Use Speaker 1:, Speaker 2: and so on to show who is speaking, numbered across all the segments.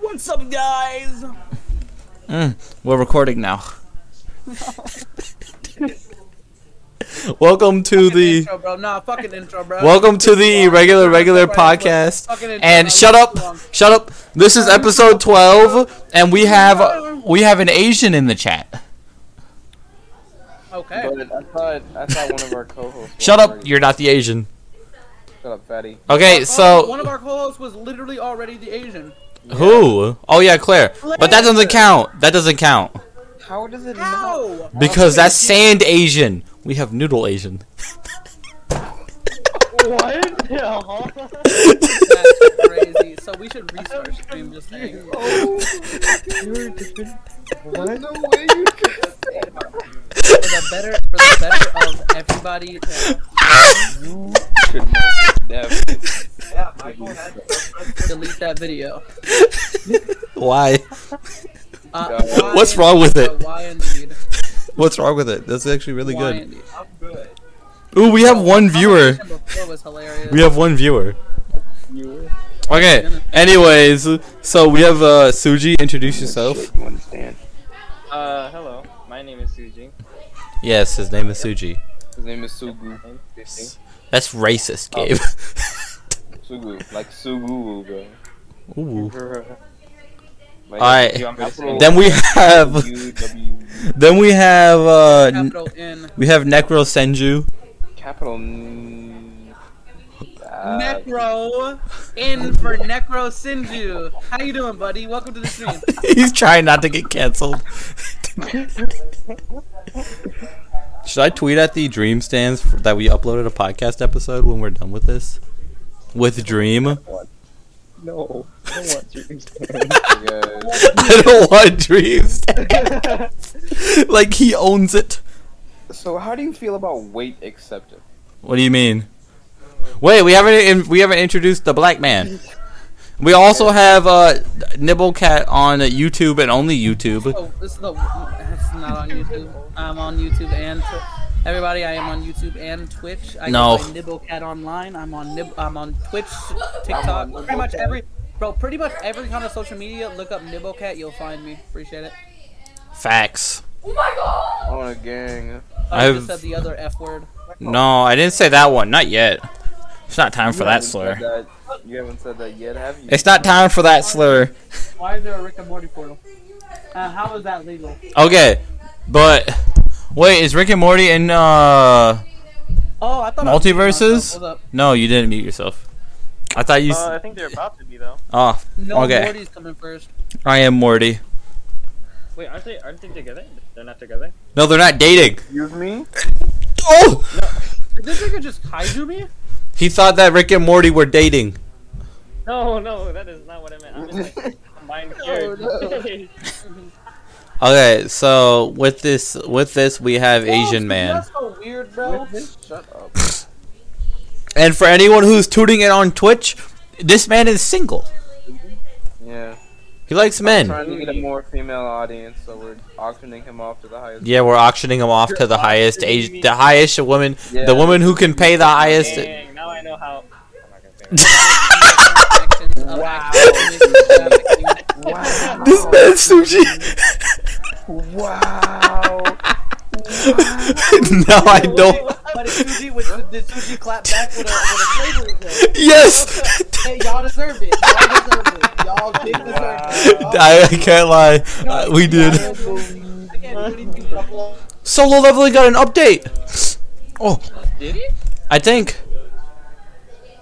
Speaker 1: What's up, guys?
Speaker 2: We're recording now. welcome
Speaker 1: Fucking
Speaker 2: to the
Speaker 1: intro, bro. Nah, fucking intro, bro.
Speaker 2: welcome to the regular regular
Speaker 1: Fucking intro. Fucking
Speaker 2: podcast.
Speaker 1: intro,
Speaker 2: And
Speaker 1: bro.
Speaker 2: shut up,
Speaker 1: Long.
Speaker 2: shut up. This is episode twelve, and we have we have an Asian in the chat.
Speaker 1: Okay.
Speaker 3: But I thought I thought one of our co-hosts. was
Speaker 2: Shut up,
Speaker 3: already-
Speaker 2: you're not the Asian.
Speaker 3: Shut up, fatty.
Speaker 2: Okay,
Speaker 1: Oh, one
Speaker 2: so
Speaker 1: of our co-hosts was literally already the Asian.
Speaker 2: who? Oh yeah, Claire. But that doesn't count. That doesn't count
Speaker 1: Oh,
Speaker 3: How does it not?
Speaker 1: How?
Speaker 2: because that's sand Asian. We have noodle Asian.
Speaker 3: What? Yeah, huh?
Speaker 1: That's crazy. So we should restart stream just saying.
Speaker 3: Oh, you're different. What? No way you could.
Speaker 1: For the better, for the better of everybody.
Speaker 3: You should not never.
Speaker 1: Yeah, Michael delete that video.
Speaker 2: Why?
Speaker 1: Uh,
Speaker 3: Yeah.
Speaker 1: why
Speaker 2: What's wrong with
Speaker 1: indeed?
Speaker 2: it?
Speaker 1: Uh, Why indeed?
Speaker 2: What's wrong with it? That's actually really
Speaker 1: Why
Speaker 2: good.
Speaker 1: indeed?
Speaker 2: Ooh, we have one viewer.
Speaker 1: Conversation before was hilarious.
Speaker 2: We have one viewer.
Speaker 3: You
Speaker 2: Okay. Anyways, so we have uh, Suji. Introduce yourself.
Speaker 3: You understand? Uh, hello. My name is Suji.
Speaker 2: Yes, his name is Suji.
Speaker 3: His name is Sugu.
Speaker 2: That's racist,
Speaker 3: Oh.
Speaker 2: Gabe.
Speaker 3: Sugu, like Sugu, bro.
Speaker 2: Ooh.
Speaker 3: Like,
Speaker 2: Alright,
Speaker 3: you want me to say it?
Speaker 2: Then we have.
Speaker 3: U W
Speaker 2: Then we have. Uh, n-
Speaker 1: Capital N.
Speaker 2: we have Necro Senju.
Speaker 3: capital. N- uh,
Speaker 1: Necro in for Necro Sinju. How you doing, buddy? Welcome to the stream.
Speaker 2: He's trying not to get canceled. Should I tweet at the Dream stands for, that we uploaded a podcast episode when we're done with this? With Dream,
Speaker 3: Ah.
Speaker 4: No, I don't want dreams.
Speaker 3: because-
Speaker 2: I don't want Dream stands. like he owns it.
Speaker 3: So how do you feel about weight acceptance?
Speaker 2: What do you mean? Wait, we haven't in- we haven't introduced the black man. We also have uh, Nibblecat on YouTube and only YouTube.
Speaker 1: Oh, this is the. That's not on YouTube. I'm on YouTube and Twi- everybody. I am on YouTube and Twitch. I
Speaker 2: No.
Speaker 1: go by Nibblecat online. I'm on Nib- I'm on Twitch, TikTok, pretty much every. Bro, pretty much every kind of social media. Look up Nibblecat, you'll find me. Appreciate it.
Speaker 2: Facts.
Speaker 3: On a Oh, gang.
Speaker 1: I
Speaker 2: I've-
Speaker 1: Oh, just said the other F word.
Speaker 2: No, I didn't say that one. Not yet. It's not time for that slur.
Speaker 3: That, you haven't said that yet, have you?
Speaker 2: It's not time for that slur.
Speaker 1: Why is there a Rick and Morty portal? Uh, how is that legal?
Speaker 2: Okay, but wait, is Rick and Morty in? Uh,
Speaker 1: Oh, I thought I was muting
Speaker 2: Multiverses?
Speaker 1: myself. Hold up.
Speaker 2: no, you didn't mute yourself. I thought you.
Speaker 5: Uh,
Speaker 2: S-
Speaker 5: I think they're about to be though.
Speaker 2: oh,
Speaker 1: No,
Speaker 2: Okay.
Speaker 1: Morty's coming first.
Speaker 2: I am Morty.
Speaker 5: Wait, aren't they? Aren't they together? They're not together.
Speaker 2: No, they're not dating.
Speaker 3: Excuse me?
Speaker 2: Oh,
Speaker 1: Did this nigga just kaiju me?
Speaker 2: he thought that Rick and Morty were dating.
Speaker 5: No, no, that is not what I meant. I meant like combined characters.
Speaker 2: Okay, so with this with this we have Asian
Speaker 1: Oh,
Speaker 2: man.
Speaker 1: That's so weird, bro.
Speaker 3: Shut up.
Speaker 2: And for anyone who's tuning in on Twitch, this man is single.
Speaker 3: Yeah.
Speaker 2: He likes men.
Speaker 3: Trying to get a more female audience, so we're auctioning him off to the highest.
Speaker 2: Yeah, we're auctioning him off to the highest age the highest woman
Speaker 3: Yeah.
Speaker 2: the woman who can pay the highest
Speaker 5: Dang, now I know how. I'm not gonna say it.
Speaker 1: Wow.
Speaker 3: Wow.
Speaker 2: This man sushi
Speaker 3: wow.
Speaker 2: No I don't
Speaker 1: But if Suji was, did Suji clap back with a, with a slavery bill?
Speaker 2: Yes
Speaker 1: Hey, y'all deserved it. Y'all deserved it. Y'all did deserve it. Y'all-
Speaker 2: I, I can't lie. Uh, we did.
Speaker 1: I can't do anything but applaud.
Speaker 2: Solo leveling got an update.
Speaker 1: Did he?
Speaker 2: I think.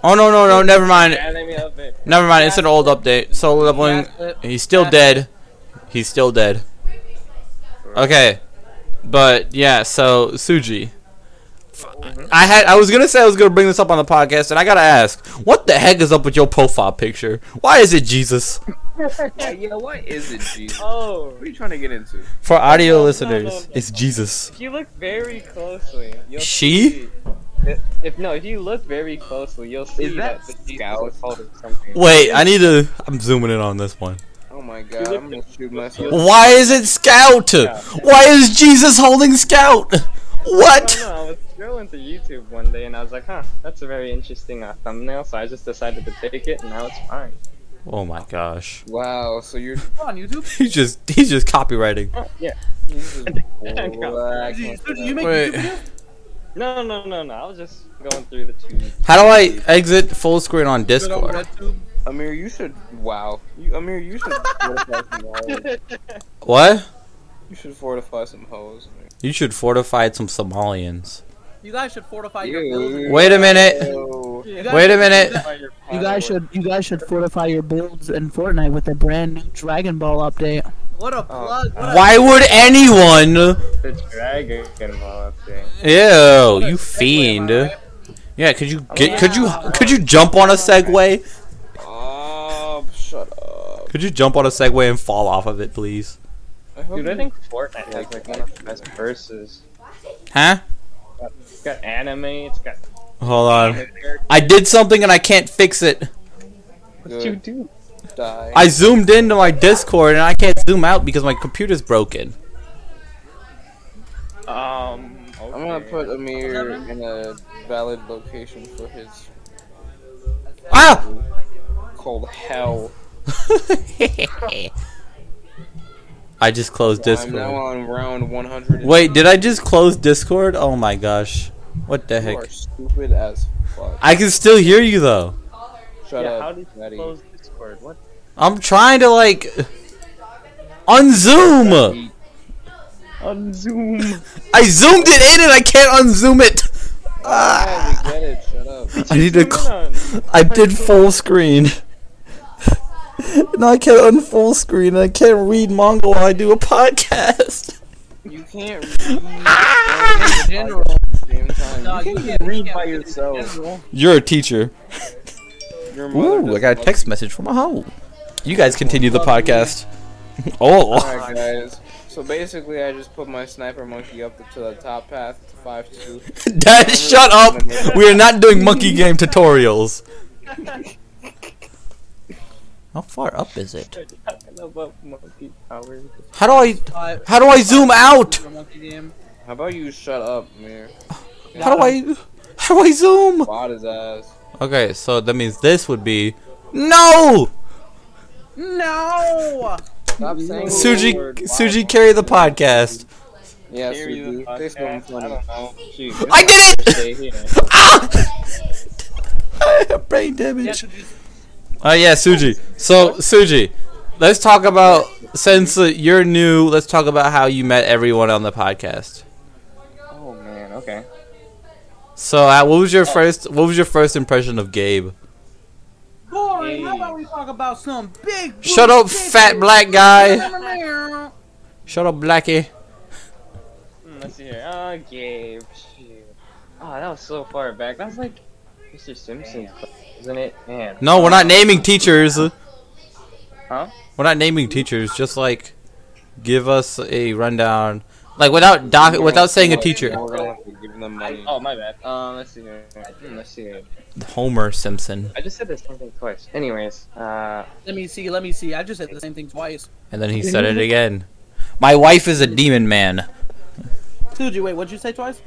Speaker 2: Oh no no no never mind.
Speaker 3: Anime of it.
Speaker 2: Never mind, it's an old update. Solo leveling He's still dead. He's still dead. Okay, but yeah. So Suji,
Speaker 1: Mm-hmm.
Speaker 2: I had I was gonna say I was gonna bring this up on the podcast, and I gotta ask, what the heck is up with your profile picture? Why is it Jesus?
Speaker 3: Yeah, yeah, what is it, Jesus? What
Speaker 5: Oh,
Speaker 3: are you trying to get into?
Speaker 2: For audio
Speaker 5: no,
Speaker 2: listeners,
Speaker 5: no.
Speaker 2: it's Jesus.
Speaker 5: if you look very closely, you'll
Speaker 2: She?
Speaker 5: See. If, if no, if you look very closely, you'll see
Speaker 3: Is that
Speaker 5: that the
Speaker 3: Scout?
Speaker 5: Jesus is holding something.
Speaker 2: Wait, I need to. I'm zooming in on this one.
Speaker 3: Oh my god, I'm gonna shoot myself.
Speaker 2: Why is it Scout? Why is Jesus holding Scout?
Speaker 5: I don't
Speaker 2: What?
Speaker 5: know. oh, I was scrolling through YouTube one day and I was like, huh, that's a very interesting uh, thumbnail. So I just decided to take it, and now it's fine.
Speaker 2: Oh my gosh.
Speaker 6: Wow, so you're
Speaker 1: on YouTube.
Speaker 2: He's just he's just copywriting.
Speaker 6: Jesus. Black.
Speaker 1: Did you, so did you make
Speaker 2: Wait.
Speaker 1: YouTube videos?
Speaker 5: No, no, no, no. I was just going through the two.
Speaker 2: How do I exit full screen on
Speaker 1: Good old
Speaker 2: Discord?
Speaker 1: RedTube.
Speaker 6: Amir, you should. Wow. You, Amir, you should fortify some hoes.
Speaker 2: What?
Speaker 6: You should fortify some hoes. Amir.
Speaker 2: You should fortify some Somalians.
Speaker 1: You guys should fortify
Speaker 6: Ew.
Speaker 1: your building.
Speaker 2: Wait a minute.
Speaker 6: Ew.
Speaker 1: You guys
Speaker 2: Wait a
Speaker 1: should-
Speaker 2: minute.
Speaker 7: You guys should you guys should fortify your builds in Fortnite with a brand new Dragon Ball update.
Speaker 1: What a plug. What a-
Speaker 2: Oh. Why would anyone?
Speaker 5: The dragon ball thing.
Speaker 1: what
Speaker 2: Ew,
Speaker 1: a
Speaker 2: you
Speaker 1: segue,
Speaker 2: fiend.
Speaker 1: am I right?
Speaker 2: Yeah, could you get could you could you jump on a Segway?
Speaker 6: Oh, shut up.
Speaker 2: Could you jump on a Segway and fall off of it, please?
Speaker 6: I hope
Speaker 5: Dude, I
Speaker 6: you-
Speaker 5: think Fortnite has like one of the best verses.
Speaker 2: Huh?
Speaker 5: It's got anime. It's got.
Speaker 2: Hold on. I did something and I can't fix it.
Speaker 5: What you do?
Speaker 6: die.
Speaker 2: I zoomed into my Discord and I can't zoom out because my computer's broken.
Speaker 5: Um. Okay.
Speaker 6: I'm gonna put Amir in a valid location for his
Speaker 2: Ah!
Speaker 6: cold hell.
Speaker 2: I just closed
Speaker 6: I'm now
Speaker 2: Discord.
Speaker 6: on round 100.
Speaker 2: Wait, did I just close Discord? Oh my gosh. What the
Speaker 6: You are
Speaker 2: heck?
Speaker 6: stupid as fuck.
Speaker 2: I can still hear you though.
Speaker 6: Shut
Speaker 5: yeah,
Speaker 6: up,
Speaker 5: how did you
Speaker 6: Maddie.
Speaker 5: close Discord? What?
Speaker 2: I'm trying to like unzoom.
Speaker 5: On Zoom.
Speaker 2: I zoomed it in and I can't unzoom it. Ah,
Speaker 6: Yeah, we get it. Shut up.
Speaker 2: I need to. Cl- I did full screen. no, I can't unfull screen. I can't read manga while I do a podcast. Ah!
Speaker 6: You can't read
Speaker 1: In general,
Speaker 6: at the same time.
Speaker 1: no,
Speaker 6: you
Speaker 1: you
Speaker 6: can't
Speaker 1: can't
Speaker 6: read
Speaker 1: you
Speaker 6: by
Speaker 1: can't-
Speaker 6: yourself.
Speaker 2: You're a teacher.
Speaker 6: Your mother
Speaker 2: Ooh, I
Speaker 6: doesn't
Speaker 2: got a
Speaker 6: love
Speaker 2: text
Speaker 6: you.
Speaker 2: message from a hoe. You guys continue the podcast. Oh,
Speaker 6: Alright, guys. So basically, I just put my sniper monkey up to the top path to 5 2.
Speaker 2: Dad, shut up. We are not doing monkey game tutorials. How far up is it?
Speaker 5: Talking about monkey power.
Speaker 2: How do I?
Speaker 1: Five-
Speaker 2: How do I zoom out?
Speaker 1: Your monkey game.
Speaker 6: How about you shut up, Mir?
Speaker 2: How do I? How do I zoom?
Speaker 6: Bot his ass.
Speaker 2: Okay, so that means this would be no.
Speaker 1: No.
Speaker 6: Stop saying
Speaker 2: Suji,
Speaker 6: the word
Speaker 2: Suji,
Speaker 6: bot.
Speaker 2: carry the podcast.
Speaker 6: Yeah,
Speaker 5: Hear you,
Speaker 6: Suji. Say something
Speaker 5: podcast. I
Speaker 6: funny.
Speaker 5: don't know. Gee,
Speaker 2: I did it!
Speaker 5: stay here.
Speaker 2: Ah! Brain
Speaker 1: Yeah,
Speaker 2: damage.
Speaker 1: so just-
Speaker 2: Oh yeah, Suji. So Suji, let's talk about since uh, you're new. Let's talk about how you met everyone on the podcast.
Speaker 5: Oh man. Okay.
Speaker 2: So uh, what was your first? What was your first impression of Gabe?
Speaker 1: Boring. How about we talk about some big?
Speaker 2: Shut up, fat black guy.
Speaker 1: black.
Speaker 2: Shut up, blackie.
Speaker 5: Hmm, Let's see here. Oh, Gabe. Shoot. Oh, that was so far back. That was like Mr. Simpson's, isn't it? Man.
Speaker 2: No, we're not naming teachers.
Speaker 5: Huh?
Speaker 2: We're not naming teachers. Just like, give us a rundown, like without doc, without saying a teacher.
Speaker 6: We're gonna have to give them money.
Speaker 5: Oh, my bad. Um, let's see here. Hmm, Let's see here.
Speaker 2: Homer Simpson,
Speaker 5: I just said the same thing twice. Anyways, uh,
Speaker 1: Let me see. Let me see. I just said the same thing twice.
Speaker 2: and then he said it again. My wife is a demon man.
Speaker 1: Suji, wait. What'd you say twice?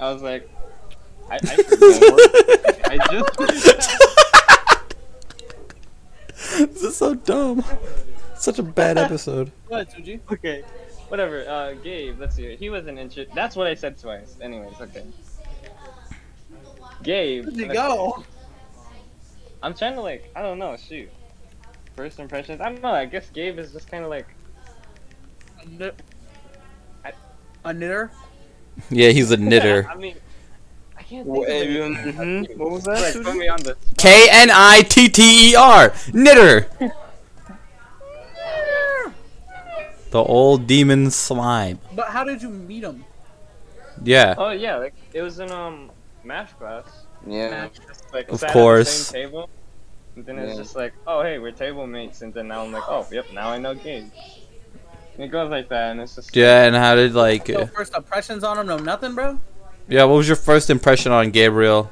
Speaker 5: I was like, I, I, forgot. I just.
Speaker 2: This is so dumb. Such a bad episode.
Speaker 1: Go ahead, Suji.
Speaker 5: okay. Whatever. Uh, Gabe. Let's see. here. He was an intro. That's what I said twice. Anyways, okay. Gabe.
Speaker 1: Where'd you
Speaker 5: let's
Speaker 1: go?
Speaker 5: I'm trying to like I don't know, shoot. First impressions. I don't know. I guess Gabe is just kind of like
Speaker 1: A kni- A knitter.
Speaker 2: Yeah, he's a knitter.
Speaker 5: I mean, I can't think
Speaker 6: Wha-
Speaker 5: of it.
Speaker 6: mhm. What was
Speaker 5: Like,
Speaker 6: that?
Speaker 5: put
Speaker 6: Suji?
Speaker 5: me on the
Speaker 2: K N I T T E R. Knitter. The old demon slime.
Speaker 1: But how did you meet him?
Speaker 2: Yeah.
Speaker 5: Oh yeah, like it was in um math class.
Speaker 6: Yeah.
Speaker 5: Just, like,
Speaker 2: Of
Speaker 5: sat at the
Speaker 2: course.
Speaker 5: same table. And then
Speaker 6: Yeah.
Speaker 5: it's just like, oh hey, we're table mates, and then now I'm like, oh yep, now I know Gabe. And it goes like that, and it's just
Speaker 2: Yeah, and how did like?
Speaker 1: No first impressions on him. No nothing, bro.
Speaker 2: Yeah, what was your first impression on Gabriel?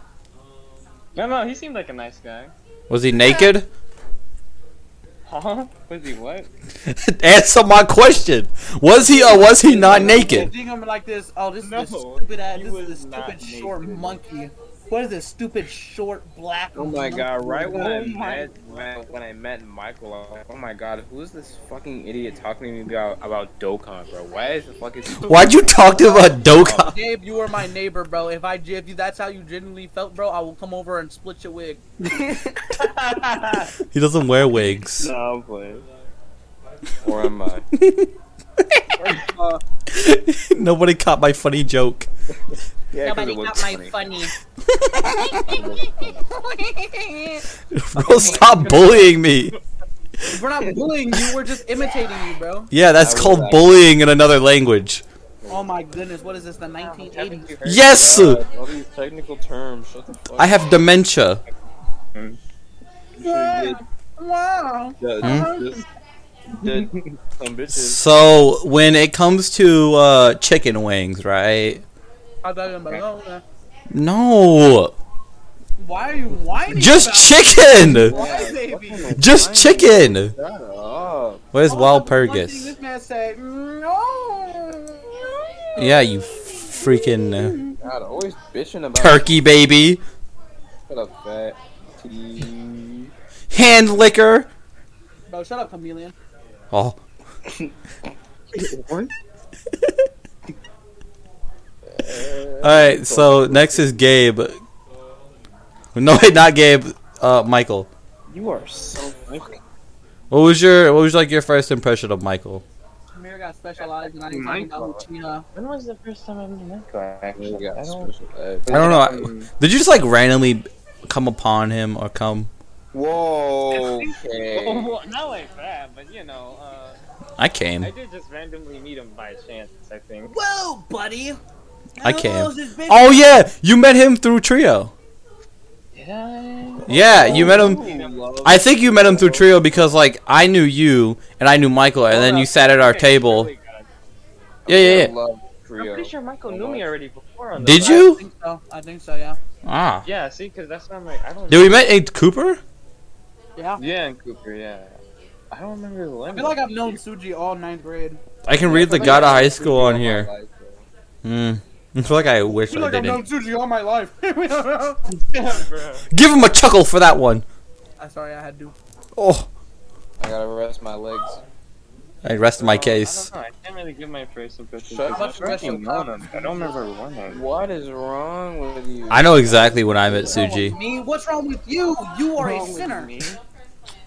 Speaker 5: no, no. He seemed like a nice guy.
Speaker 2: Was he naked?
Speaker 5: Huh? Was he what?
Speaker 2: Answer my question. Was he or was he not naked?
Speaker 1: You think I'm like this? Oh, this
Speaker 5: No,
Speaker 1: is the stupid ass.
Speaker 5: he
Speaker 1: This is the
Speaker 5: was not
Speaker 1: stupid short
Speaker 5: naked.
Speaker 1: monkey. What is this stupid short black?
Speaker 6: Oh my god! Right when I
Speaker 1: Oh my-
Speaker 6: met when- when I met Michael, I was like, oh my god, who is this fucking idiot talking to me about about Dokkan, bro? Why is the fucking
Speaker 2: Why'd you talk to him about Dokkan?
Speaker 1: Gabe, you were my neighbor, bro. If I if you, that's how you genuinely felt, bro, I will come over and split your wig.
Speaker 2: He doesn't wear wigs.
Speaker 6: No, I'm playing. Or am I?
Speaker 2: Nobody caught my funny joke.
Speaker 6: Yeah, 'cause it was funny.
Speaker 1: funny.
Speaker 2: Bro, stop bullying me.
Speaker 1: We're not bullying you. We're just imitating you, bro.
Speaker 2: Yeah, that's
Speaker 6: I was
Speaker 2: called
Speaker 6: like-
Speaker 2: bullying in another language.
Speaker 1: Oh my goodness, what is this? The 1980s?
Speaker 2: Yes!
Speaker 6: God, all these technical terms. Shut the fuck
Speaker 2: I have dementia.
Speaker 6: up.
Speaker 1: Wow.
Speaker 6: Just- just- just- some bitches.
Speaker 2: So when it comes to uh, chicken wings, right?
Speaker 1: I thought you were about- oh, uh,
Speaker 2: No,
Speaker 1: Why are you whining?
Speaker 2: just
Speaker 1: about
Speaker 2: chicken.
Speaker 1: Why, baby?
Speaker 2: Just chicken.
Speaker 6: Shut up.
Speaker 2: Where's
Speaker 1: All
Speaker 2: Wild
Speaker 1: the one thing
Speaker 2: Purgus?
Speaker 1: This man said, no.
Speaker 2: Yeah, you freaking
Speaker 6: God, always bitching about
Speaker 2: uh, turkey baby,
Speaker 6: Shut up, fat. T-
Speaker 2: hand liquor.
Speaker 1: Bro, shut up, chameleon.
Speaker 2: Oh,
Speaker 6: Uh,
Speaker 2: all right. So next is Gabe. No, wait, not Gabe. Uh, Michael.
Speaker 6: You are so fucking.
Speaker 2: What was your What was like your first impression of Michael?
Speaker 1: Amir got specialized and I didn't talking about Lucina.
Speaker 5: When was the first time I met Michael?
Speaker 6: You
Speaker 5: Actually, I
Speaker 6: got
Speaker 5: don't.
Speaker 6: special ed.
Speaker 2: I don't know. I- Did you just like randomly come upon him or come?
Speaker 6: Whoa. Okay.
Speaker 5: Well, not like that, but you know, uh,
Speaker 2: I
Speaker 5: I
Speaker 2: came.
Speaker 5: did just randomly meet him by chance. I think.
Speaker 1: Whoa, buddy.
Speaker 2: I can't.
Speaker 1: Oh.
Speaker 2: Oh yeah, you met him through Trio.
Speaker 5: Did I?
Speaker 2: Yeah, you met him. I think you met him through Trio because like I knew you and I knew Michael, and then you sat at our table. Yeah, yeah,
Speaker 6: I
Speaker 2: yeah.
Speaker 6: love
Speaker 5: I'm
Speaker 6: Trio.
Speaker 5: pretty sure Michael knew me already before. On the
Speaker 2: Did
Speaker 5: bus.
Speaker 1: I
Speaker 2: you?
Speaker 1: think so. I think so, yeah.
Speaker 2: Ah.
Speaker 5: Yeah. See, because that's why I'm like, I don't.
Speaker 2: Did we met at Cooper?
Speaker 1: Yeah.
Speaker 5: Yeah, and Cooper. Yeah. I don't remember the
Speaker 1: I
Speaker 5: limit.
Speaker 1: feel like I've known Suji all ninth grade.
Speaker 2: I can read the God of High School on here. Hmm. I feel like I wish I didn't.
Speaker 1: Suji all my life. I'm
Speaker 5: Bro.
Speaker 2: Give him a chuckle for that one.
Speaker 1: sorry, I had to.
Speaker 2: Oh,
Speaker 6: I gotta rest my legs.
Speaker 2: I rest my case.
Speaker 5: I don't know. I can't really give my first impression.
Speaker 6: Shut
Speaker 5: because
Speaker 1: up,
Speaker 5: I
Speaker 1: shut
Speaker 5: fucking
Speaker 1: up.
Speaker 5: know them. I don't remember one name.
Speaker 6: What is wrong with you?
Speaker 2: I know exactly when I met
Speaker 1: What's wrong with
Speaker 2: Suji.
Speaker 1: Me? What's wrong with you? You are a sinner.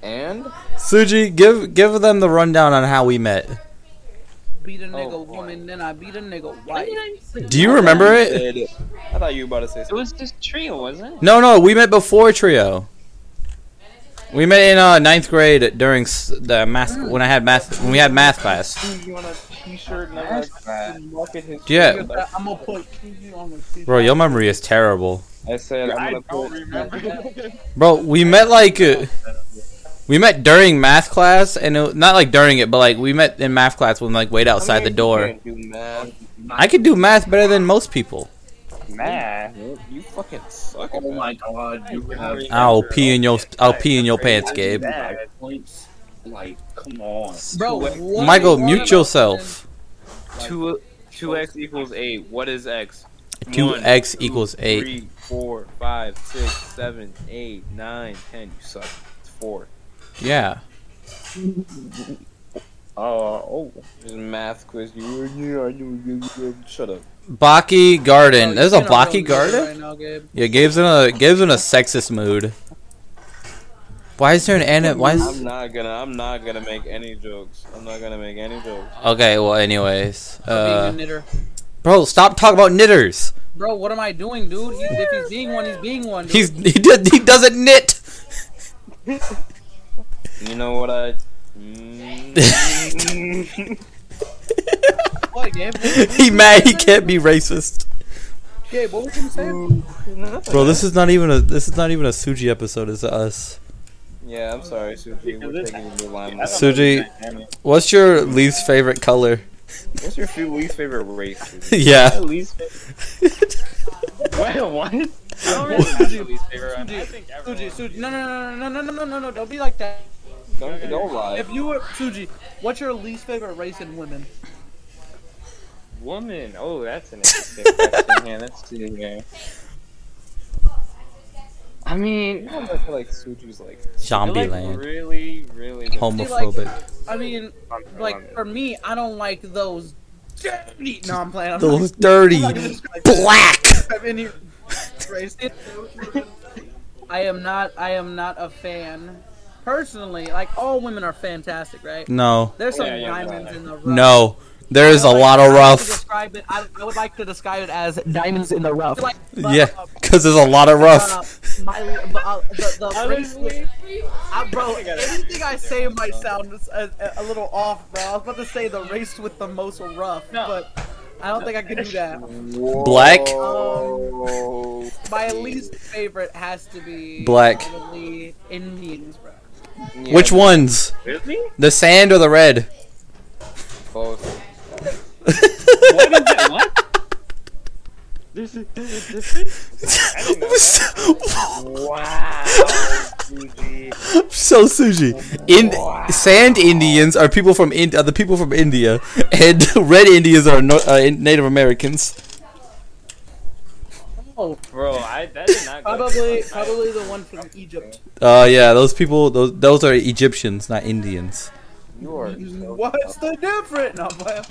Speaker 6: And
Speaker 2: Suji, give give them the rundown on how we met.
Speaker 1: Beat a nigga
Speaker 6: Oh, boy.
Speaker 1: woman, then I beat a nigga wife.
Speaker 2: Do you remember it?
Speaker 6: I thought you were about to say
Speaker 5: It was just trio, wasn't it?
Speaker 2: No, no, we met before trio. We met in uh, ninth grade during s- the math when I had math when we had math class.
Speaker 6: something. You on a T-shirt and I'm like, look at his.
Speaker 2: Yeah.
Speaker 1: I'm gonna put you on the street.
Speaker 2: Bro, your memory is terrible.
Speaker 6: I said
Speaker 5: I
Speaker 6: I'm gonna
Speaker 5: don't
Speaker 6: put.
Speaker 5: remember.
Speaker 2: Bro, we met like uh, we met during math class and it, not like during it, but like we met in math class when like wait
Speaker 6: I
Speaker 2: outside
Speaker 6: mean,
Speaker 2: the
Speaker 6: you
Speaker 2: door.
Speaker 6: can't do math.
Speaker 2: I could do math better than most people.
Speaker 5: Math.
Speaker 6: You fucking suck. Oh my god.
Speaker 5: You have.
Speaker 2: I'll pee in your I'll pee in your pants, Gabe.
Speaker 1: Bro, what are
Speaker 2: Michael,
Speaker 1: you
Speaker 2: mute
Speaker 1: talking
Speaker 2: yourself.
Speaker 6: Two, two x equals eight. What is x?
Speaker 2: Two
Speaker 6: One,
Speaker 2: x
Speaker 6: two,
Speaker 2: equals eight.
Speaker 6: Three, four, five, six, seven, eight, nine, ten. You suck. It's four.
Speaker 2: Yeah.
Speaker 6: Oh, oh. This math quiz. You, you, you, you, shut up.
Speaker 2: Baki
Speaker 1: about?
Speaker 2: Garden. There's a
Speaker 1: You're not real
Speaker 2: Baki
Speaker 1: good
Speaker 2: Garden?
Speaker 1: Right now, Gabe.
Speaker 2: Yeah, Gabe's in a Gabe's in a sexist mood. Why is there an anime? Why
Speaker 6: I'm
Speaker 2: is
Speaker 6: not gonna. I'm not gonna make any jokes. I'm not gonna make any jokes.
Speaker 2: okay? Well, anyways,
Speaker 1: Being a
Speaker 2: uh,
Speaker 1: knitter.
Speaker 2: bro, stop talking about knitters.
Speaker 1: Bro, what am I doing, dude? He's, if he's being one, he's being one. Dude.
Speaker 2: He's he did he doesn't knit.
Speaker 6: You know what I? Mm.
Speaker 1: what, Gabe?
Speaker 2: he mad he can't be racist,
Speaker 1: Gabe, what was you saying?
Speaker 2: bro. This is not even a this is not even a Suji episode. It's us.
Speaker 6: yeah, I'm sorry, Suji. We're taking the limelight.
Speaker 2: Suji, what's your least favorite color?
Speaker 6: What's your few least favorite race? Suji?
Speaker 2: yeah.
Speaker 5: least Wait, what? I don't really have a least favorite. one. I think
Speaker 1: Suji,
Speaker 5: everyone.
Speaker 1: Suji, no, no, no, no, no, no, no, no, no, don't be like that.
Speaker 6: Don't, don't lie.
Speaker 1: If you were Suji, what's your least favorite race in women?
Speaker 5: Woman. Oh, that's an interesting question. Yeah, let's see here. I mean, I almost feel like Suju's like
Speaker 2: Zombie
Speaker 5: they're, like,
Speaker 2: land.
Speaker 5: really, really good.
Speaker 2: Homophobic.
Speaker 1: I mean, like for me, I don't like those dirty. No, I'm playing. I'm not-
Speaker 2: Those dirty
Speaker 1: I'm not gonna describe it.
Speaker 2: black.
Speaker 1: I've been here- raised it. I am not. I am not a fan. Personally, like all women are fantastic, right?
Speaker 2: No.
Speaker 1: There's some
Speaker 5: Yeah, yeah,
Speaker 1: diamonds in the rough.
Speaker 2: No. There's a lot of rough.
Speaker 1: Describe it. I, I would like to describe it as
Speaker 8: Diamonds in the rough.
Speaker 1: like
Speaker 2: Yeah, because there's a lot of
Speaker 1: Uh,
Speaker 2: rough.
Speaker 1: my, uh, the, the
Speaker 5: Honestly,
Speaker 1: I, bro, anything I say might sound a, a- a little off, bro. I was about to say the race with the most rough,
Speaker 5: No.
Speaker 1: but I don't think I can do that.
Speaker 2: Black.
Speaker 3: Whoa.
Speaker 1: My least favorite has to be
Speaker 2: Black.
Speaker 1: probably Indians, bro.
Speaker 5: Um,
Speaker 3: Yeah,
Speaker 2: Which ones?
Speaker 3: Really?
Speaker 2: The sand or the red?
Speaker 3: Both.
Speaker 5: what is that? What? There's a, there's a difference.
Speaker 3: I didn't know
Speaker 5: Wow, Suji.
Speaker 2: so Suji, in sand Indians are people from Ind- are the people from India, and red Indians are no- uh, Native Americans.
Speaker 1: Oh,
Speaker 5: Bro, I that did not. go
Speaker 1: probably,
Speaker 5: down. I-
Speaker 1: probably the one from Egypt.
Speaker 2: Uh, yeah, those people, those those are Egyptians, not Indians.
Speaker 3: You are.
Speaker 1: What's the difference? No, but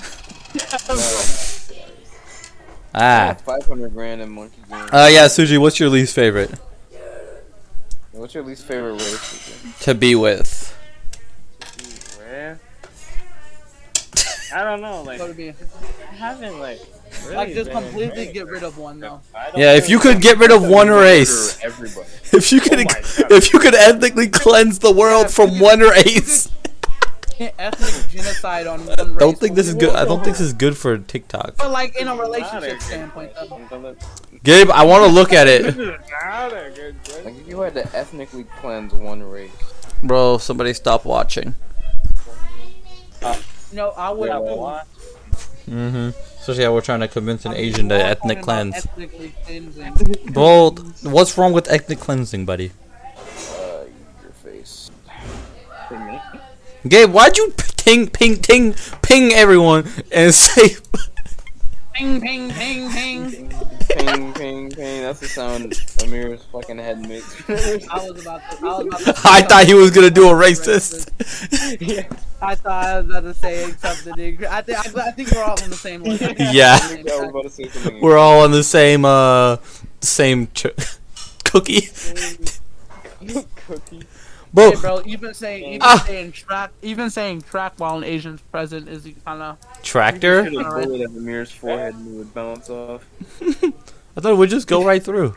Speaker 2: Ah.
Speaker 3: 500 grand in monkey game.
Speaker 2: Uh, yeah, Suji, what's your least favorite
Speaker 3: What's your least favorite race?
Speaker 2: to be with?
Speaker 5: Where? I don't know. Like,
Speaker 1: so to me.
Speaker 5: I haven't like. Really
Speaker 1: Like, just
Speaker 5: been in
Speaker 1: completely
Speaker 5: America.
Speaker 1: get rid of one, though.
Speaker 5: I don't
Speaker 2: Yeah, if
Speaker 5: know.
Speaker 2: you could get rid of one race,
Speaker 3: Everybody.
Speaker 2: if you could,
Speaker 5: Oh my God.
Speaker 2: if you could ethnically cleanse the world from one race.
Speaker 1: Ethnic genocide on one race.
Speaker 2: Don't think this is good. I don't think this is good for TikTok.
Speaker 1: But, like, in a
Speaker 5: Not a
Speaker 1: relationship
Speaker 5: good
Speaker 1: standpoint, though.
Speaker 5: question.
Speaker 2: Gabe, I want to look at it.
Speaker 5: Not a good question.
Speaker 3: Like if you had to ethnically cleanse one race.
Speaker 2: Bro, somebody stop watching.
Speaker 1: No, I would. I would.
Speaker 2: Mm-hmm. Especially how we're trying to convince an Asian to ethnic cleanse.
Speaker 1: Ethnically cleansing.
Speaker 2: Bro, what's wrong with ethnic cleansing, buddy?
Speaker 3: Uh, your face.
Speaker 2: Gabe, why'd you ping, ping, ting, ping everyone and say
Speaker 1: Ping, ping, ping, ping.
Speaker 3: Ping, ping, ping. That's the sound Amir's fucking head makes.
Speaker 1: I was about to. I, was about to
Speaker 2: I thought he was gonna do a racist?
Speaker 1: I thought I was about to say something. I think. I, I think we're all on the same level.
Speaker 2: yeah,
Speaker 3: Yeah, we're about to say something.
Speaker 2: we're all on the same, uh, same ch- cookie.
Speaker 5: Cookie.
Speaker 2: Bro,
Speaker 1: Hey, bro, even saying, even
Speaker 2: Ah.
Speaker 1: saying track, even saying track while an Asian's present is kind of.
Speaker 2: tractor?
Speaker 3: Should have bullet at Amir's forehead and it would bounce off.
Speaker 2: I thought it would just go right through.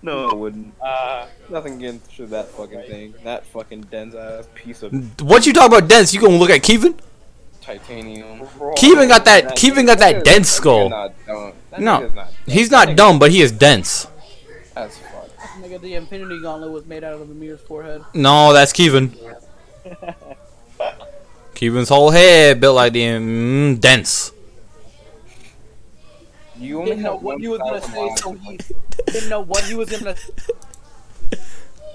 Speaker 3: No, it wouldn't.
Speaker 5: Uh,
Speaker 3: Nothing against through that fucking thing. That fucking dense ass piece of
Speaker 2: What you talk about dense? You gonna look at Kevin?
Speaker 3: titanium.
Speaker 2: Keevan got that- Keevan got that dense skull.
Speaker 3: Not dumb. That
Speaker 2: No.
Speaker 3: nigga's not
Speaker 2: He's not dumb, but he is dense.
Speaker 3: That's fuck.
Speaker 1: Nigga, the Infinity Gauntlet was made out of Amir's forehead.
Speaker 2: No, that's Kevin. Kevin's whole head built like the mm, dense.
Speaker 3: You only
Speaker 1: Didn't know
Speaker 3: have
Speaker 1: what
Speaker 3: one
Speaker 1: he was gonna
Speaker 3: thousand
Speaker 1: say,
Speaker 3: miles
Speaker 1: so
Speaker 3: to
Speaker 1: he
Speaker 3: live.
Speaker 1: didn't know what he was gonna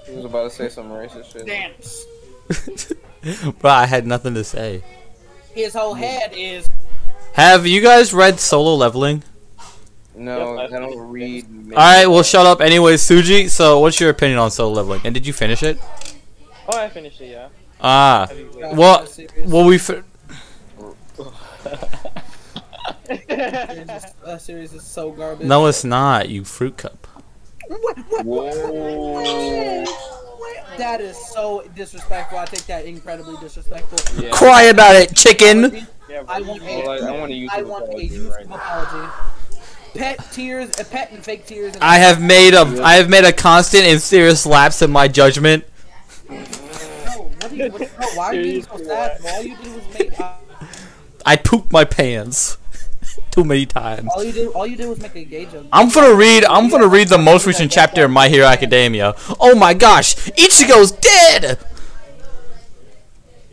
Speaker 3: He was about to say some racist shit.
Speaker 1: dance.
Speaker 2: Bro, I had nothing to say.
Speaker 1: His whole head is.
Speaker 2: Have you guys read Solo Leveling?
Speaker 3: No,
Speaker 5: Yep, I-
Speaker 3: I don't read. All
Speaker 2: All right, well, shut up. Anyway, Suji. So, what's your opinion on Solo Leveling? And did you finish it?
Speaker 5: oh, I finished it. Yeah.
Speaker 2: Ah,
Speaker 5: Have you
Speaker 1: uh,
Speaker 2: Well-
Speaker 1: serious.
Speaker 2: well, we. Fi-
Speaker 1: That series is so garbage.
Speaker 2: no, it's not. You fruit cup.
Speaker 3: Whoa.
Speaker 1: That is so disrespectful. I take that incredibly disrespectful.
Speaker 3: Yeah.
Speaker 2: Cry about it, chicken.
Speaker 5: Yeah,
Speaker 1: I want a,
Speaker 3: Well, I, I want a YouTube
Speaker 1: I want a
Speaker 3: apology
Speaker 1: youthful
Speaker 3: right now.
Speaker 1: apology. Pet tears, a pet and fake tears. And
Speaker 2: I have made a. I have made a constant and serious lapse in my judgment.
Speaker 1: No, what are you, what, no, why are you being so sad? All you did was make. Uh,
Speaker 2: I pooped my pants too many times.
Speaker 1: all you did. All you did was make a gay joke.
Speaker 2: I'm gonna read. I'm gonna read the most recent chapter in My Hero Academia. Oh my gosh, Ichigo's dead.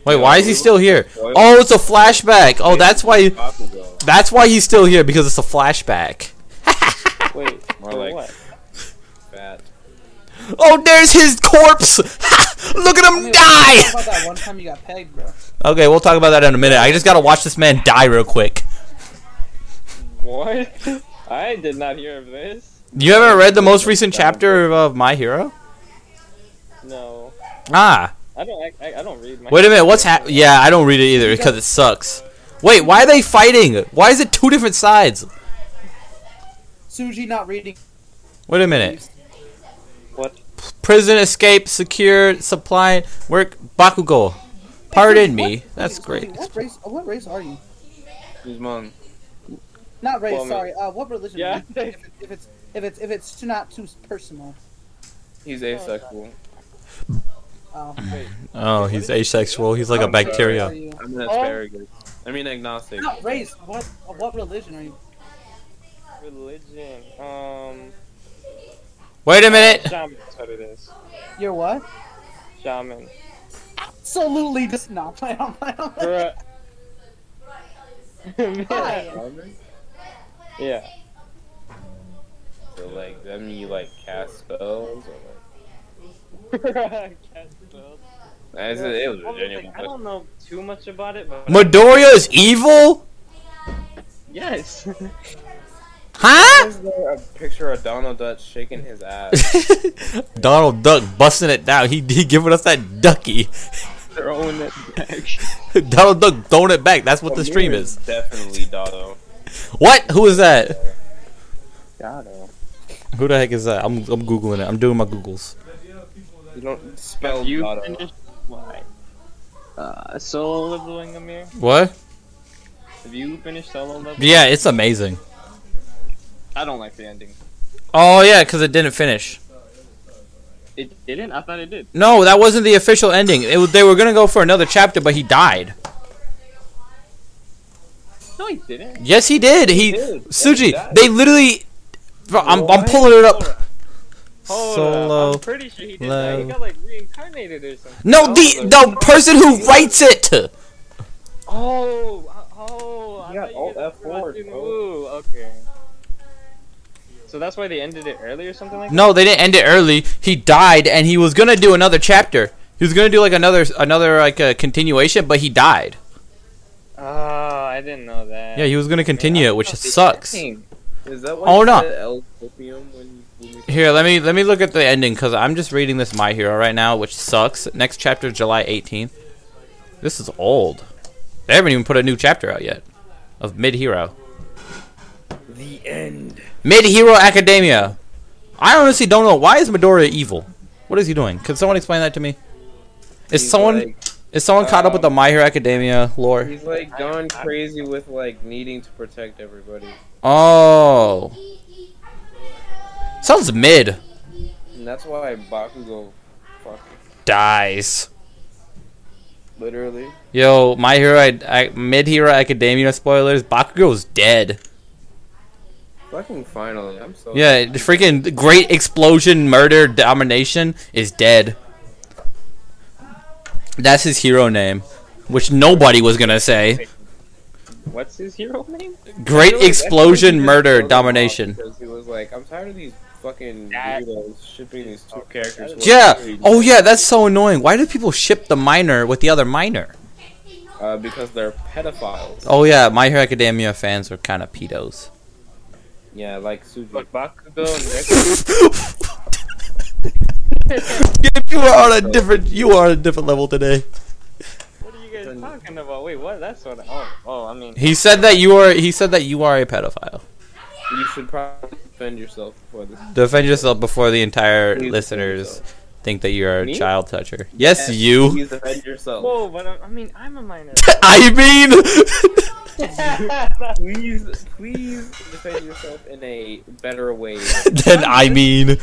Speaker 2: Wait, why is he still here? Oh, it's a flashback. Oh, that's why.
Speaker 3: Pop will go.
Speaker 2: That's why he's still here because it's a flashback.
Speaker 5: Wait,
Speaker 3: More
Speaker 5: for
Speaker 3: like-
Speaker 5: what?
Speaker 3: Fat.
Speaker 2: Oh, there's his corpse. Ha! Look at him
Speaker 1: What
Speaker 2: die.
Speaker 1: about that one time you got pegged, bro?
Speaker 2: Okay, we'll talk about that in a minute. I just gotta watch this man die real quick.
Speaker 5: What? I did not hear of this.
Speaker 2: You haven't read the most recent chapter of My Hero?
Speaker 5: No,
Speaker 2: Ah,
Speaker 5: I don't. I, I don't read. My
Speaker 2: wait a minute. What's hap Yeah, I don't read it either because it sucks. Wait, why are they fighting? Why is it two different sides?
Speaker 1: Suji not reading.
Speaker 2: Wait a minute.
Speaker 5: What?
Speaker 2: Prison escape, secure, supply, work, Bakugo. Pardon me.
Speaker 1: What-
Speaker 2: That's
Speaker 1: wait,
Speaker 2: great.
Speaker 1: Suji, What race? What race are you?
Speaker 6: Guzman.
Speaker 1: Not race.
Speaker 5: Well, I mean-
Speaker 1: sorry. Uh, what religion?
Speaker 5: Yeah.
Speaker 1: Are you? If, it- if it's if it's if it's not too personal.
Speaker 6: He's asexual.
Speaker 1: Oh,
Speaker 2: Oh, he's asexual. He's like a bacteria.
Speaker 1: Are you?
Speaker 6: I'm an
Speaker 5: Oh.
Speaker 6: asparagus. I mean agnostic.
Speaker 1: Not race. What what religion are you?
Speaker 5: religion? Um,
Speaker 2: Wait a minute.
Speaker 5: shaman is what it is.
Speaker 1: You're what?
Speaker 5: Shaman.
Speaker 1: Absolutely just not. I don't. I don't.
Speaker 5: Bruh.
Speaker 1: Hi.
Speaker 5: yeah.
Speaker 6: So like, that mean you like cast spells? Or like, it's, it was a genuine
Speaker 5: I
Speaker 6: question.
Speaker 5: don't know too much about it, but
Speaker 2: Midoriya is evil?
Speaker 5: yes.
Speaker 2: Huh?
Speaker 6: Is there a picture of Donald Duck shaking his ass?
Speaker 2: Donald Duck busting it down. He he giving us that ducky.
Speaker 6: Throwing it back.
Speaker 2: Donald Duck throwing it back. That's what the stream
Speaker 6: Amir
Speaker 2: is.
Speaker 6: Definitely Dotto.
Speaker 2: What? Who is that?
Speaker 6: Dotto.
Speaker 2: Who the heck is that? I'm I'm googling it. I'm doing my googles.
Speaker 6: You don't spell
Speaker 5: you
Speaker 6: Dotto.
Speaker 5: finished why? Uh, solo leveling, Amir.
Speaker 2: What?
Speaker 5: Have you finished solo leveling?
Speaker 2: Yeah, it's amazing.
Speaker 5: I don't like the ending.
Speaker 2: Oh yeah, because it didn't finish.
Speaker 5: It didn't. I thought it did.
Speaker 2: No, that wasn't the official ending. It, was- they were gonna go for another chapter, but he died.
Speaker 5: No, it didn't.
Speaker 2: Yes, he did. He
Speaker 6: did. Yeah, he
Speaker 2: Suji.
Speaker 6: died.
Speaker 2: They literally. Bro, I'm I'm
Speaker 6: What?
Speaker 2: pulling it up.
Speaker 5: Hold
Speaker 2: Solo.
Speaker 5: up. I'm pretty sure he did. that. He
Speaker 2: level.
Speaker 5: got like reincarnated or something.
Speaker 2: No, the the person who writes it.
Speaker 5: Oh, uh, oh, I
Speaker 6: Yeah,
Speaker 5: thought you
Speaker 6: alt
Speaker 5: guys were
Speaker 6: F4,
Speaker 5: watching-
Speaker 6: bro.
Speaker 5: Ooh, okay. So that's why they ended it early or something like
Speaker 2: No, they didn't end it early. He died, and he was gonna do another chapter. He was gonna do like another another like a continuation, but he died.
Speaker 5: that? Oh, I didn't know that.
Speaker 2: Yeah, he was gonna continue it, which
Speaker 5: Oh, the
Speaker 2: sucks.
Speaker 5: ending.
Speaker 6: Is that why
Speaker 2: Oh,
Speaker 6: you
Speaker 2: no.
Speaker 6: said El Copium when you, when you
Speaker 2: Here, let me let me look at the ending because I'm just reading this My Hero right now, which sucks. Next chapter, July 18th. This is old. They haven't even put a new chapter out yet of Mid Hero.
Speaker 6: The end.
Speaker 2: Mid Hero Academia. I honestly don't know why is Midoriya evil. What is he doing? Can someone explain that to me? Is
Speaker 6: He's
Speaker 2: someone
Speaker 6: like,
Speaker 2: is someone caught up with the
Speaker 6: um,
Speaker 2: My Hero Academia lore?
Speaker 6: he's like gone crazy with like needing to protect everybody.
Speaker 2: Oh. Sounds mid.
Speaker 6: And that's why Bakugo fuck
Speaker 2: Dies.
Speaker 6: literally.
Speaker 2: Yo, My Hero, I, I, Mid Hero Academia spoilers. Bakugo's dead.
Speaker 6: Fucking finally. I'm so
Speaker 2: Yeah, the freaking great explosion, murder, domination is dead. That's his hero name, which nobody was gonna say.
Speaker 5: What's his hero name?
Speaker 2: Great
Speaker 6: Really, that's
Speaker 2: explosion,
Speaker 6: why he
Speaker 2: murder,
Speaker 6: didn't kill them all,
Speaker 2: domination.
Speaker 6: Because he was like, I'm tired of these fucking
Speaker 5: That-
Speaker 6: weirdos shipping these two characters. with
Speaker 2: Yeah.
Speaker 6: everybody."
Speaker 2: Oh yeah, that's so annoying. Why do people ship the minor with the other minor?
Speaker 6: Uh, because they're pedophiles.
Speaker 2: Oh yeah, My Hero Academia fans are kind of pedos.
Speaker 6: Yeah, like Suji.
Speaker 5: But Bakugo and Deku.
Speaker 2: you are on a different. You are on a different level today.
Speaker 5: What are you guys talking about? Wait, what? That's what. Oh, oh, I mean,
Speaker 2: He said that you are. He said that you are a pedophile.
Speaker 6: You should probably defend yourself before this.
Speaker 2: Defend yourself before the entire
Speaker 6: Please
Speaker 2: listeners
Speaker 6: defend
Speaker 2: think that you are a
Speaker 6: Me?
Speaker 2: child toucher. Yes, you.
Speaker 6: Please defend
Speaker 1: Oh.
Speaker 6: yourself.
Speaker 5: whoa, but uh, I, I mean, I'm a minor.
Speaker 2: I mean,
Speaker 6: please, please defend yourself in a better way.
Speaker 2: then I mean,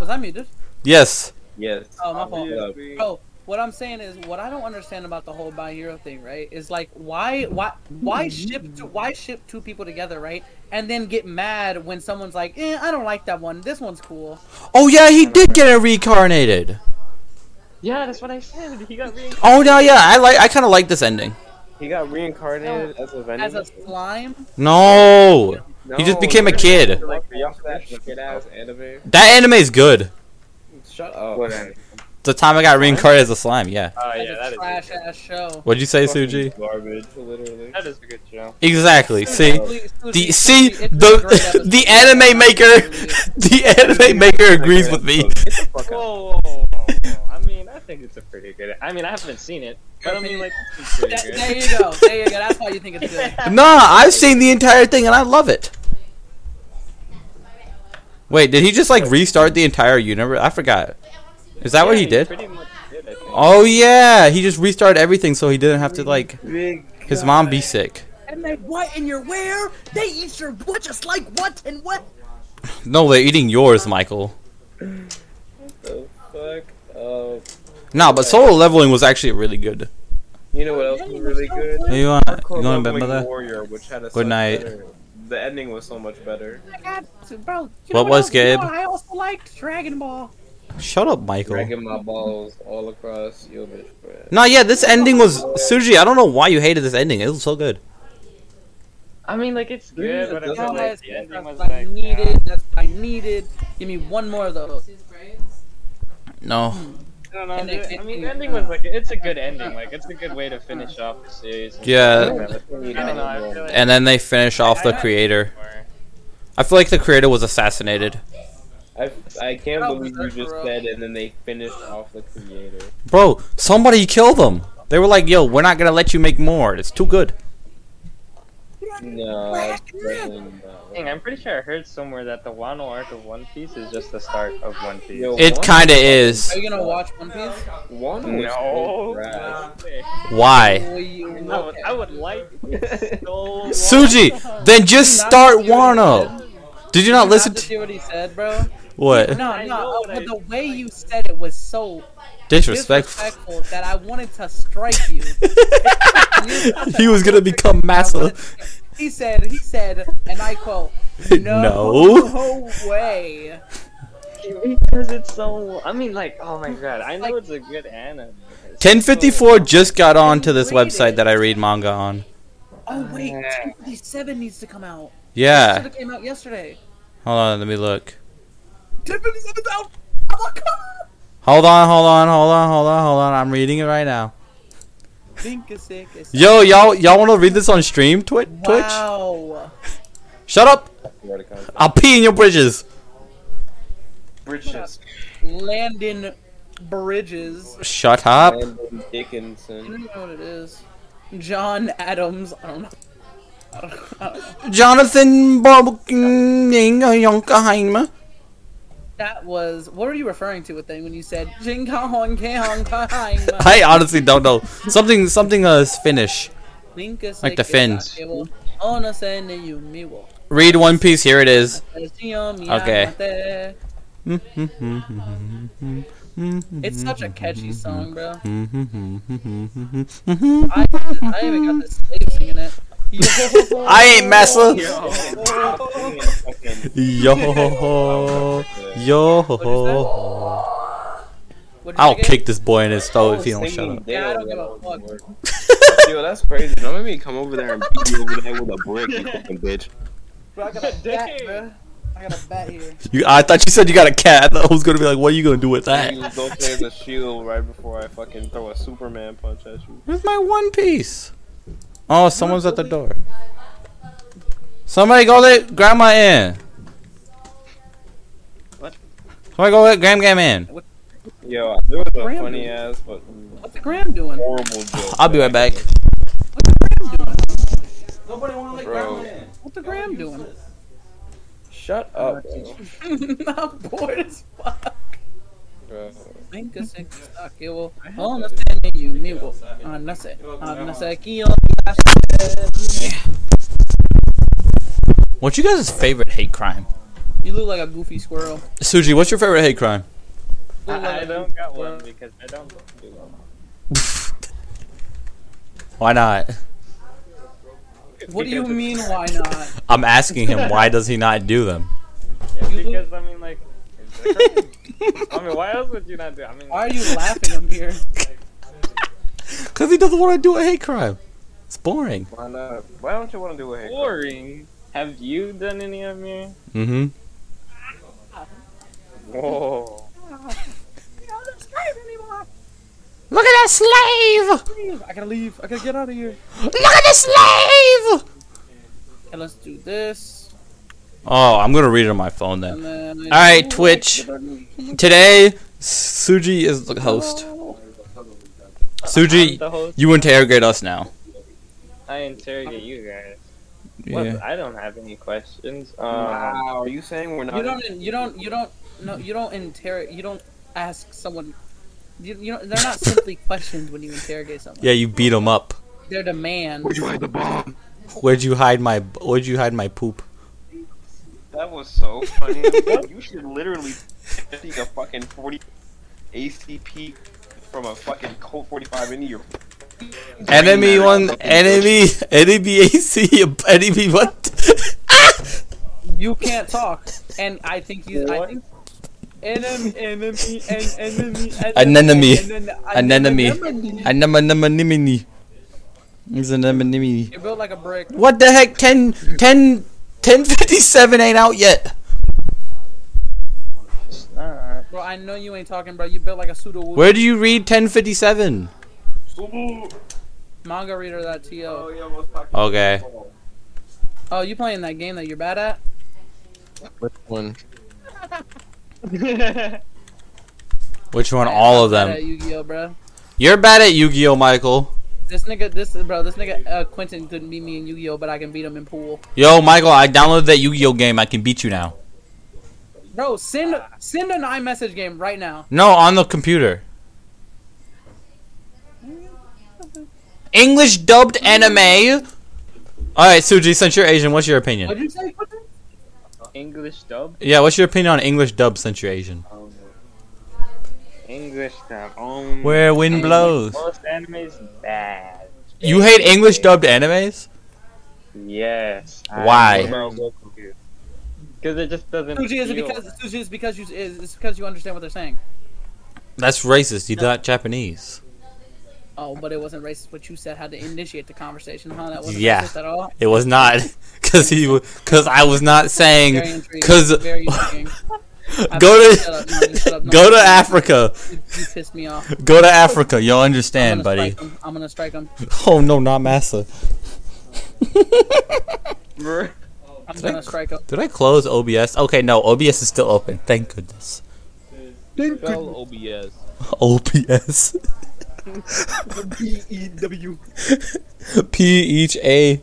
Speaker 1: Was I muted?
Speaker 2: yes.
Speaker 6: Yes.
Speaker 1: Oh, my fault.
Speaker 6: Yeah.
Speaker 1: Bro, what I'm saying is, what I don't understand about the whole by hero thing, right, is like why, why, why ship two, why ship two people together, right, and then get mad when someone's like, eh, I don't like that one. This one's cool.
Speaker 2: Oh yeah, he did get reincarnated.
Speaker 5: yeah, that's what I said. He got reincarnated.
Speaker 2: Oh no, yeah, I like. I kind of like this ending.
Speaker 6: He got reincarnated as a vending.
Speaker 1: As a slime,
Speaker 2: No, he just became a kid.
Speaker 6: Like, y'all that shit ass anime. Oh.
Speaker 2: That anime is good.
Speaker 6: Shut up.
Speaker 2: the time I got reincarnated as a slime. Yeah.
Speaker 5: Oh yeah,
Speaker 1: That's a
Speaker 5: that is
Speaker 1: trash ass show.
Speaker 2: What'd you say,
Speaker 3: Fucking
Speaker 2: Suji?
Speaker 3: Garbage, literally.
Speaker 5: that is a good show.
Speaker 2: Exactly. See,
Speaker 1: Suji, Suji,
Speaker 2: the
Speaker 1: Suji,
Speaker 2: see
Speaker 1: it's a great
Speaker 2: the
Speaker 1: episode.
Speaker 2: the anime maker, the anime maker agrees with me.
Speaker 3: Get the fuck out.
Speaker 5: Whoa, whoa, whoa, whoa. I mean, I think it's a pretty good. I mean, I haven't seen it, but I mean, like, it's pretty
Speaker 1: That-
Speaker 5: good.
Speaker 1: there you go. There you go. That's why you think it's good.
Speaker 2: Nah, I've seen the entire thing and I love it. Wait, did he just like restart the entire universe? I forgot. Is that what
Speaker 5: Yeah,
Speaker 2: he did?
Speaker 5: Pretty much did, I think.
Speaker 2: Oh yeah, he just restarted everything so he didn't have to like
Speaker 3: Big
Speaker 2: his mom be sick.
Speaker 1: And they what and you're where? They eat your what just like what and what?
Speaker 2: No, they're eating yours, Michael.
Speaker 3: the fuck. Uh,
Speaker 2: No, but solo leveling was actually really good.
Speaker 3: you know what else was really good?
Speaker 2: You want you
Speaker 3: Hardcore
Speaker 2: going to bed,
Speaker 3: Rogue
Speaker 2: mother?
Speaker 3: Warrior, which had a
Speaker 2: Good
Speaker 3: such
Speaker 2: night.
Speaker 3: better- The ending was so much better.
Speaker 1: Bro, you know
Speaker 2: What was
Speaker 1: else you
Speaker 2: Gabe?
Speaker 1: know I also liked Dragon Ball.
Speaker 2: Shut up, Michael.
Speaker 3: Dragging my balls all across your bitch bread.
Speaker 2: No, yeah, this ending was Suji. I don't know why you hated this ending. It was so good.
Speaker 5: I mean, like, it's good, but I
Speaker 1: Yes,
Speaker 5: feel like
Speaker 1: that's
Speaker 5: the ending was
Speaker 1: what I
Speaker 5: like,
Speaker 1: needed. That's what I needed. Give me one more of those.
Speaker 2: No,
Speaker 5: I don't know.
Speaker 1: And they-
Speaker 5: dude. I mean, the ending was like, it's a good ending. Like, it's a good way to finish off the series. and
Speaker 2: Yeah.
Speaker 5: stuff like that. I don't know. I feel like
Speaker 2: and then they finish off the creator. I feel like the creator was assassinated,
Speaker 3: I, I can't
Speaker 1: Oh,
Speaker 3: believe you
Speaker 1: that's
Speaker 3: just
Speaker 1: rough.
Speaker 3: said, and then they finished off the creator.
Speaker 2: bro. Somebody killed them. They were like, "Yo, we're not gonna let you make more. It's too good."
Speaker 3: No, that's definitely not.
Speaker 5: Dang, I'm pretty sure I heard somewhere that the Wano arc of One Piece is just the start of One Piece.
Speaker 3: Yo,
Speaker 2: It kind of is.
Speaker 1: Are you gonna watch One Piece?
Speaker 3: One was
Speaker 5: No.
Speaker 3: trash.
Speaker 2: Why,
Speaker 1: Will you-
Speaker 5: I would, I would like so
Speaker 2: Suji? Then just start Wano. Did you not listen
Speaker 1: Not to
Speaker 2: to
Speaker 1: see what he said, bro.
Speaker 2: what?
Speaker 1: No,
Speaker 5: I know
Speaker 1: no.
Speaker 5: what I-
Speaker 1: But the way you said it was so
Speaker 2: Disrespectful.
Speaker 1: disrespectful that I wanted to strike you.
Speaker 2: He was gonna become massive.
Speaker 1: He said, he said, and I quote, no, way.
Speaker 5: because it's so. I mean, like, oh my god, I know
Speaker 1: Like-
Speaker 5: it's a good anime.
Speaker 2: 1054 just got on to this website that I read manga on.
Speaker 1: Oh wait, 1057 needs to come out. Should
Speaker 2: Yeah.
Speaker 1: have came out yesterday.
Speaker 2: Hold on, let me look.
Speaker 1: 1057's out. I'm a cover.
Speaker 2: Hold on, hold on, hold on, hold on, hold on. I'm reading it right now.
Speaker 1: Think is sick. Is
Speaker 2: Yo, y'all, y'all want to read this on stream? Twi- Twitch?
Speaker 1: Wow.
Speaker 2: Shut up!
Speaker 3: Swear to God.
Speaker 2: I'll pee in your bridges.
Speaker 5: Bridges.
Speaker 1: Landon Bridges.
Speaker 2: Shut up.
Speaker 3: Brandon
Speaker 1: I
Speaker 3: Dickinson.
Speaker 1: don't even know what it is. John Adams. I don't know. I don't, I don't know.
Speaker 2: Jonathan Bob-
Speaker 1: That was what were you referring to with then when you said Jing Kong Hong Kei Hong Kong?
Speaker 2: I honestly don't know. Something, something uh, is Finnish.
Speaker 1: Like
Speaker 2: Finns.
Speaker 1: Okay.
Speaker 2: Read One Piece. Here it is.
Speaker 1: It's such a catchy song, bro.
Speaker 2: I
Speaker 1: I, I even got the slave singing it. Yo.
Speaker 2: ain't massa.
Speaker 5: Yo,
Speaker 3: Fucking
Speaker 2: Yo ho yo ho.
Speaker 1: What'd you
Speaker 2: I'll
Speaker 1: say, Gabe?
Speaker 2: kick this boy in his throat if he don't shut
Speaker 3: singing
Speaker 2: up.
Speaker 1: Yeah, I don't give a
Speaker 3: Dale,
Speaker 1: fuck.
Speaker 3: that would work. Yo, that's crazy. Don't make me come over there and beat you over the head with a brick, you fucking bitch.
Speaker 1: Bro, I got a bat, bro. I got a bat here.
Speaker 2: You, I thought you said you got a cat. I thought I was gonna be like, what are you gonna do with that?
Speaker 3: You go play as a shield right before I fucking throw a Superman punch at you.
Speaker 2: Where's my one piece? Oh, someone's at the door. Somebody go let grandma in.
Speaker 5: What?
Speaker 2: Somebody go let Gram Gam in.
Speaker 3: Yo, there was a
Speaker 1: Brandon.
Speaker 3: funny ass but
Speaker 1: What's the Graham doing?
Speaker 3: horrible joke.
Speaker 2: I'll be right back.
Speaker 1: What's the Graham doing?
Speaker 3: Bro,
Speaker 1: What's the Graham doing?
Speaker 3: shut
Speaker 2: Uh,
Speaker 3: up, bro.
Speaker 1: I'm bored as fuck.
Speaker 3: bro.
Speaker 1: Think is sick. Okay, well, understand that you uh, me will. Understand. Understand. Kill.
Speaker 2: What's you guys' favorite hate crime?
Speaker 1: You look like a goofy squirrel.
Speaker 2: Suji, what's your favorite hate crime?
Speaker 1: You look
Speaker 5: I,
Speaker 1: like
Speaker 5: I
Speaker 1: a
Speaker 5: don't
Speaker 1: goofy
Speaker 5: got
Speaker 1: squirrel.
Speaker 5: one because I don't. do one.
Speaker 2: Why not?
Speaker 1: What do you mean? Why not?
Speaker 2: I'm asking him why does he not do them?
Speaker 5: Yeah,
Speaker 1: You
Speaker 5: because I mean, like, it's a crime. I mean, why else would you not do? it? I mean,
Speaker 1: Why are you laughing up here?
Speaker 2: Cause he doesn't want to do a hate crime. It's boring.
Speaker 3: Why not? Why don't you want to do a haircut?
Speaker 5: boring? Have you done any of me?
Speaker 2: Mm-hmm.
Speaker 3: Whoa.
Speaker 1: You're not anymore.
Speaker 2: Look at that slave!
Speaker 1: leave. I gotta leave. I gotta get out of here.
Speaker 2: Look at the slave!
Speaker 1: And let's do this.
Speaker 2: Oh, I'm gonna read it on my phone
Speaker 1: And
Speaker 2: then.
Speaker 1: then.
Speaker 2: All right, Twitch. Today, Suji is the host.
Speaker 5: I'm
Speaker 2: Suji,
Speaker 5: the host.
Speaker 2: you interrogate us now.
Speaker 5: I interrogate you guys.
Speaker 2: Yeah.
Speaker 5: What? I don't have any questions. Um,
Speaker 3: Wow, are you saying we're not?
Speaker 1: You don't. You don't. You don't. No. You don't interrogate. You don't ask someone. You, you know they're not simply questions when you interrogate someone.
Speaker 2: Yeah, you beat him up.
Speaker 1: They're demands.
Speaker 2: Where'd you hide my? Where'd you hide my poop?
Speaker 3: That was so funny. you should literally take a fucking 40 ACP from a fucking Colt 45 into your.
Speaker 2: Enemy one, enemy, enemy AC, enemy what?
Speaker 1: You can't talk. And I think you. I
Speaker 5: What?
Speaker 1: think. Enemy, enemy, en- enemy,
Speaker 2: Anemone.
Speaker 1: enemy,
Speaker 2: Anemone.
Speaker 1: anemone.
Speaker 2: Anamanamanimini. It's anamanamanimini.
Speaker 1: You're built like a brick.
Speaker 2: What the heck? 10, 10, 1057 ain't out yet.
Speaker 5: alright.
Speaker 1: Bro, I know you ain't talking, bro. You built like a pseudo
Speaker 2: Where do you read 1057?
Speaker 1: manga reader that to.
Speaker 2: Okay.
Speaker 1: Oh, you playing that game that you're bad at?
Speaker 4: Which one?
Speaker 2: Which one? All of
Speaker 1: Bad at
Speaker 2: them.
Speaker 1: Yu-Gi-Oh, bro.
Speaker 2: You're bad at Yu-Gi-Oh, Michael.
Speaker 1: This nigga, this bro, this nigga uh, Quentin couldn't beat me in Yu-Gi-Oh, but I can beat him in pool.
Speaker 2: Yo, Michael, I downloaded that Yu-Gi-Oh game. I can beat you now.
Speaker 1: Bro, send send an iMessage game right now.
Speaker 2: No, on the computer. English dubbed anime. All right, Suji, since you're Asian, what's your opinion?
Speaker 1: What'd you say? Quentin?
Speaker 5: English dub?
Speaker 2: Yeah, what's your opinion on English dub since you're Asian?
Speaker 5: English dub. Um,
Speaker 2: Where wind blows.
Speaker 5: Most anime's bad.
Speaker 2: You hate English dubbed animes?
Speaker 5: Yes.
Speaker 2: Why?
Speaker 5: Because it just doesn't.
Speaker 1: Suji is it
Speaker 5: feel
Speaker 1: because
Speaker 5: right.
Speaker 1: Suji is because you is it's because you understand what they're saying.
Speaker 2: That's racist. You not Japanese.
Speaker 1: Oh, but it wasn't racist what you said. Had to initiate the conversation, huh? That wasn't
Speaker 2: Yeah.
Speaker 1: racist at all.
Speaker 2: It was not because he because I was not
Speaker 1: Very
Speaker 2: saying
Speaker 1: intriguing.
Speaker 2: because
Speaker 1: very intriguing. I-
Speaker 2: Go to-
Speaker 1: shut up, no, you shut up, no,
Speaker 2: go to
Speaker 1: you-
Speaker 2: Africa,
Speaker 1: You, you pissed me off.
Speaker 2: go to Africa. You'll understand,
Speaker 1: I'm gonna
Speaker 2: buddy.
Speaker 1: strike him. I'm gonna strike him.
Speaker 2: Oh no, not massa.
Speaker 1: I'm gonna strike him.
Speaker 2: Did I close OBS? Okay, no, OBS is still open. Thank goodness.
Speaker 3: Spell OBS.
Speaker 2: OBS. P H A.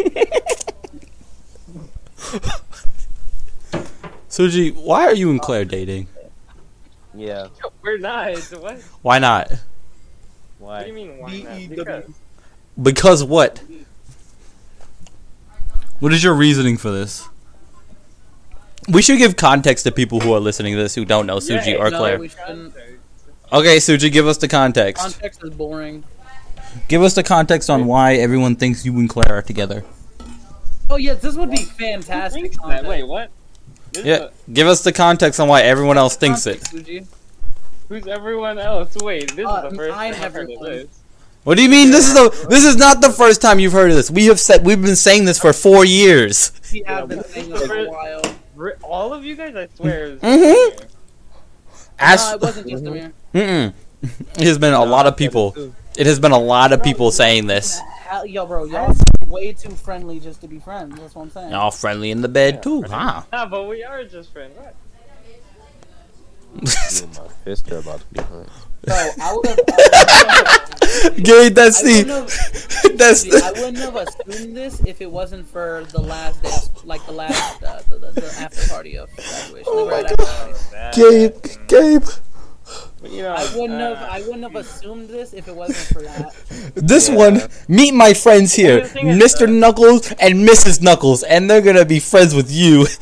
Speaker 2: Suji, why are you and Claire dating?
Speaker 3: Yeah.
Speaker 5: We're not. What? What
Speaker 2: Why not?
Speaker 5: do you
Speaker 3: Why?
Speaker 5: mean why not?
Speaker 1: E
Speaker 3: B-E-W.
Speaker 5: Because
Speaker 2: Because what? What is your reasoning for this? We should give context to people who are listening to this who don't know Suji
Speaker 5: Yeah,
Speaker 2: or
Speaker 1: no,
Speaker 2: Claire.
Speaker 1: we shouldn't.
Speaker 2: Okay, Suji, give us the context.
Speaker 1: Context is boring.
Speaker 2: Give us the context on why everyone thinks you and Claire are together.
Speaker 1: Oh yeah, this would be
Speaker 5: who
Speaker 1: fantastic.
Speaker 5: thinks that? Wait, what? This is
Speaker 2: Yeah, give us the context on why everyone else thinks it.
Speaker 1: Suji.
Speaker 5: a- who's everyone else? Wait, this
Speaker 1: Uh,
Speaker 5: is the first
Speaker 1: I'm
Speaker 5: time I've heard of
Speaker 1: everyone.
Speaker 5: this.
Speaker 2: What do you mean? This is the this is not the first time you've heard of this. We have said we've been saying this for four years.
Speaker 1: We have been saying this for a while.
Speaker 5: Re- All of you guys, I swear. is-
Speaker 2: Mhm.
Speaker 1: Mm-hmm. no,
Speaker 2: Ash,
Speaker 1: it wasn't just Amir.
Speaker 2: mm-mm. it has been a lot of people. It has been a lot of people saying this.
Speaker 1: Hell, yo, bro, y'all way too friendly just to be friends. That's what I'm saying.
Speaker 2: All friendly in the bed too, huh?
Speaker 5: Nah, but we are just friends. What?
Speaker 3: my fists are about to be hurt.
Speaker 1: Bro, I would have. I
Speaker 2: Gary, that's
Speaker 1: wouldn't
Speaker 2: the
Speaker 1: have-
Speaker 2: that's
Speaker 1: I
Speaker 2: the
Speaker 1: wouldn't have assumed this if it wasn't for the last day, of- like the last uh, the, the, the after party of graduation. Oh my God.
Speaker 5: That-
Speaker 2: Gabe. Gabe,
Speaker 5: But, you know,
Speaker 1: I wouldn't have.
Speaker 5: uh,
Speaker 1: I wouldn't have assumed this if it wasn't for that.
Speaker 2: this
Speaker 5: Yeah.
Speaker 2: one. Meet my friends here,
Speaker 5: Well, the thing is,
Speaker 2: Mr.
Speaker 5: uh,
Speaker 2: Knuckles and Mrs. Knuckles, and they're gonna be friends with you.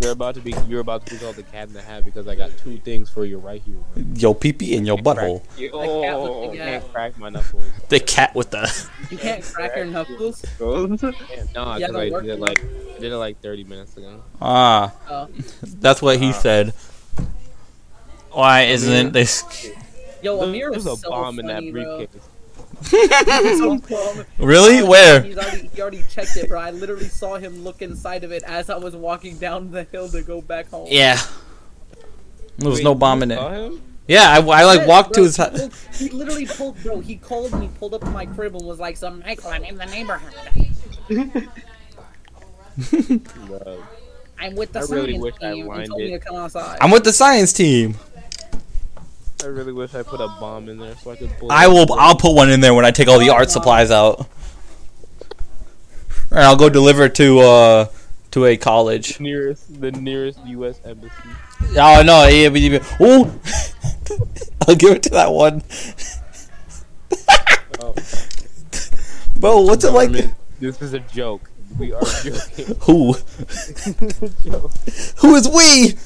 Speaker 6: You're about to be you're about to be called the cat in the hat because I got two things for you right here. Bro.
Speaker 2: Yo, peepee and your butthole.
Speaker 6: You,
Speaker 1: I can't look
Speaker 6: oh,
Speaker 1: at
Speaker 6: I
Speaker 1: that.
Speaker 6: can't crack my knuckles.
Speaker 2: The cat with the
Speaker 1: You can't crack your knuckles.
Speaker 6: Damn,
Speaker 1: Yeah,
Speaker 6: No, because
Speaker 1: the
Speaker 6: I
Speaker 1: work-
Speaker 6: did it like I did it like 30 minutes ago.
Speaker 2: ah.
Speaker 1: Oh.
Speaker 2: That's what he said. Why isn't this?
Speaker 1: Yo,
Speaker 6: There-
Speaker 1: Amir is
Speaker 6: There's
Speaker 1: so
Speaker 6: a bomb in
Speaker 1: funny,
Speaker 6: that
Speaker 1: bro.
Speaker 6: briefcase.
Speaker 1: So dumb.
Speaker 2: Really? Where?
Speaker 1: He's already, he already checked it, bro. I literally saw him look inside of it as I was walking down the hill to go back home.
Speaker 2: Yeah. There was
Speaker 6: Wait,
Speaker 2: no bomb in
Speaker 6: you saw
Speaker 2: it.
Speaker 6: him?
Speaker 2: Yeah, I, I like
Speaker 1: Yes,
Speaker 2: walked to
Speaker 1: bro,
Speaker 2: his.
Speaker 1: he
Speaker 2: hu-
Speaker 1: pulled- He literally pulled, bro. He called me, pulled up to my crib, and was like, "Some nightclub in the neighborhood.
Speaker 6: No.
Speaker 1: I'm with the
Speaker 6: I really
Speaker 1: science
Speaker 6: wish I
Speaker 1: team." He told me to
Speaker 6: winded.
Speaker 1: come outside.
Speaker 2: I'm with the science team.
Speaker 6: I really wish I put a bomb in there so I could. blow
Speaker 2: I
Speaker 6: up
Speaker 2: will.
Speaker 6: the
Speaker 2: I'll put one in there when I take all the art supplies out. And I'll go deliver to uh to a college.
Speaker 6: nearest the nearest U.S. embassy.
Speaker 2: Oh no! Yeah, but you- ooh. I'll give it to that one.
Speaker 6: Oh.
Speaker 2: Bro, what's it like?
Speaker 6: Government, This is a joke. We are joking.
Speaker 2: Who?
Speaker 6: It's a joke.
Speaker 2: Who is we?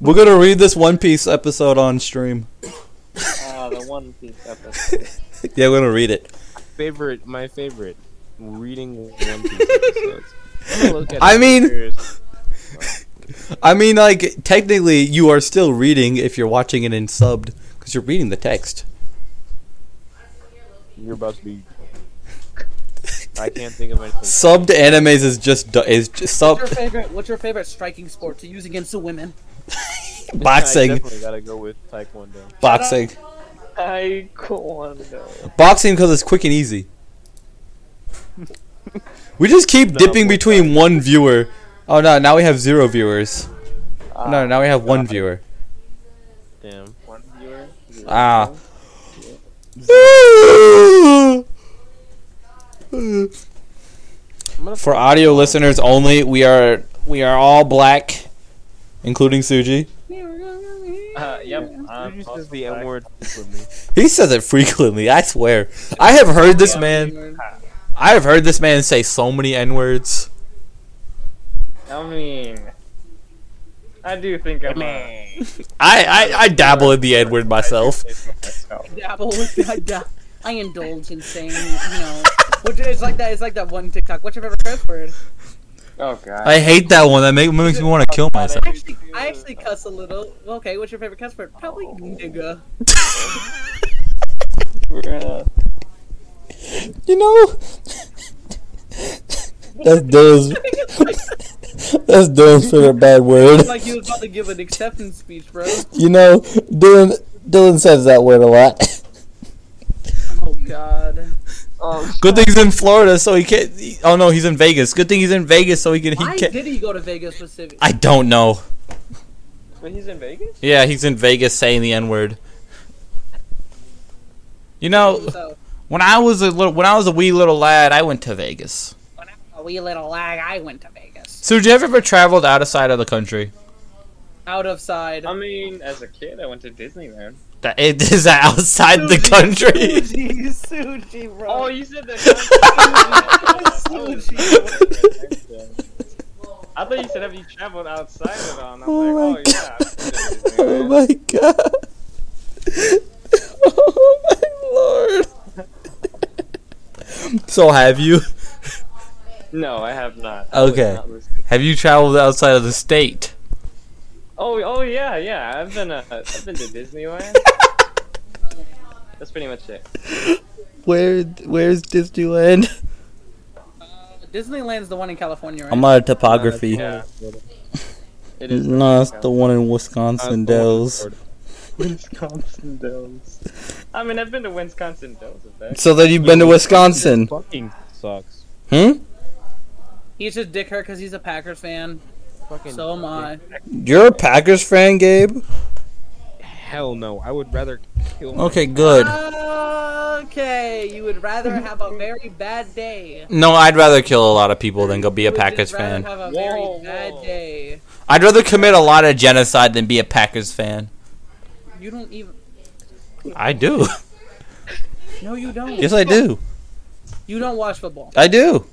Speaker 2: We're gonna read this One Piece episode on stream.
Speaker 5: Ah, the One Piece episode.
Speaker 2: Yeah, we're gonna read it.
Speaker 6: favorite. My favorite. Reading One Piece episodes. I'm gonna look at
Speaker 2: I
Speaker 6: it
Speaker 2: mean-
Speaker 6: upstairs.
Speaker 2: I mean, like technically, you are still reading if you're watching it in subbed because you're reading the text.
Speaker 6: you're about to be. I can't think of anything.
Speaker 2: Subbed animes is just du- is just sub
Speaker 1: What's your favorite? What's your favorite striking sport to use against the women?
Speaker 6: I
Speaker 2: boxing,
Speaker 6: definitely gotta go with Taekwondo.
Speaker 2: boxing,
Speaker 5: I Taekwondo.
Speaker 2: boxing because it's quick and easy. We just keep
Speaker 6: No,
Speaker 2: dipping
Speaker 6: we're
Speaker 2: between one viewer. Oh no! Now we have zero viewers. No, now we have one viewer.
Speaker 6: Damn.
Speaker 5: One viewer.
Speaker 2: Ah.
Speaker 6: I'm gonna
Speaker 2: For audio listeners only, we are we are all black, including Suji.
Speaker 5: Uh, yep.
Speaker 6: You
Speaker 5: I'm
Speaker 6: just says the
Speaker 5: also
Speaker 6: M word with me.
Speaker 2: He says it frequently. I swear. I have heard this man. I have heard this man say so many n words.
Speaker 5: black. I mean, I do think I'm. uh, a-
Speaker 2: I, I I dabble in the n word myself.
Speaker 1: dabble with I, da- I indulge in saying, you know, which is like that. It's like that one TikTok. What's your favorite curse word?
Speaker 5: Oh god.
Speaker 2: I hate that one. That make, makes me want to kill myself.
Speaker 1: I actually, I actually cuss a little. Okay, what's your favorite cuss word? Probably nigga.
Speaker 5: We're gonna.
Speaker 2: You know. That's Dylan's. That's Dylan's favorite bad word.
Speaker 1: Like you was about to give an acceptance speech, bro.
Speaker 2: You know, Dylan. Dylan says that word a lot.
Speaker 1: Oh God.
Speaker 5: Oh,
Speaker 2: Good thing he's in Florida, so he can't. he- oh no, he's in Vegas. Good thing he's in Vegas, so he can. He
Speaker 1: Why
Speaker 2: can't.
Speaker 1: did he go to Vegas specifically?
Speaker 2: I don't know.
Speaker 5: but he's in Vegas.
Speaker 2: Yeah, he's in Vegas saying the N word. You know,
Speaker 1: So,
Speaker 2: when I was a little, when I was a wee little lad, I went to Vegas.
Speaker 1: when I was a wee little lag, I went to Vegas.
Speaker 2: So, have you ever ever traveled outside of the country?
Speaker 1: Out of side.
Speaker 5: I mean, as a kid, I went to Disneyland.
Speaker 2: That it is that outside the
Speaker 1: Suji,
Speaker 2: country.
Speaker 1: Suji, Suji, bro.
Speaker 5: Oh, you said that. I thought you said have you traveled outside at all? And I'm
Speaker 2: Oh
Speaker 5: like, oh yeah.
Speaker 2: oh my god. Oh my lord. so, have you?
Speaker 5: No, I have not. I was
Speaker 2: Okay.
Speaker 5: not listening.
Speaker 2: Have you traveled outside of the state?
Speaker 5: Oh, oh yeah, yeah. I've been uh, I've been to Disneyland. That's pretty much it.
Speaker 2: Where Where's Disneyland?
Speaker 1: Disneyland's the one in California, right?
Speaker 2: I'm out of topography.
Speaker 5: Yeah. It is
Speaker 2: No, it's the one in Wisconsin Dells.
Speaker 5: Wisconsin Dells. I mean, I've been to Wisconsin Dells. If that.
Speaker 2: So then you've been to Wisconsin,
Speaker 6: Fucking sucks.
Speaker 2: hmm?
Speaker 1: He's just dick her because he's a Packers fan.
Speaker 6: Fucking
Speaker 1: So am I.
Speaker 2: You're a Packers fan, Gabe.
Speaker 6: hell no. I would rather kill. my-
Speaker 2: Okay, good.
Speaker 1: Okay, you would rather have a very bad day.
Speaker 2: No, I'd rather kill a lot of people than go be a
Speaker 1: You would just
Speaker 2: Packers
Speaker 1: rather
Speaker 2: fan.
Speaker 1: Have a very
Speaker 5: Whoa,
Speaker 1: bad
Speaker 5: whoa.
Speaker 1: day.
Speaker 2: I'd rather commit a lot of genocide than be a Packers fan.
Speaker 1: You don't even.
Speaker 2: I do.
Speaker 1: No, you don't.
Speaker 2: Yes, I do.
Speaker 1: You don't watch football.
Speaker 2: I do.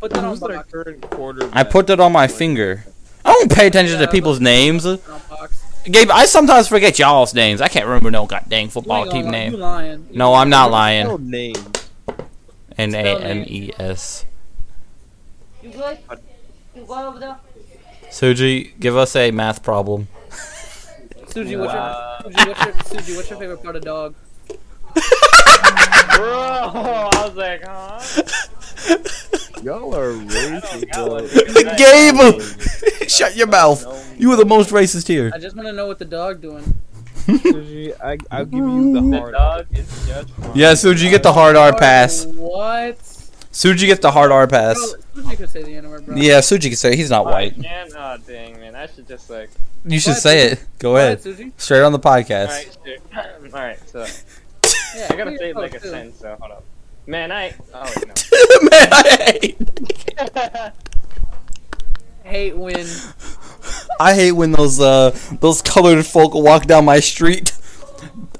Speaker 1: Put that on
Speaker 6: Who's their
Speaker 1: box.
Speaker 6: current quarterback?
Speaker 2: I put it on my finger. I don't pay attention to people's names.
Speaker 1: Put it on box.
Speaker 2: Gabe, I sometimes forget y'all's names. I can't remember no goddamn
Speaker 1: You ain't
Speaker 2: football
Speaker 1: gonna
Speaker 2: team
Speaker 1: lie. You
Speaker 2: name.
Speaker 1: lying?
Speaker 2: No, I'm not
Speaker 6: No
Speaker 2: lying.
Speaker 6: name.
Speaker 2: N A
Speaker 1: Spell
Speaker 2: M
Speaker 1: name.
Speaker 2: E S.
Speaker 9: You good? You good over there?
Speaker 2: Suji, give us a math problem.
Speaker 1: Suji, what's
Speaker 5: Wow.
Speaker 1: your Suji, what's your Suji, what's your favorite part of dog?
Speaker 5: Bro, I was like, huh?
Speaker 6: Y'all are racist.
Speaker 5: That
Speaker 6: bro.
Speaker 5: was a good night.
Speaker 2: Gabe, shut your mouth.
Speaker 5: No.
Speaker 2: You were the most racist here.
Speaker 1: I just want to know what the dog doing.
Speaker 6: Suji, I, I'll give you the
Speaker 5: The
Speaker 6: hard.
Speaker 5: dog is Judge Mom.
Speaker 2: Yeah, Suji, get the hard R pass.
Speaker 1: What?
Speaker 2: Suji gets the hard R pass.
Speaker 1: Bro, Suji could say the N word, bro.
Speaker 2: Yeah, Suji can say it. he's not
Speaker 5: Oh,
Speaker 2: white.
Speaker 5: I can? Oh, dang, man. I should just, like.
Speaker 2: You should
Speaker 1: What?
Speaker 2: say it. Go
Speaker 1: Go ahead,
Speaker 2: ahead.
Speaker 1: Suji.
Speaker 2: Straight on the podcast.
Speaker 5: Alright, sure. Alright, so.
Speaker 1: Yeah,
Speaker 5: I gotta
Speaker 1: clear
Speaker 5: say,
Speaker 1: your
Speaker 5: like, a
Speaker 1: throat, too.
Speaker 5: sentence, so hold up. Man, I. Oh, wait, no.
Speaker 2: Man, I hate.
Speaker 1: Hate when.
Speaker 2: I hate when those uh those colored folk walk down my street,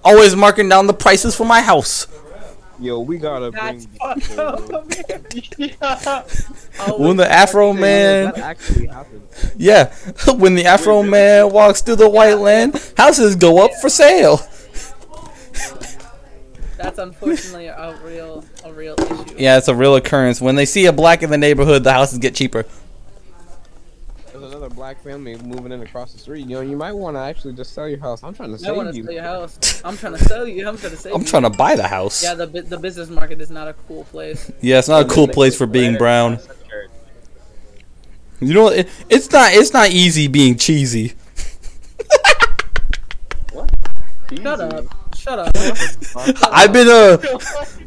Speaker 2: always marking down the prices for my house.
Speaker 6: Yo, we gotta bring.
Speaker 1: That's fucked up. Oh,
Speaker 2: When the Afro man,
Speaker 6: That actually happened.
Speaker 2: yeah, when the Afro man walks through the white land, houses go up for sale.
Speaker 1: that's unfortunately a real, a real issue.
Speaker 2: Yeah, it's a real occurrence. When they see a black in the neighborhood, the houses get cheaper.
Speaker 6: There's another black family moving in across the street. Yo, you might want to actually just sell your house. I'm trying to
Speaker 1: I
Speaker 6: save
Speaker 1: want to
Speaker 6: you.
Speaker 1: sell your house. I'm trying to sell you. I'm trying to sell
Speaker 2: I'm
Speaker 1: you.
Speaker 2: trying to buy the house.
Speaker 1: Yeah, the bu- the business market is not a cool place.
Speaker 2: Yeah, it's not a cool place for being brown. You know, it, it's not it's not easy being cheesy.
Speaker 1: Shut up. Shut up. Shut up.
Speaker 2: I've been uh,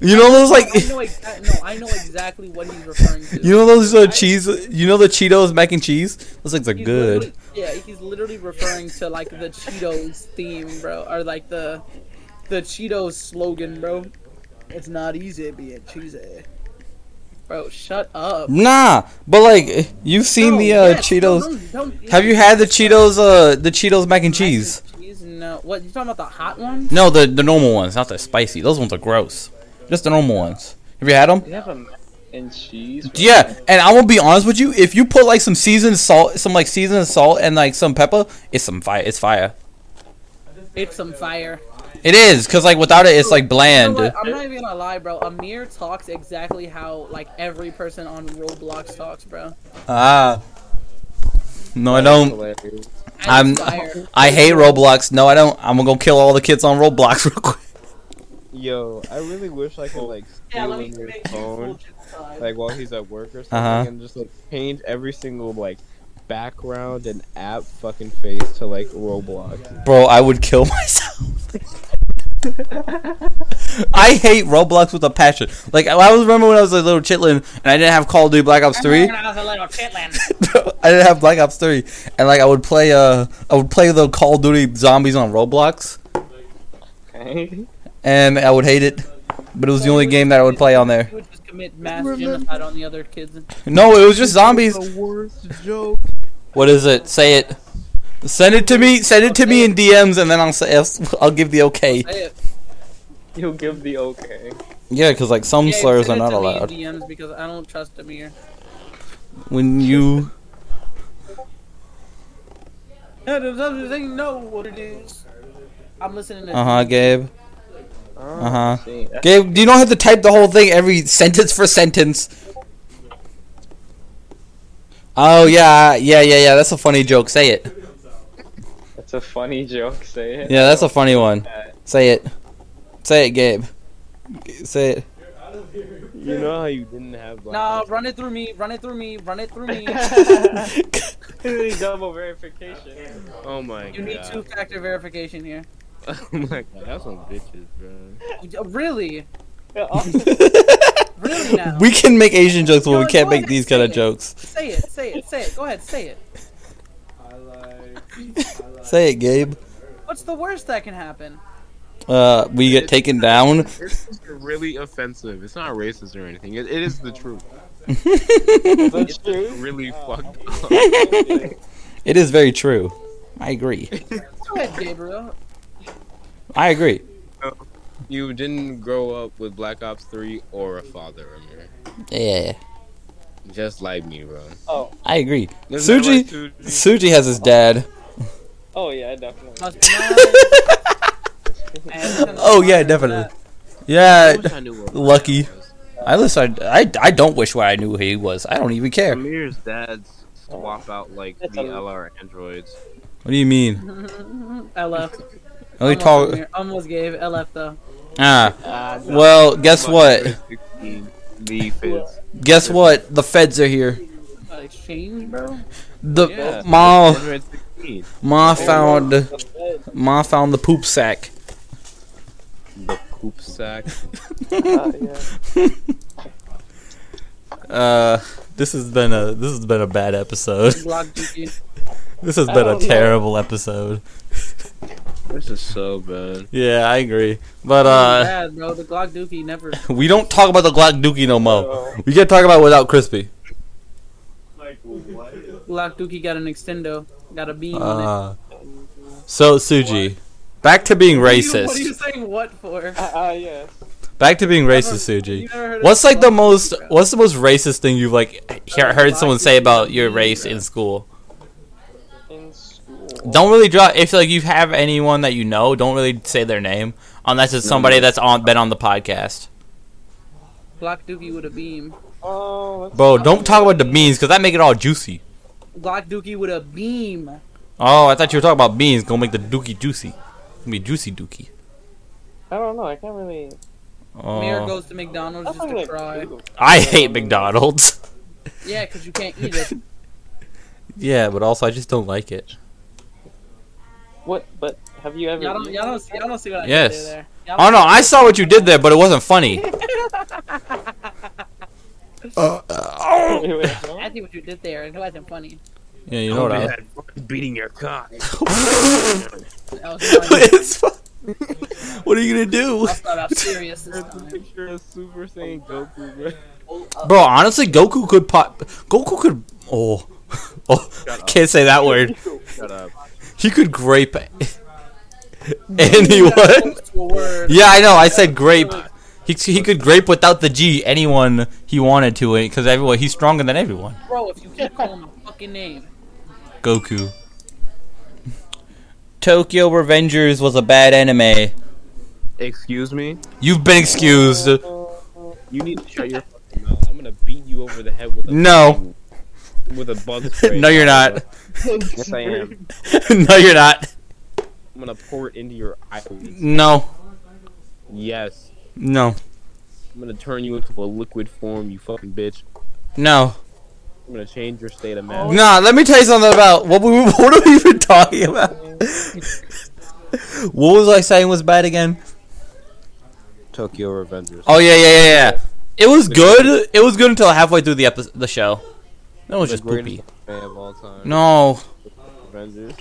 Speaker 2: you know those like
Speaker 1: I know exa- no, I know exactly what he's referring to.
Speaker 2: you know those uh, cheese you know the Cheetos mac and cheese. Those things are
Speaker 1: He's
Speaker 2: good.
Speaker 1: literally- Yeah, he's literally referring to like the Cheetos theme, bro, or like the the Cheetos slogan, bro. It's not easy being cheesy. Bro, shut up.
Speaker 2: Nah, but like you've seen
Speaker 1: No,
Speaker 2: the uh,
Speaker 1: yes, no,
Speaker 2: Cheetos.
Speaker 1: don't- don't-
Speaker 2: Have you had the Cheetos uh the Cheetos mac and
Speaker 1: Mac and
Speaker 2: cheese?
Speaker 1: Cheese? No. What you talking about? The hot one?
Speaker 2: No, the the normal ones, not the spicy. Those ones are gross. Just the normal ones. Have you had them?
Speaker 5: They have a mac and cheese.
Speaker 2: Yeah, and I'm gonna be honest with you. If you put like some seasoned salt, some like seasoned salt, and like some pepper, it's some fire. It's fire.
Speaker 1: It's some fire.
Speaker 2: It is, cause like without it, it's like
Speaker 1: You know
Speaker 2: bland.
Speaker 1: what? I'm not even gonna lie, bro. Amir talks exactly how like every person on Roblox talks, bro.
Speaker 2: Ah. No, I don't.
Speaker 6: Hilarious.
Speaker 2: I'm.
Speaker 1: That's fire.
Speaker 2: I hate Roblox. No, I don't. I'm gonna go kill all the kids on Roblox real quick.
Speaker 6: Yo, I really wish I could like
Speaker 1: Yeah,
Speaker 6: steal
Speaker 1: let me
Speaker 6: his
Speaker 1: make you full
Speaker 6: phone,
Speaker 1: genocide.
Speaker 6: like while he's at work or something,
Speaker 2: Uh-huh.
Speaker 6: and just like change every single like background and app fucking face to like Roblox.
Speaker 2: Bro, I would kill myself. I hate Roblox with a passion. Like I I was remember when I was a little chitlin and I didn't have Call of Duty Black Ops Three.
Speaker 1: When I was a little chitlin.
Speaker 2: I didn't have Black Ops Three, and like I would play uh I would play the Call of Duty zombies on Roblox,
Speaker 5: Okay.
Speaker 2: and I would hate it, but it was the only game that I would play on there.
Speaker 1: You would just commit mass genocide on the other kids.
Speaker 2: No, it was just zombies.
Speaker 6: worst joke.
Speaker 2: What is it? Say it. Send it to me. Send it to me in DMs, and then I'll say I'll, I'll give the okay.
Speaker 1: Hey, if-
Speaker 5: You'll give the okay.
Speaker 2: Yeah, because like some
Speaker 1: yeah,
Speaker 2: slurs are
Speaker 1: send it
Speaker 2: not
Speaker 1: to me in
Speaker 2: allowed.
Speaker 1: DMs because I don't trust Amir.
Speaker 2: When you
Speaker 1: Yeah, there's other thing, know what it is. I'm listening to.
Speaker 2: uh huh, Gabe.
Speaker 5: Oh,
Speaker 2: Uh-huh.
Speaker 5: see, that's-
Speaker 2: Gabe, you don't have to type the whole thing every sentence for sentence. Oh yeah, yeah, yeah, yeah. That's a funny joke. Say it.
Speaker 5: That's a funny joke, say it.
Speaker 2: Yeah, that's a funny one.
Speaker 5: Alright.
Speaker 2: Say it. Say it, Gabe. G- Say it.
Speaker 6: You know how you didn't have Black
Speaker 1: Nah,
Speaker 6: Ops?
Speaker 1: run it through me. Run it through me. Run it through me.
Speaker 5: Double verification.
Speaker 6: Oh my
Speaker 1: you need
Speaker 6: god.
Speaker 1: two-factor verification here.
Speaker 6: oh my god, that's some bitches, bro.
Speaker 1: Really,
Speaker 5: Also,
Speaker 1: really now.
Speaker 2: We can make Asian jokes, but we
Speaker 1: No,
Speaker 2: can't
Speaker 1: go
Speaker 2: make
Speaker 1: ahead,
Speaker 2: these
Speaker 1: say
Speaker 2: kind of
Speaker 1: it.
Speaker 2: jokes.
Speaker 1: Say it. Say it. Say it. Go ahead. Say it.
Speaker 2: Say it, Gabe.
Speaker 1: What's the worst that can happen?
Speaker 2: Uh, we get taken down.
Speaker 6: It's just really offensive. It's not racist or anything. It, it is the truth.
Speaker 5: that's true.
Speaker 6: Really fucked up.
Speaker 2: It is very true. I agree.
Speaker 1: Go ahead, Gabriel.
Speaker 2: I agree.
Speaker 6: You didn't grow up with Black Ops 3 or a father, Amir.
Speaker 2: Yeah,
Speaker 6: Just like me, bro.
Speaker 2: I agree.
Speaker 6: Isn't that right,
Speaker 2: Suji, Suji has his dad.
Speaker 5: Oh, yeah, definitely.
Speaker 1: Must be nice. And-
Speaker 2: Oh yeah, definitely. Yeah,
Speaker 6: wish I knew what Black
Speaker 2: lucky.
Speaker 6: Ops was.
Speaker 2: I listen. I I don't wish what I knew who he was. I don't even care.
Speaker 6: Amir's dads swap out like the
Speaker 5: That's a-
Speaker 6: LR androids.
Speaker 2: What do you mean?
Speaker 1: LF.
Speaker 2: Only
Speaker 1: Almost
Speaker 2: talk.
Speaker 1: Amir- Almost gave LF though.
Speaker 2: Ah. Well, guess what?
Speaker 6: The fizz.
Speaker 2: Guess what? The feds are here.
Speaker 1: Uh, exchange, bro.
Speaker 2: The
Speaker 1: Yeah.
Speaker 2: ma
Speaker 6: Android 16.
Speaker 2: ma found Ma found the poop sack.
Speaker 6: The poop sack.
Speaker 5: Uh, yeah.
Speaker 2: Uh, this has been a this has been a bad episode.
Speaker 1: Block GG.
Speaker 2: This has
Speaker 1: I
Speaker 2: been a
Speaker 1: don't know.
Speaker 2: terrible episode.
Speaker 6: This is so bad.
Speaker 2: Yeah, I agree. But
Speaker 1: That's
Speaker 2: uh,
Speaker 1: bad, bro. The Glock Dookie never.
Speaker 2: we don't talk about the Glock Dookie no more. We can't talk about without crispy.
Speaker 1: Glock Dookie got an extendo. Got a beam on it.
Speaker 2: Uh, so Suji, back to being
Speaker 1: What are you- What are you
Speaker 2: racist.
Speaker 1: saying what for?
Speaker 5: Ah, yes.
Speaker 2: Back to being racist,
Speaker 1: You
Speaker 2: Suji.
Speaker 1: never heard of
Speaker 2: What's like the
Speaker 1: Glock
Speaker 2: most
Speaker 1: Dookie, bro?
Speaker 2: what's the most racist thing you've like he- heard someone say about your race in school?
Speaker 5: In school.
Speaker 2: Don't really draw if like you have anyone that you know, don't really say their name unless it's somebody that's on been on the podcast.
Speaker 1: Glock Dookie with a beam.
Speaker 5: Oh, let's
Speaker 2: Bro, don't talk about the beans because that make it all juicy.
Speaker 1: Glock Dookie with a beam.
Speaker 2: Oh, I thought you were talking about beans. Gonna make the dookie juicy. Gonna be juicy dookie.
Speaker 5: I don't know. I can't really.
Speaker 1: Mayor
Speaker 2: Oh,
Speaker 1: goes to McDonald's
Speaker 5: That's
Speaker 1: just
Speaker 5: not
Speaker 1: to
Speaker 5: really
Speaker 1: cry.
Speaker 5: cool.
Speaker 2: I hate McDonald's.
Speaker 1: Yeah, because you can't eat it.
Speaker 2: yeah, but also I just don't like it.
Speaker 5: What? But have you ever?
Speaker 1: Y'all don't, y'all don't, see, y'all don't see what I
Speaker 2: Yes.
Speaker 1: did there.
Speaker 2: Oh no, I saw what you did there, but it wasn't funny.
Speaker 5: Wait, wait, no?
Speaker 1: I see what you did there, and it wasn't funny.
Speaker 2: Yeah, you know what? I
Speaker 4: beating your cock.
Speaker 2: Oh,
Speaker 1: That was funny.
Speaker 2: It's fu- what are you gonna do,
Speaker 1: I thought I was serious this time.
Speaker 6: Picture of Super Saiyan Goku, bro.
Speaker 2: bro? Honestly, Goku could pop. Goku could. Oh, oh, can't say that word.
Speaker 6: Shut up.
Speaker 2: He could grape anyone.
Speaker 1: To a word.
Speaker 2: Yeah, I know. I said grape. He, he could grape without the G anyone he wanted to it because everyone he's stronger than everyone.
Speaker 1: Bro, if you keep calling my fucking name.
Speaker 2: Goku. Tokyo Revengers was a bad anime.
Speaker 6: Excuse me.
Speaker 2: You've been excused.
Speaker 6: You need to shut your fucking mouth. I'm gonna beat you over the head with a
Speaker 2: No.
Speaker 6: with a bug spray.
Speaker 2: no, you're not.
Speaker 6: Yes, I am.
Speaker 2: no, you're not.
Speaker 6: I'm gonna pour it into your eyelids.
Speaker 2: No,
Speaker 6: Yes.
Speaker 2: no,
Speaker 6: I'm gonna turn you into a liquid form, you fucking bitch.
Speaker 2: no.
Speaker 6: I'm gonna change your state of matter.
Speaker 2: Nah, let me tell you something about what we what are we even talking about? what was I saying was bad again?
Speaker 6: Tokyo Revengers.
Speaker 2: Oh yeah, yeah, yeah, yeah. It was good. It was good until halfway through the episode, the show. That was
Speaker 6: The
Speaker 2: just poopy.
Speaker 6: greatest anime of all time.
Speaker 2: No,
Speaker 6: Avengers.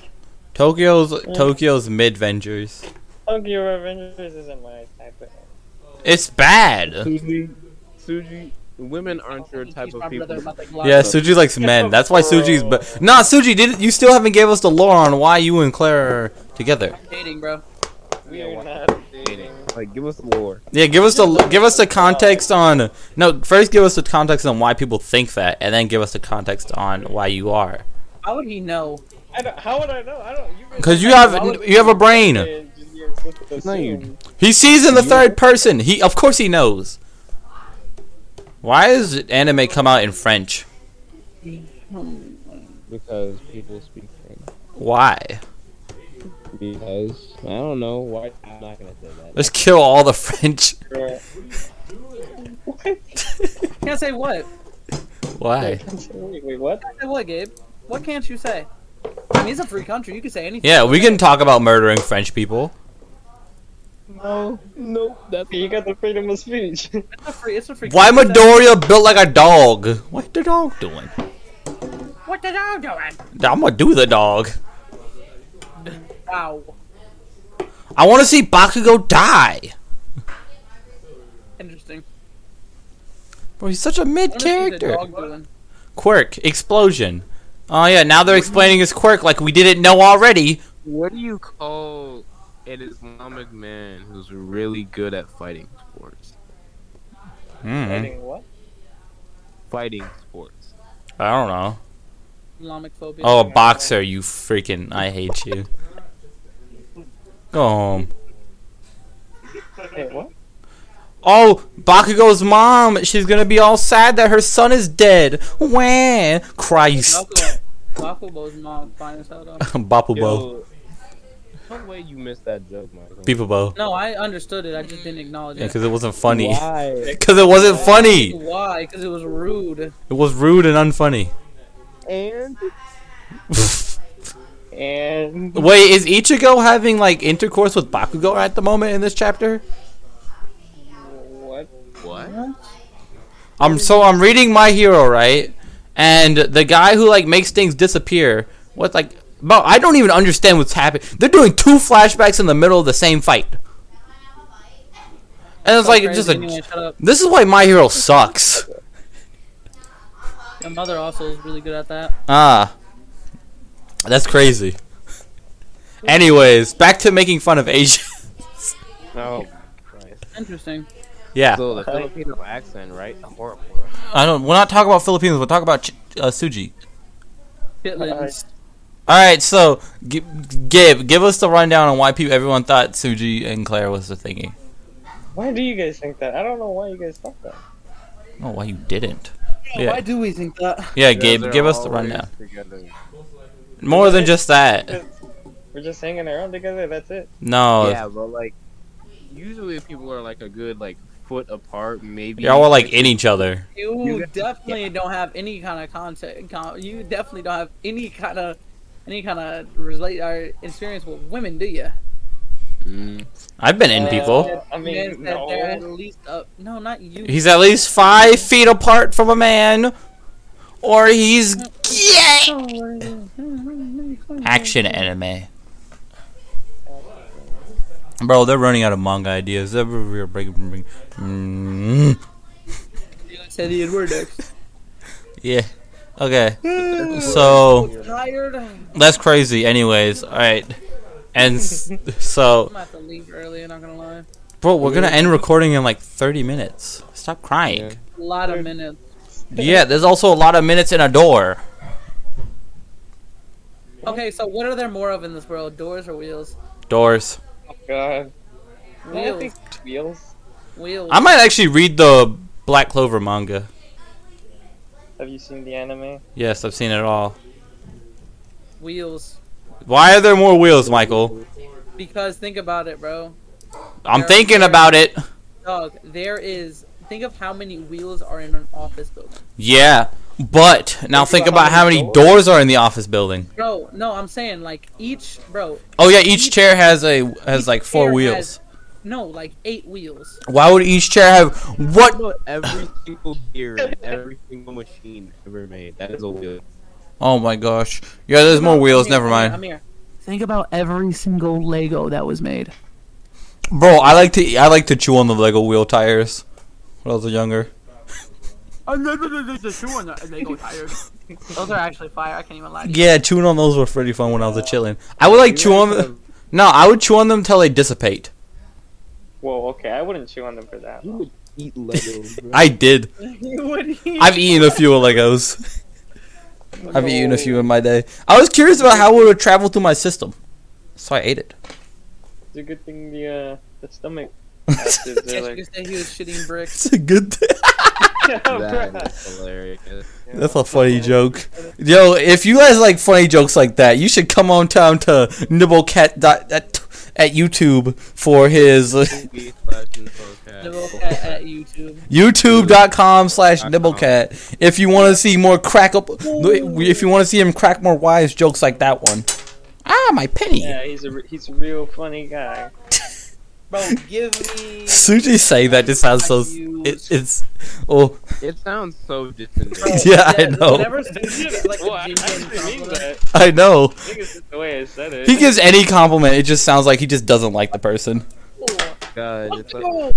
Speaker 2: Tokyo's Tokyo's mid Vengers.
Speaker 5: Tokyo Revengers isn't my type of.
Speaker 2: It's bad.
Speaker 6: Suji, Suji, women aren't your
Speaker 1: Teach
Speaker 6: type
Speaker 1: my
Speaker 6: of
Speaker 1: brother
Speaker 6: people.
Speaker 1: about the Glock.
Speaker 2: Yeah, Suji likes men. That's why Suji's. But nah, Suji, did you still haven't gave us the lore on why you and Claire are together?
Speaker 1: Dating, bro.
Speaker 5: We are not dating.
Speaker 6: Like, give us the lore.
Speaker 2: Yeah, give us the give us the context on. No, first give us the context on why people think that, and then give us the context on why you are.
Speaker 1: How would he know?
Speaker 5: I don't, how would I know? I don't. You
Speaker 2: Cause you have you have a brain.
Speaker 6: No, you
Speaker 2: He sees in the third person. He of course he knows. Why does anime come out in French?
Speaker 1: Hmm.
Speaker 6: Because people speak French.
Speaker 2: Why?
Speaker 6: Because I don't know why. I'm not gonna say that.
Speaker 2: Let's kill all the French.
Speaker 1: Can't say what.
Speaker 2: Why?
Speaker 5: Wait, wait, what?
Speaker 1: Can't say what, Gabe. What can't you say? I mean, it's a free country. You can say anything.
Speaker 2: Yeah, we can talk about murdering French people.
Speaker 6: No, no, that's
Speaker 5: You got the freedom of speech.
Speaker 1: It's a free. It's a free.
Speaker 2: Why
Speaker 1: country.
Speaker 2: Midoriya built like a dog? What the dog doing?
Speaker 1: What the dog doing?
Speaker 2: I'm gonna do the dog.
Speaker 1: Wow.
Speaker 2: I want to see Bakugo die.
Speaker 1: Interesting.
Speaker 2: Bro, he's such a mid
Speaker 1: What is the
Speaker 2: character.
Speaker 1: dog doing?
Speaker 2: Quirk explosion. Oh yeah, now they're explaining his quirk like we didn't know already.
Speaker 6: What do you call an Islamic man who's really good at fighting sports?
Speaker 2: Hmm.
Speaker 5: Dating what?
Speaker 6: Fighting sports.
Speaker 2: I don't know.
Speaker 1: Islamic phobia.
Speaker 2: Oh, a boxer, you freaking. I hate you. Go home.
Speaker 5: Wait, what?
Speaker 2: Oh, Bakugo's mom. She's gonna be all sad that her son is dead. Wah. Christ.
Speaker 1: Bakugo. Bakugo's mom finds out. on-
Speaker 2: Bapubo.
Speaker 6: Yo, No way you missed that joke, Michael.
Speaker 2: Beepubo.
Speaker 1: No, I understood it. I just didn't acknowledge
Speaker 2: Yeah,
Speaker 1: it.
Speaker 2: because it wasn't funny.
Speaker 6: Why?
Speaker 2: Because it wasn't funny.
Speaker 1: Why? Because it was rude.
Speaker 2: It was rude and unfunny.
Speaker 6: And
Speaker 5: and
Speaker 2: Wait, is Ichigo having like intercourse with Bakugo at the moment in this chapter?
Speaker 5: what?
Speaker 10: What?
Speaker 2: I'm so I'm reading My Hero, right? And the guy who like makes things disappear. What like bro, I don't even understand what's happening. They're doing two flashbacks in the middle of the same fight. And it's like
Speaker 1: Crazy,
Speaker 2: just
Speaker 1: anyway,
Speaker 2: a
Speaker 1: shut up.
Speaker 2: This is why My Hero sucks.
Speaker 1: My mother also is really good at that.
Speaker 2: Ah. That's crazy. Anyways, back to making fun of Asia.
Speaker 3: No.
Speaker 1: Interesting.
Speaker 2: yeah.
Speaker 6: So the Filipino accent, right? Horrible.
Speaker 2: I don't we're not talking about Philippines, we're talking about Ch- uh, Suji.
Speaker 1: Chitlins.
Speaker 2: All right, so G- Gib, give us the rundown on why people everyone thought Suji and Claire was the thingy.
Speaker 5: Why do you guys think that? I don't know why you guys thought that.
Speaker 2: Oh, why you didn't?
Speaker 1: Yeah, Why
Speaker 2: Yeah,
Speaker 1: do we think that?
Speaker 2: yeah Gabe, give us the rundown. More than just that.
Speaker 5: We're just hanging around together. That's it.
Speaker 2: No,
Speaker 10: Yeah, but like, usually people are like a good like foot apart, maybe.
Speaker 2: y'all were like in each other.
Speaker 1: You,
Speaker 10: You got-
Speaker 1: definitely don't have any kind of contact. Con- you definitely don't have any kind of any kind of relate or experience with women, do you?
Speaker 10: Mm.
Speaker 2: I've been in
Speaker 5: Uh,
Speaker 2: people.
Speaker 5: I mean, no.
Speaker 1: they're at least up. No, not you.
Speaker 2: He's at least five feet apart from a man, or he's gay. Action anime. Bro, they're running out of manga ideas. They're they're breaking. Mm.
Speaker 1: Say the word next.
Speaker 2: Yeah. Okay. so
Speaker 1: Tired. I'm
Speaker 2: that's crazy. Anyways, all right. And s- so,
Speaker 1: about to leave early. Not gonna lie.
Speaker 2: bro, we're gonna end recording in like 30 minutes. Stop crying.
Speaker 1: A lot of minutes.
Speaker 2: Yeah. there's also a lot of minutes in a door.
Speaker 1: Okay, so what are there more of in this world? Doors or wheels?
Speaker 2: Doors.
Speaker 5: God. I don't
Speaker 1: Wheels.
Speaker 5: think wheels.
Speaker 1: Wheels.
Speaker 2: I might actually read the Black Clover manga.
Speaker 5: Have you seen the anime?
Speaker 2: Yes, I've seen it all.
Speaker 1: Wheels.
Speaker 2: Why are there more wheels, Michael?
Speaker 1: Because think about it, bro.
Speaker 2: I'm thinking about it.
Speaker 1: Dog, there is. Think of how many wheels are in an office building.
Speaker 2: Yeah, but now think about how many doors are in the office building.
Speaker 1: Bro, no, I'm saying like each, bro.
Speaker 2: Oh yeah, each chair has a has like four
Speaker 1: chair
Speaker 2: wheels.
Speaker 1: has- No, like eight wheels.
Speaker 2: Why would each chair have what?
Speaker 6: Every single gear in every single machine ever made. That is a wheel.
Speaker 2: Oh my gosh! Yeah, there's more wheels. Never
Speaker 1: I'm
Speaker 2: mind,
Speaker 1: here.
Speaker 8: Think about every single Lego that was made.
Speaker 2: bro. I like to I like to chew on the Lego wheel tires when I was younger.
Speaker 1: Oh, Those are actually fire. I can't even lie. To you.
Speaker 2: Yeah, chewing on those were pretty fun when I was a chillin'. I would like chew on them. No, I would chew on them till they dissipate.
Speaker 5: Whoa, okay, I wouldn't chew on them for that.
Speaker 6: You would eat Lego. bro.
Speaker 2: I did.
Speaker 1: You would eat-
Speaker 2: I've eaten a few of Legos. I've eaten a few in my day. I was curious about how it would travel through my system, so I ate it.
Speaker 5: It's a good thing the uh, the stomach acids
Speaker 2: it's
Speaker 5: are
Speaker 1: Yes,
Speaker 5: like.
Speaker 1: you could say he was shitting bricks.
Speaker 2: a good thing.
Speaker 6: that is hilarious.
Speaker 2: That's a funny joke. Yo, if you guys like funny jokes like that, you should come on down to nibblecat dot, at, at YouTube for his
Speaker 6: Movie slash
Speaker 1: Look
Speaker 6: infocast.
Speaker 1: at, at YouTube.
Speaker 2: youtube.com slash nibblecat if you want to see more crack up if you want to see him crack more wise jokes like that one. Ah, my penny.
Speaker 5: Yeah, he's a re- he's a real funny guy.
Speaker 1: Bro, give me.
Speaker 2: Suji saying that just sounds so it, it's oh
Speaker 6: It sounds so distant.
Speaker 2: yeah, I know.
Speaker 1: Whenever Suji is like,
Speaker 5: Well, I
Speaker 1: genuine
Speaker 5: actually mean
Speaker 1: compliment,
Speaker 5: that.
Speaker 2: I know.
Speaker 5: I think it's just the way I said it.
Speaker 2: He gives any compliment, it just sounds like he just doesn't like the person.
Speaker 6: God, it's like,
Speaker 1: oh,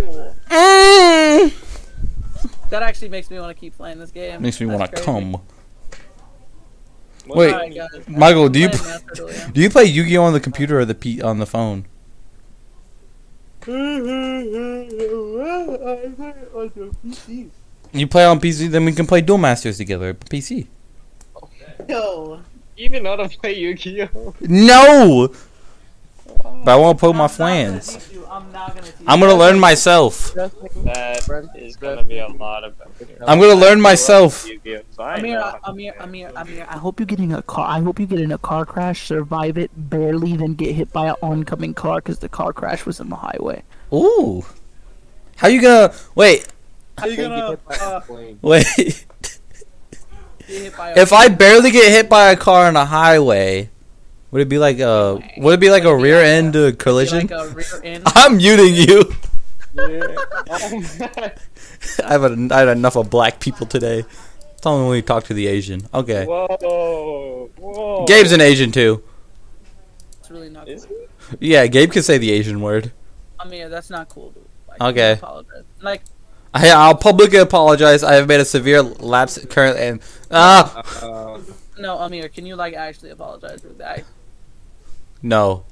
Speaker 2: Mm.
Speaker 1: that actually makes me want to keep playing this game.
Speaker 2: Makes me
Speaker 1: That's
Speaker 2: want to
Speaker 1: crazy.
Speaker 2: come.
Speaker 5: Well,
Speaker 2: wait.
Speaker 1: Alright, guys.
Speaker 2: Michael, do you
Speaker 1: Playing
Speaker 2: pl-
Speaker 1: Master Duel,
Speaker 2: do you play Yu-Gi-Oh on the computer or the P- on the phone? You play on PC, then we can play Duel Masters together. PC.
Speaker 1: No.
Speaker 5: Even know how to play Yu-Gi-Oh.
Speaker 2: No, but I want to play with my friends.
Speaker 1: I'm not gonna teach you.
Speaker 2: I'm gonna learn myself.
Speaker 5: That is gonna be a lot of.
Speaker 2: I'm gonna learn myself.
Speaker 5: Yu-Gi-Oh. So I know
Speaker 1: Amir,
Speaker 5: how to
Speaker 1: Amir,
Speaker 5: play.
Speaker 1: Amir, Amir.
Speaker 8: I hope you're getting a car. I hope you get in a car crash, survive it barely, then get hit by an oncoming car because the car crash was on the highway.
Speaker 2: Ooh, how you gonna wait?
Speaker 1: How you gonna uh,
Speaker 2: Wait,
Speaker 1: get hit by a
Speaker 2: if I barely get hit by a car on a highway, Would it be like a Would it be like a rear end uh, collision?
Speaker 1: Like a rear end.
Speaker 2: I'm muting you.
Speaker 5: Yeah.
Speaker 2: I've had, I had enough of black people today. It's only when we talk to the Asian. Okay,
Speaker 5: Whoa. Whoa.
Speaker 2: Gabe's an Asian too.
Speaker 1: It's really not.
Speaker 5: Is
Speaker 1: cool.
Speaker 2: Yeah, Gabe can say the Asian word.
Speaker 1: I mean, yeah, that's not cool, dude. Like,
Speaker 2: Okay.
Speaker 1: I apologize. Like,
Speaker 2: I, I'll publicly apologize. I have made a severe lapse currently, and ah,
Speaker 3: Uh,
Speaker 1: no, Amir, can you like actually apologize for that?
Speaker 2: no.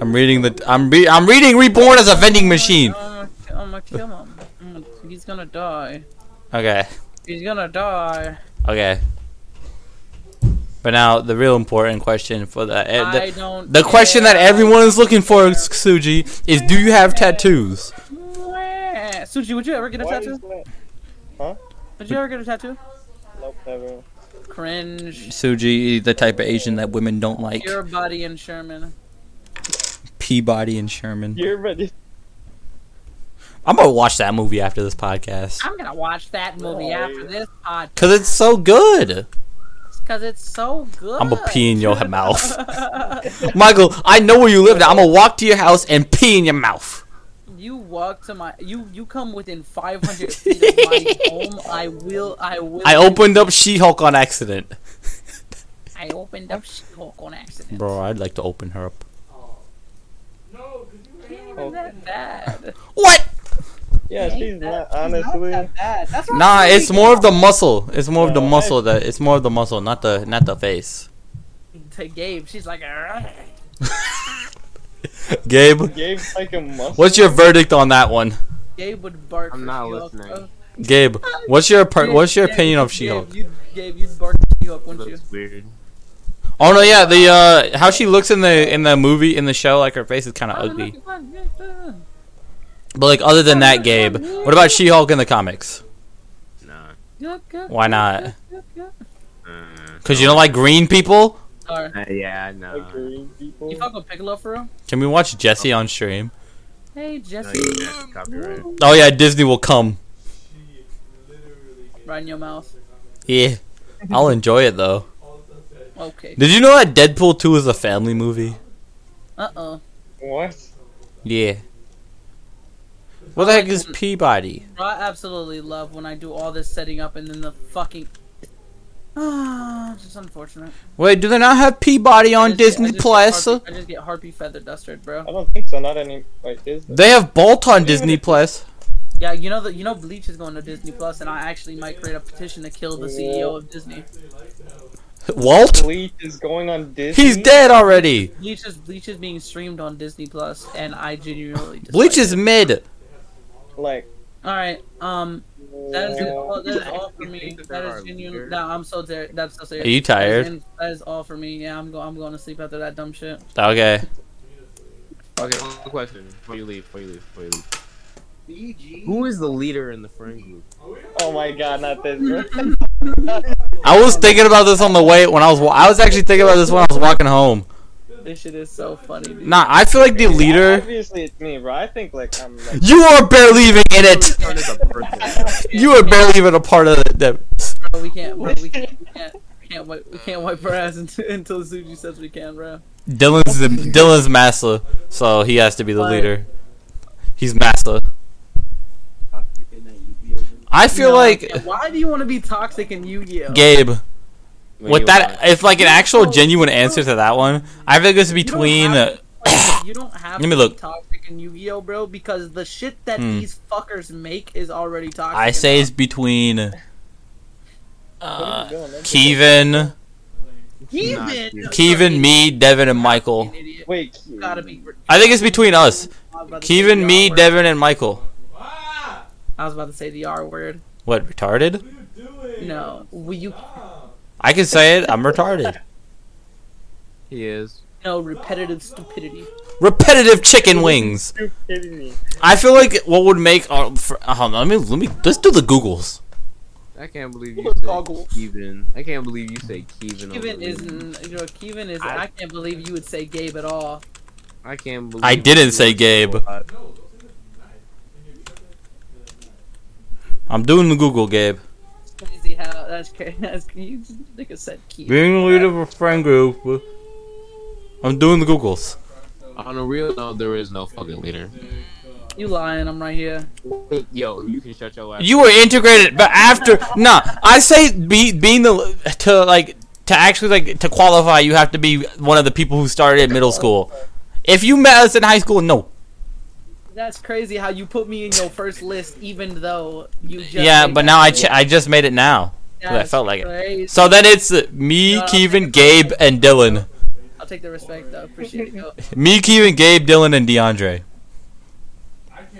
Speaker 2: I'm reading the. I'm re- I'm reading Reborn as a vending machine.
Speaker 1: I'm gonna, I'm gonna kill him. I'm gonna- he's gonna die.
Speaker 2: Okay.
Speaker 1: He's gonna die.
Speaker 2: Okay. But now the real important question for the eh,
Speaker 1: I
Speaker 2: the,
Speaker 1: don't.
Speaker 2: the question that
Speaker 1: care.
Speaker 2: everyone is looking for, Suji, is do you have tattoos?
Speaker 1: Mwah. Suji, would you ever get a
Speaker 5: Why
Speaker 1: tattoo?
Speaker 5: is that?
Speaker 1: Would you ever get a tattoo?
Speaker 5: Nope, never.
Speaker 1: Cringe.
Speaker 2: Suji, the type of Asian that women don't like,
Speaker 1: Your body and Sherman.
Speaker 2: Peabody and Sherman.
Speaker 5: You're ready.
Speaker 2: I'm gonna watch that movie after this podcast
Speaker 1: I'm gonna watch that movie
Speaker 10: Oh,
Speaker 5: No.
Speaker 1: after this podcast
Speaker 2: because it's so good.
Speaker 1: because it's so good.
Speaker 2: I'm gonna pee in your mouth, Michael. I know where you live now. I'm gonna walk to your house and pee in your mouth.
Speaker 1: You walk to my you you come within 500 feet of my home. I will I will.
Speaker 2: I opened up She-Hulk on accident,
Speaker 1: I opened up She-Hulk on accident.
Speaker 2: bro. I'd like to open her up.
Speaker 1: Isn't that bad?
Speaker 2: What?
Speaker 5: Yeah, she's not, honestly.
Speaker 1: Not that bad. That's what
Speaker 2: Nah,
Speaker 1: I'm
Speaker 2: it's
Speaker 1: saying.
Speaker 2: more of the muscle. It's more of the
Speaker 5: No, I-
Speaker 2: muscle that it's more of the muscle, not the not the face.
Speaker 1: to Gabe. She's like, "Argh."
Speaker 2: Gabe,
Speaker 5: Gabe's like a muscle.
Speaker 2: what's your verdict on that one?
Speaker 1: Gabe would bark.
Speaker 10: I'm
Speaker 1: for
Speaker 10: not
Speaker 1: She-Hulk,
Speaker 10: listening.
Speaker 1: bro.
Speaker 2: Gabe, what's your per-
Speaker 1: Gabe-
Speaker 2: what's your
Speaker 1: Gabe,
Speaker 2: opinion of
Speaker 1: Gabe,
Speaker 2: She-Hulk?
Speaker 1: You'd, Gabe, you'd bark for She-Hulk, wouldn't you?
Speaker 10: That's weird.
Speaker 2: Oh no, yeah, the uh, how she looks in the in the movie in the show, like her face is kind of ugly. But like other than that, Gabe, what about She-Hulk in the comics?
Speaker 10: Nah.
Speaker 2: Why not?
Speaker 10: Uh,
Speaker 2: Cause you don't like green people.
Speaker 1: Sorry.
Speaker 10: uh, yeah, no.
Speaker 5: Like green people.
Speaker 1: You fuck with Piccolo for real?
Speaker 2: Can we watch Jesse on stream?
Speaker 1: Hey
Speaker 10: No,
Speaker 1: Jesse,
Speaker 10: you can't. Copyright.
Speaker 2: Oh yeah, Disney will come.
Speaker 1: right in your mouth.
Speaker 2: Yeah, I'll enjoy it though.
Speaker 1: Okay.
Speaker 2: Did you know that Deadpool 2 is a family movie?
Speaker 1: Uh oh.
Speaker 5: What?
Speaker 2: Yeah. What the heck is Peabody?
Speaker 1: I absolutely love when I do all this setting up and then the fucking. Ah, it's just unfortunate.
Speaker 2: Wait, do they not have Peabody on
Speaker 1: I just- I
Speaker 2: Disney
Speaker 1: just get
Speaker 2: Plus?
Speaker 1: Harpy- I just get Harpy Feather Dustard,
Speaker 5: I
Speaker 1: bro.
Speaker 5: don't think so. Not any. Wait, is there?
Speaker 2: They have Bolt on Disney Plus.
Speaker 1: Yeah, you know that you know Bleach is going to Disney Plus, and I actually might create a petition to kill the CEO of Disney.
Speaker 2: Walt?
Speaker 5: Bleach is going on Disney.
Speaker 2: He's dead already.
Speaker 1: Bleach is Bleach is being streamed on Disney Plus, and I genuinely. dislike
Speaker 2: Bleach is
Speaker 1: it.
Speaker 2: mid.
Speaker 5: Like.
Speaker 1: All right. Um, that is, all, that is all for me.
Speaker 10: That
Speaker 1: That
Speaker 10: are
Speaker 1: is genuinely.
Speaker 10: weird.
Speaker 1: No, I'm so tired. That's so
Speaker 2: Are
Speaker 1: serious.
Speaker 2: you tired?
Speaker 1: And that is all for me. Yeah, I'm go- I'm going to sleep after that dumb shit.
Speaker 2: Okay.
Speaker 10: Okay, one question before you leave. Before you leave. Before you leave. Who is the leader in the friend group?
Speaker 5: Oh my god, not this.
Speaker 2: I was thinking about this on the way when I was. Wa- I was actually thinking about this when I was walking home.
Speaker 1: This shit is so funny. Dude.
Speaker 2: Nah, I feel like the leader.
Speaker 5: Obviously, it's me, bro. I think like I'm like.
Speaker 2: You are barely even in it.
Speaker 10: Who is a person?
Speaker 2: You are barely even a part of it. that-
Speaker 1: Bro, we can't. Bro, we can't. We can't. We can't wipe, we can't wipe our ass until, until Suji says we can, bro.
Speaker 2: Dylan's the, Dylan's massa, so he has to be the
Speaker 1: But-
Speaker 2: leader. He's massa. I feel
Speaker 1: No,
Speaker 2: like
Speaker 1: yeah, why do you want to be toxic in Yu-Gi-Oh?
Speaker 2: Gabe.
Speaker 10: When
Speaker 2: With
Speaker 10: you
Speaker 2: that,
Speaker 10: watch-
Speaker 2: if like an actual
Speaker 1: No,
Speaker 2: genuine
Speaker 1: no.
Speaker 2: answer to that one, I feel like it's between.
Speaker 1: have
Speaker 2: uh,
Speaker 1: you don't have
Speaker 2: Let me
Speaker 1: to
Speaker 2: look.
Speaker 1: be toxic in Yu-Gi-Oh, bro, because the shit that
Speaker 2: Hmm.
Speaker 1: these fuckers make is already toxic.
Speaker 2: I say it's between. Uh, Kevin,
Speaker 10: Nah,
Speaker 1: Kevin,
Speaker 10: dude.
Speaker 2: Kevin, me, Devin, and Michael.
Speaker 1: Idiot.
Speaker 5: Wait,
Speaker 1: Gotta be.
Speaker 2: I think it's between us.
Speaker 1: I was about to say the
Speaker 2: Kevin, me,
Speaker 1: R word.
Speaker 2: Devin, and Michael.
Speaker 1: I was about to say the R word.
Speaker 2: What retarded?
Speaker 1: No, we, you
Speaker 2: I can say it. I'm retarded.
Speaker 10: he is.
Speaker 1: no repetitive stupidity.
Speaker 2: Repetitive chicken wings.
Speaker 5: you kidding me?
Speaker 2: I feel like what would make. Uh, for, hold on. Let me. Let me. Let's do the Googles.
Speaker 10: I can't believe
Speaker 1: Who
Speaker 10: you
Speaker 1: is
Speaker 10: said
Speaker 1: Goggle?
Speaker 10: Kevin. I can't believe you said Kevin. over
Speaker 1: Kevin
Speaker 10: Lee.
Speaker 1: isn't. You know, Kevin is.
Speaker 10: I-
Speaker 1: I, can't believe you would say Gabe at all.
Speaker 10: I can't believe.
Speaker 2: I didn't say
Speaker 10: you-
Speaker 2: Gabe. I'm doing the Google, Gabe.
Speaker 1: crazy how that's crazy. That's, you nigga said cute.
Speaker 2: Being the leader of a friend group. I'm doing the Googles.
Speaker 10: On a real note, there is no fucking leader.
Speaker 1: You lying? I'm right here.
Speaker 10: Yo, you can shut your ass.
Speaker 2: You were integrated, but after nah, I say be, being the to like to actually like to qualify, you have to be one of the people who started at middle school. If you met us in high school, no.
Speaker 1: That's crazy how you put me in your first list, even though you. Just
Speaker 2: Yeah,
Speaker 1: made
Speaker 2: but
Speaker 1: that
Speaker 2: now I
Speaker 1: list.
Speaker 2: ch- I just made it now. 'cause I
Speaker 1: That's
Speaker 2: felt like it.
Speaker 1: crazy.
Speaker 2: So then it's uh, me, Kevin, Gabe, and Dylan.
Speaker 1: I'll take the respect. though. appreciate it. Yo,
Speaker 2: Me, Kevin, Gabe, Dylan, and DeAndre.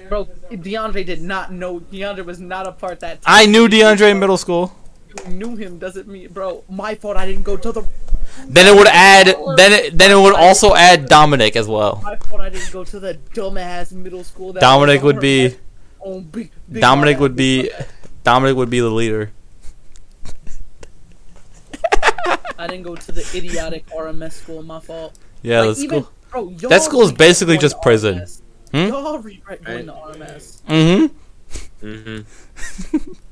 Speaker 1: Bro, DeAndre did not know. DeAndre was not a part that. Time.
Speaker 2: I knew DeAndre in middle school.
Speaker 1: You knew him doesn't mean, bro. My fault. I didn't go to the.
Speaker 2: Then it would add. Then it, then it would also add Dominic as well.
Speaker 1: My fault. I didn't go to the dumbass middle school. That
Speaker 2: Dominic would be
Speaker 1: Oh, big, big
Speaker 2: Dominic
Speaker 1: ass.
Speaker 2: would be Dominic would be the leader.
Speaker 1: I didn't go to the idiotic RMS school. My fault.
Speaker 2: Yeah,
Speaker 1: Like,
Speaker 2: that's
Speaker 1: even-
Speaker 2: cool.
Speaker 1: bro, y'all
Speaker 2: That school is
Speaker 1: regret
Speaker 2: basically
Speaker 1: going
Speaker 2: just
Speaker 1: to
Speaker 2: prison.
Speaker 1: RMS.
Speaker 2: Hmm?
Speaker 1: Y'all regret going to RMS.
Speaker 2: Mm-hmm.
Speaker 10: hmm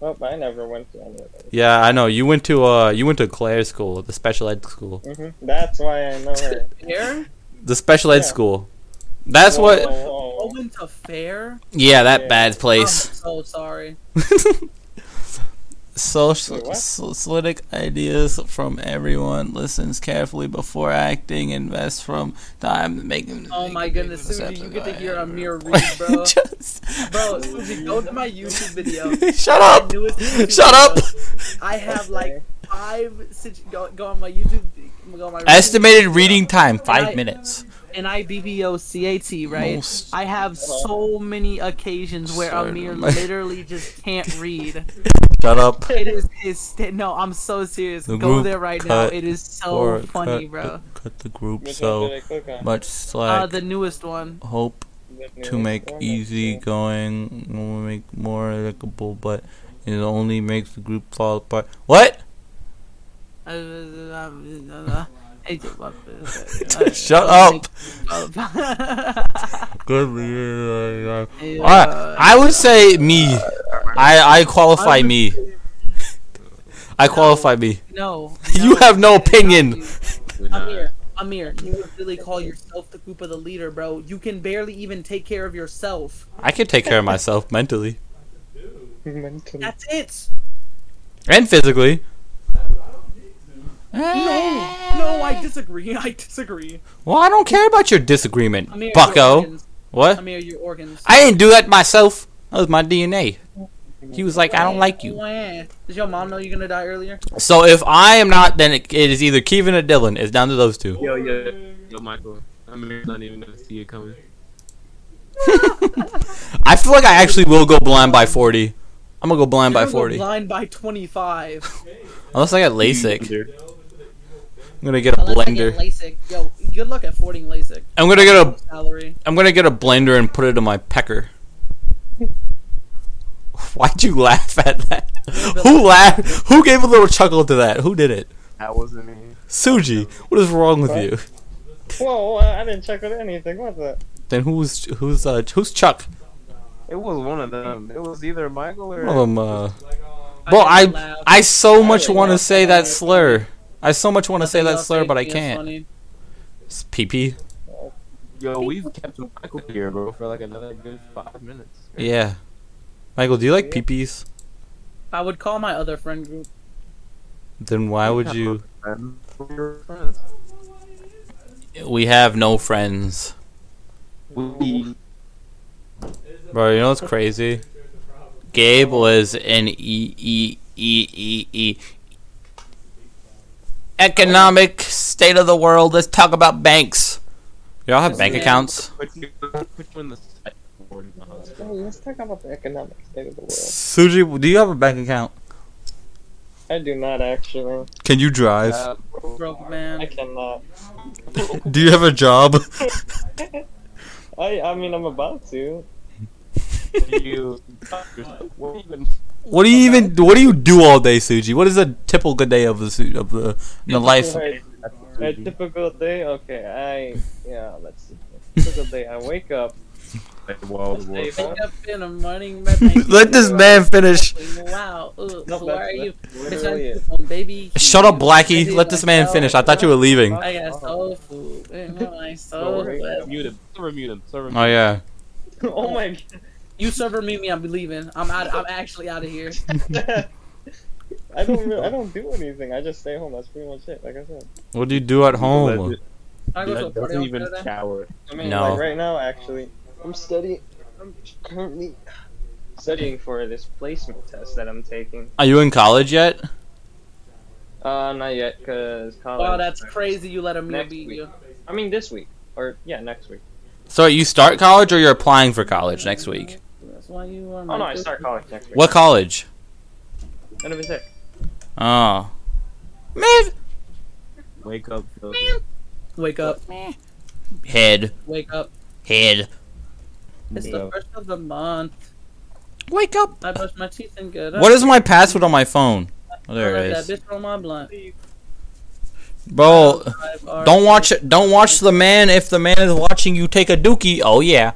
Speaker 5: Nope, I never went to any of those.
Speaker 2: Yeah, I know. You went to uh, you went to Claire school, the special ed school,
Speaker 5: Mm-hmm. That's why I know her.
Speaker 1: Fair?
Speaker 2: the special ed
Speaker 5: Yeah.
Speaker 2: school. That's
Speaker 5: Whoa,
Speaker 2: what.
Speaker 5: whoa,
Speaker 1: I
Speaker 5: whoa.
Speaker 1: went to fair.
Speaker 2: Yeah, that
Speaker 5: Yeah.
Speaker 2: bad place.
Speaker 1: I'm so sorry.
Speaker 2: Social
Speaker 5: Wait, what?
Speaker 2: slick ideas from everyone. Listens carefully before acting. Invest from time making.
Speaker 1: Oh my goodness, Suji, you get to hear a mirror read, bro.
Speaker 2: Just
Speaker 1: Bro, Suji, go to my YouTube video.
Speaker 2: shut
Speaker 1: My
Speaker 2: up.
Speaker 1: newest YouTube
Speaker 2: Shut up.
Speaker 1: video. I have like five. Six, go, go on my YouTube. Go on my
Speaker 2: Estimated reading time
Speaker 1: Right.
Speaker 2: five minutes.
Speaker 1: and I B B O C A T, right?
Speaker 2: Most-
Speaker 1: I have so many occasions where
Speaker 2: Sorry,
Speaker 1: Amir
Speaker 2: my-
Speaker 1: literally just can't read.
Speaker 2: Shut up.
Speaker 1: It is it's, no, I'm so serious.
Speaker 2: The
Speaker 1: Go
Speaker 2: group
Speaker 1: there right now.
Speaker 2: cut
Speaker 1: It is so
Speaker 2: or
Speaker 1: funny,
Speaker 2: cut
Speaker 1: bro.
Speaker 2: The, cut the group
Speaker 5: Which
Speaker 2: so
Speaker 5: one did I click on?
Speaker 2: much
Speaker 1: Uh,
Speaker 2: slack.
Speaker 1: the newest one.
Speaker 2: Hope
Speaker 5: The
Speaker 2: to
Speaker 5: newest
Speaker 2: make
Speaker 5: one,
Speaker 2: easy
Speaker 5: okay.
Speaker 2: going will make more likable, but it only makes the group fall apart. What?
Speaker 1: Uh, uh,
Speaker 2: Shut up.
Speaker 1: up.
Speaker 2: Good. leader. I,
Speaker 1: Uh,
Speaker 2: I would say me. I I qualify me. I qualify me.
Speaker 1: no,
Speaker 2: You have no
Speaker 1: that is not
Speaker 2: opinion.
Speaker 1: you.
Speaker 10: Nah.
Speaker 1: Amir, Amir, you would really call yourself the group of the leader, bro. You can barely even take care of yourself.
Speaker 2: I can take care of myself mentally
Speaker 5: Mentally.
Speaker 1: That's it.
Speaker 2: and physically.
Speaker 1: Eh. No, I disagree. I disagree.
Speaker 2: Well, I don't care about your disagreement,
Speaker 1: Amir, your
Speaker 2: Bucko.
Speaker 1: organs.
Speaker 2: What?
Speaker 1: Amir, your organs.
Speaker 2: I didn't do that myself. That was my DNA. He was like, I don't like you.
Speaker 1: Wah. Does your mom know you're gonna die earlier?
Speaker 2: So if I am not, then it, it is either Kevin or Dylan. It's down to those two.
Speaker 10: Yo, yo, yo, Michael. I'm here, not even gonna see it coming.
Speaker 2: I feel like I actually will go blind by 40. I'm gonna go blind by
Speaker 1: You're gonna go
Speaker 2: 40.
Speaker 1: Blind by 25.
Speaker 2: Unless I got LASIK. I'm gonna get a
Speaker 1: Unless I get
Speaker 2: blender.
Speaker 1: LASIK. Yo, good luck affording LASIK.
Speaker 2: I'm gonna get a
Speaker 1: Salary.
Speaker 2: I'm gonna get a blender and put it in my pecker. Why'd you laugh at that? Who laughed? Who gave a little chuckle to that? Who did it?
Speaker 6: That wasn't me.
Speaker 2: Suji, what is wrong with you?
Speaker 5: Whoa, whoa, I didn't check with anything. What's that?
Speaker 2: Then who's who's uh who's Chuck?
Speaker 6: It was one of them. It was either Michael or.
Speaker 2: One of 'em, uh, Bro,
Speaker 1: didn't
Speaker 2: I
Speaker 1: laugh.
Speaker 2: I so much
Speaker 1: didn't
Speaker 2: want to
Speaker 1: laugh.
Speaker 2: say that slur. I so much want to say that
Speaker 1: Y'all
Speaker 2: slur, but I
Speaker 1: it's
Speaker 2: can't.
Speaker 1: funny.
Speaker 2: It's PP.
Speaker 10: Yo, we've kept Michael here, bro, for like another good five minutes.
Speaker 2: Yeah. Michael, do you like peepees?
Speaker 1: I would call my other friend group.
Speaker 2: Then why would you?
Speaker 6: them. We were friends.
Speaker 2: We have no friends,
Speaker 3: We
Speaker 2: bro. You know what's crazy? Gabe was an e e e e e economic state of the world. Let's talk about banks. Y'all have bank
Speaker 1: Yeah.
Speaker 2: accounts?
Speaker 10: Put you, put you in the second board in the hospital.
Speaker 5: Hey, let's talk about the economic state of the world.
Speaker 2: Suji, do you have a bank account?
Speaker 5: I do not actually.
Speaker 2: Can you drive?
Speaker 10: Uh,
Speaker 1: Broke
Speaker 5: I
Speaker 1: man.
Speaker 5: cannot.
Speaker 2: do you have a job?
Speaker 5: I I mean I'm about to.
Speaker 10: you, what even
Speaker 2: What do you even? What do you do all day, Suji? What is a typical good day of the su- of the the life?
Speaker 5: A, a typical day. Okay, I yeah. Let's see. Typical day. I wake up.
Speaker 10: like, well,
Speaker 5: Stay
Speaker 1: Wake up in the morning. man.
Speaker 2: Let this man finish.
Speaker 1: Wow. Ooh, Who,
Speaker 6: No,
Speaker 1: who
Speaker 6: that's
Speaker 1: are you?
Speaker 6: literally
Speaker 1: Bitch, I'm food, baby.
Speaker 2: Shut up, Blackie.
Speaker 1: Baby,
Speaker 2: Let this man
Speaker 1: myself.
Speaker 2: finish. I thought you were leaving.
Speaker 1: I got soul food. Man, my soul
Speaker 10: Sorry.
Speaker 1: food.
Speaker 10: Mute him. Server mute him. Server mute
Speaker 2: Oh yeah.
Speaker 5: oh my
Speaker 1: You server mute me, I'm leaving. I'm out. I'm actually out of here.
Speaker 5: god. I don't really, I don't do anything. I just stay home. That's pretty much it. Like I said.
Speaker 2: What do you do at home?
Speaker 1: I go to a
Speaker 6: That
Speaker 1: party
Speaker 6: doesn't
Speaker 1: on
Speaker 6: even
Speaker 1: Saturday.
Speaker 6: shower.
Speaker 5: I mean,
Speaker 2: No.
Speaker 5: like right now, actually, I'm studying. I'm currently studying for this placement test that I'm taking.
Speaker 2: Are you in college yet?
Speaker 5: Uh, not yet, cause college.
Speaker 1: Wow, Oh, that's crazy. You let him
Speaker 5: Next
Speaker 1: beat
Speaker 5: week.
Speaker 1: you.
Speaker 5: I mean, this week or yeah, next week.
Speaker 2: So you start college or you're applying for college next week?
Speaker 1: That's why you are.
Speaker 5: Oh
Speaker 1: my
Speaker 5: no, I
Speaker 1: good-
Speaker 5: start college next week.
Speaker 2: What college?
Speaker 5: None of it's there.
Speaker 2: Oh. Man.
Speaker 6: Wake up, Phil.
Speaker 1: Wake up.
Speaker 2: Head.
Speaker 1: Wake up.
Speaker 2: Head.
Speaker 1: It's
Speaker 6: Yeah.
Speaker 1: the first of the month.
Speaker 2: Wake up.
Speaker 1: I brush my teeth and get up.
Speaker 2: What is my password on my phone? Oh, there
Speaker 1: I
Speaker 2: it
Speaker 1: let
Speaker 2: is.
Speaker 1: That bitch roll my blunt.
Speaker 2: Bro,
Speaker 1: Five are-
Speaker 2: Oh, don't watch don't watch the man if the man is watching you take a dookie. Oh yeah.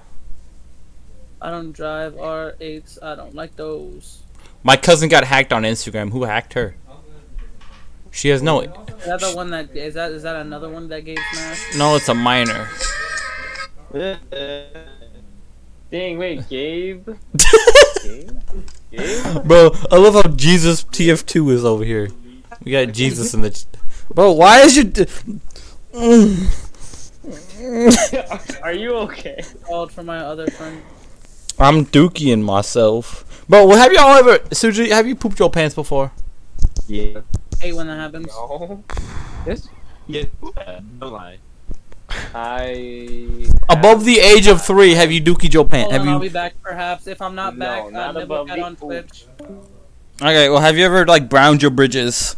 Speaker 1: I don't drive R8s. I don't like those.
Speaker 2: My cousin got hacked on Instagram. Who hacked her? She has no
Speaker 1: Is that the one that is that is that another one that gave smash?
Speaker 2: no, it's a minor.
Speaker 5: Dang, wait, Gabe. Gabe. Gabe.
Speaker 2: Bro, I love how Jesus TF2 is over here. We got Jesus in the. Ch- Bro, why is your. D- Mm.
Speaker 5: Are you okay?
Speaker 1: Called for my other friend.
Speaker 2: I'm dookieing myself. Bro, well, have y'all ever. Suji, have you pooped your pants before?
Speaker 6: Yeah.
Speaker 1: Hey, when that happens.
Speaker 5: No.
Speaker 10: Yeah,
Speaker 6: uh,
Speaker 10: don't lie.
Speaker 5: I.
Speaker 2: Above the age of three, have you dookied your pants?
Speaker 1: Hold
Speaker 2: Have
Speaker 1: on, I'll be
Speaker 2: you.
Speaker 1: back perhaps. If I'm not
Speaker 5: No,
Speaker 1: back,
Speaker 5: not
Speaker 1: I'll
Speaker 5: above
Speaker 1: look at
Speaker 5: the-
Speaker 1: on Twitch.
Speaker 2: Okay, well, have you ever, like, browned your bridges?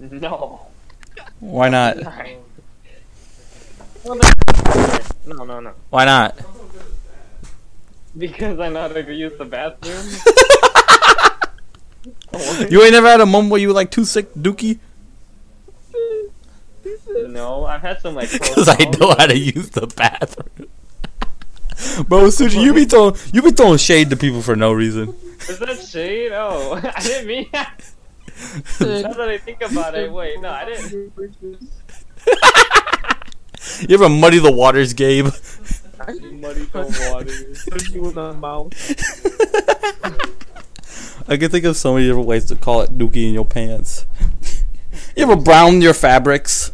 Speaker 5: No.
Speaker 2: Why not?
Speaker 5: No, no, no.
Speaker 2: Why not?
Speaker 5: Because I know how to use the bathroom.
Speaker 2: You ain't never had a moment where you were, like, too sick, to dookie?
Speaker 5: No, I've had some like. close
Speaker 2: Because I
Speaker 5: calls.
Speaker 2: know how to use the bathroom. Bro, Suji, you be throwing you be throwing shade to people for no reason.
Speaker 5: Is that shade? Oh, I didn't mean. now that I think about it, wait, no, I didn't.
Speaker 2: You ever muddy the waters, Gabe?
Speaker 5: Muddy cold water.
Speaker 2: I can think of so many different ways to call it dookie in your pants. you ever brown your fabrics?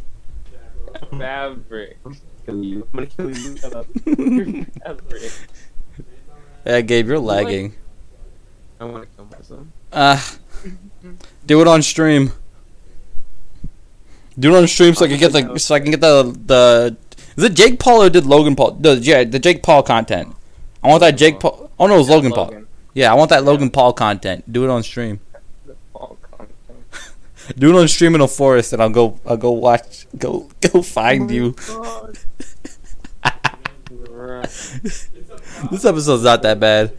Speaker 5: Fabric.
Speaker 6: Kill you. I'm gonna kill you. Shut up.
Speaker 2: yeah,
Speaker 5: Fabric.
Speaker 2: Gabe, you're lagging.
Speaker 10: I want to kill myself.
Speaker 2: Uh, do it on stream. Do it on stream so I can get the so I can get the the. Is it Jake Paul or did Logan Paul? The, yeah, the Jake Paul content. I want that Jake Paul. Oh no, it was Logan Paul. Yeah, I want that Logan Paul content. Do it on stream.
Speaker 5: Paul content.
Speaker 2: Do it on stream in a forest, and I'll go. I'll go watch. Go go find you.
Speaker 5: Bruh.
Speaker 2: This episode's not that bad.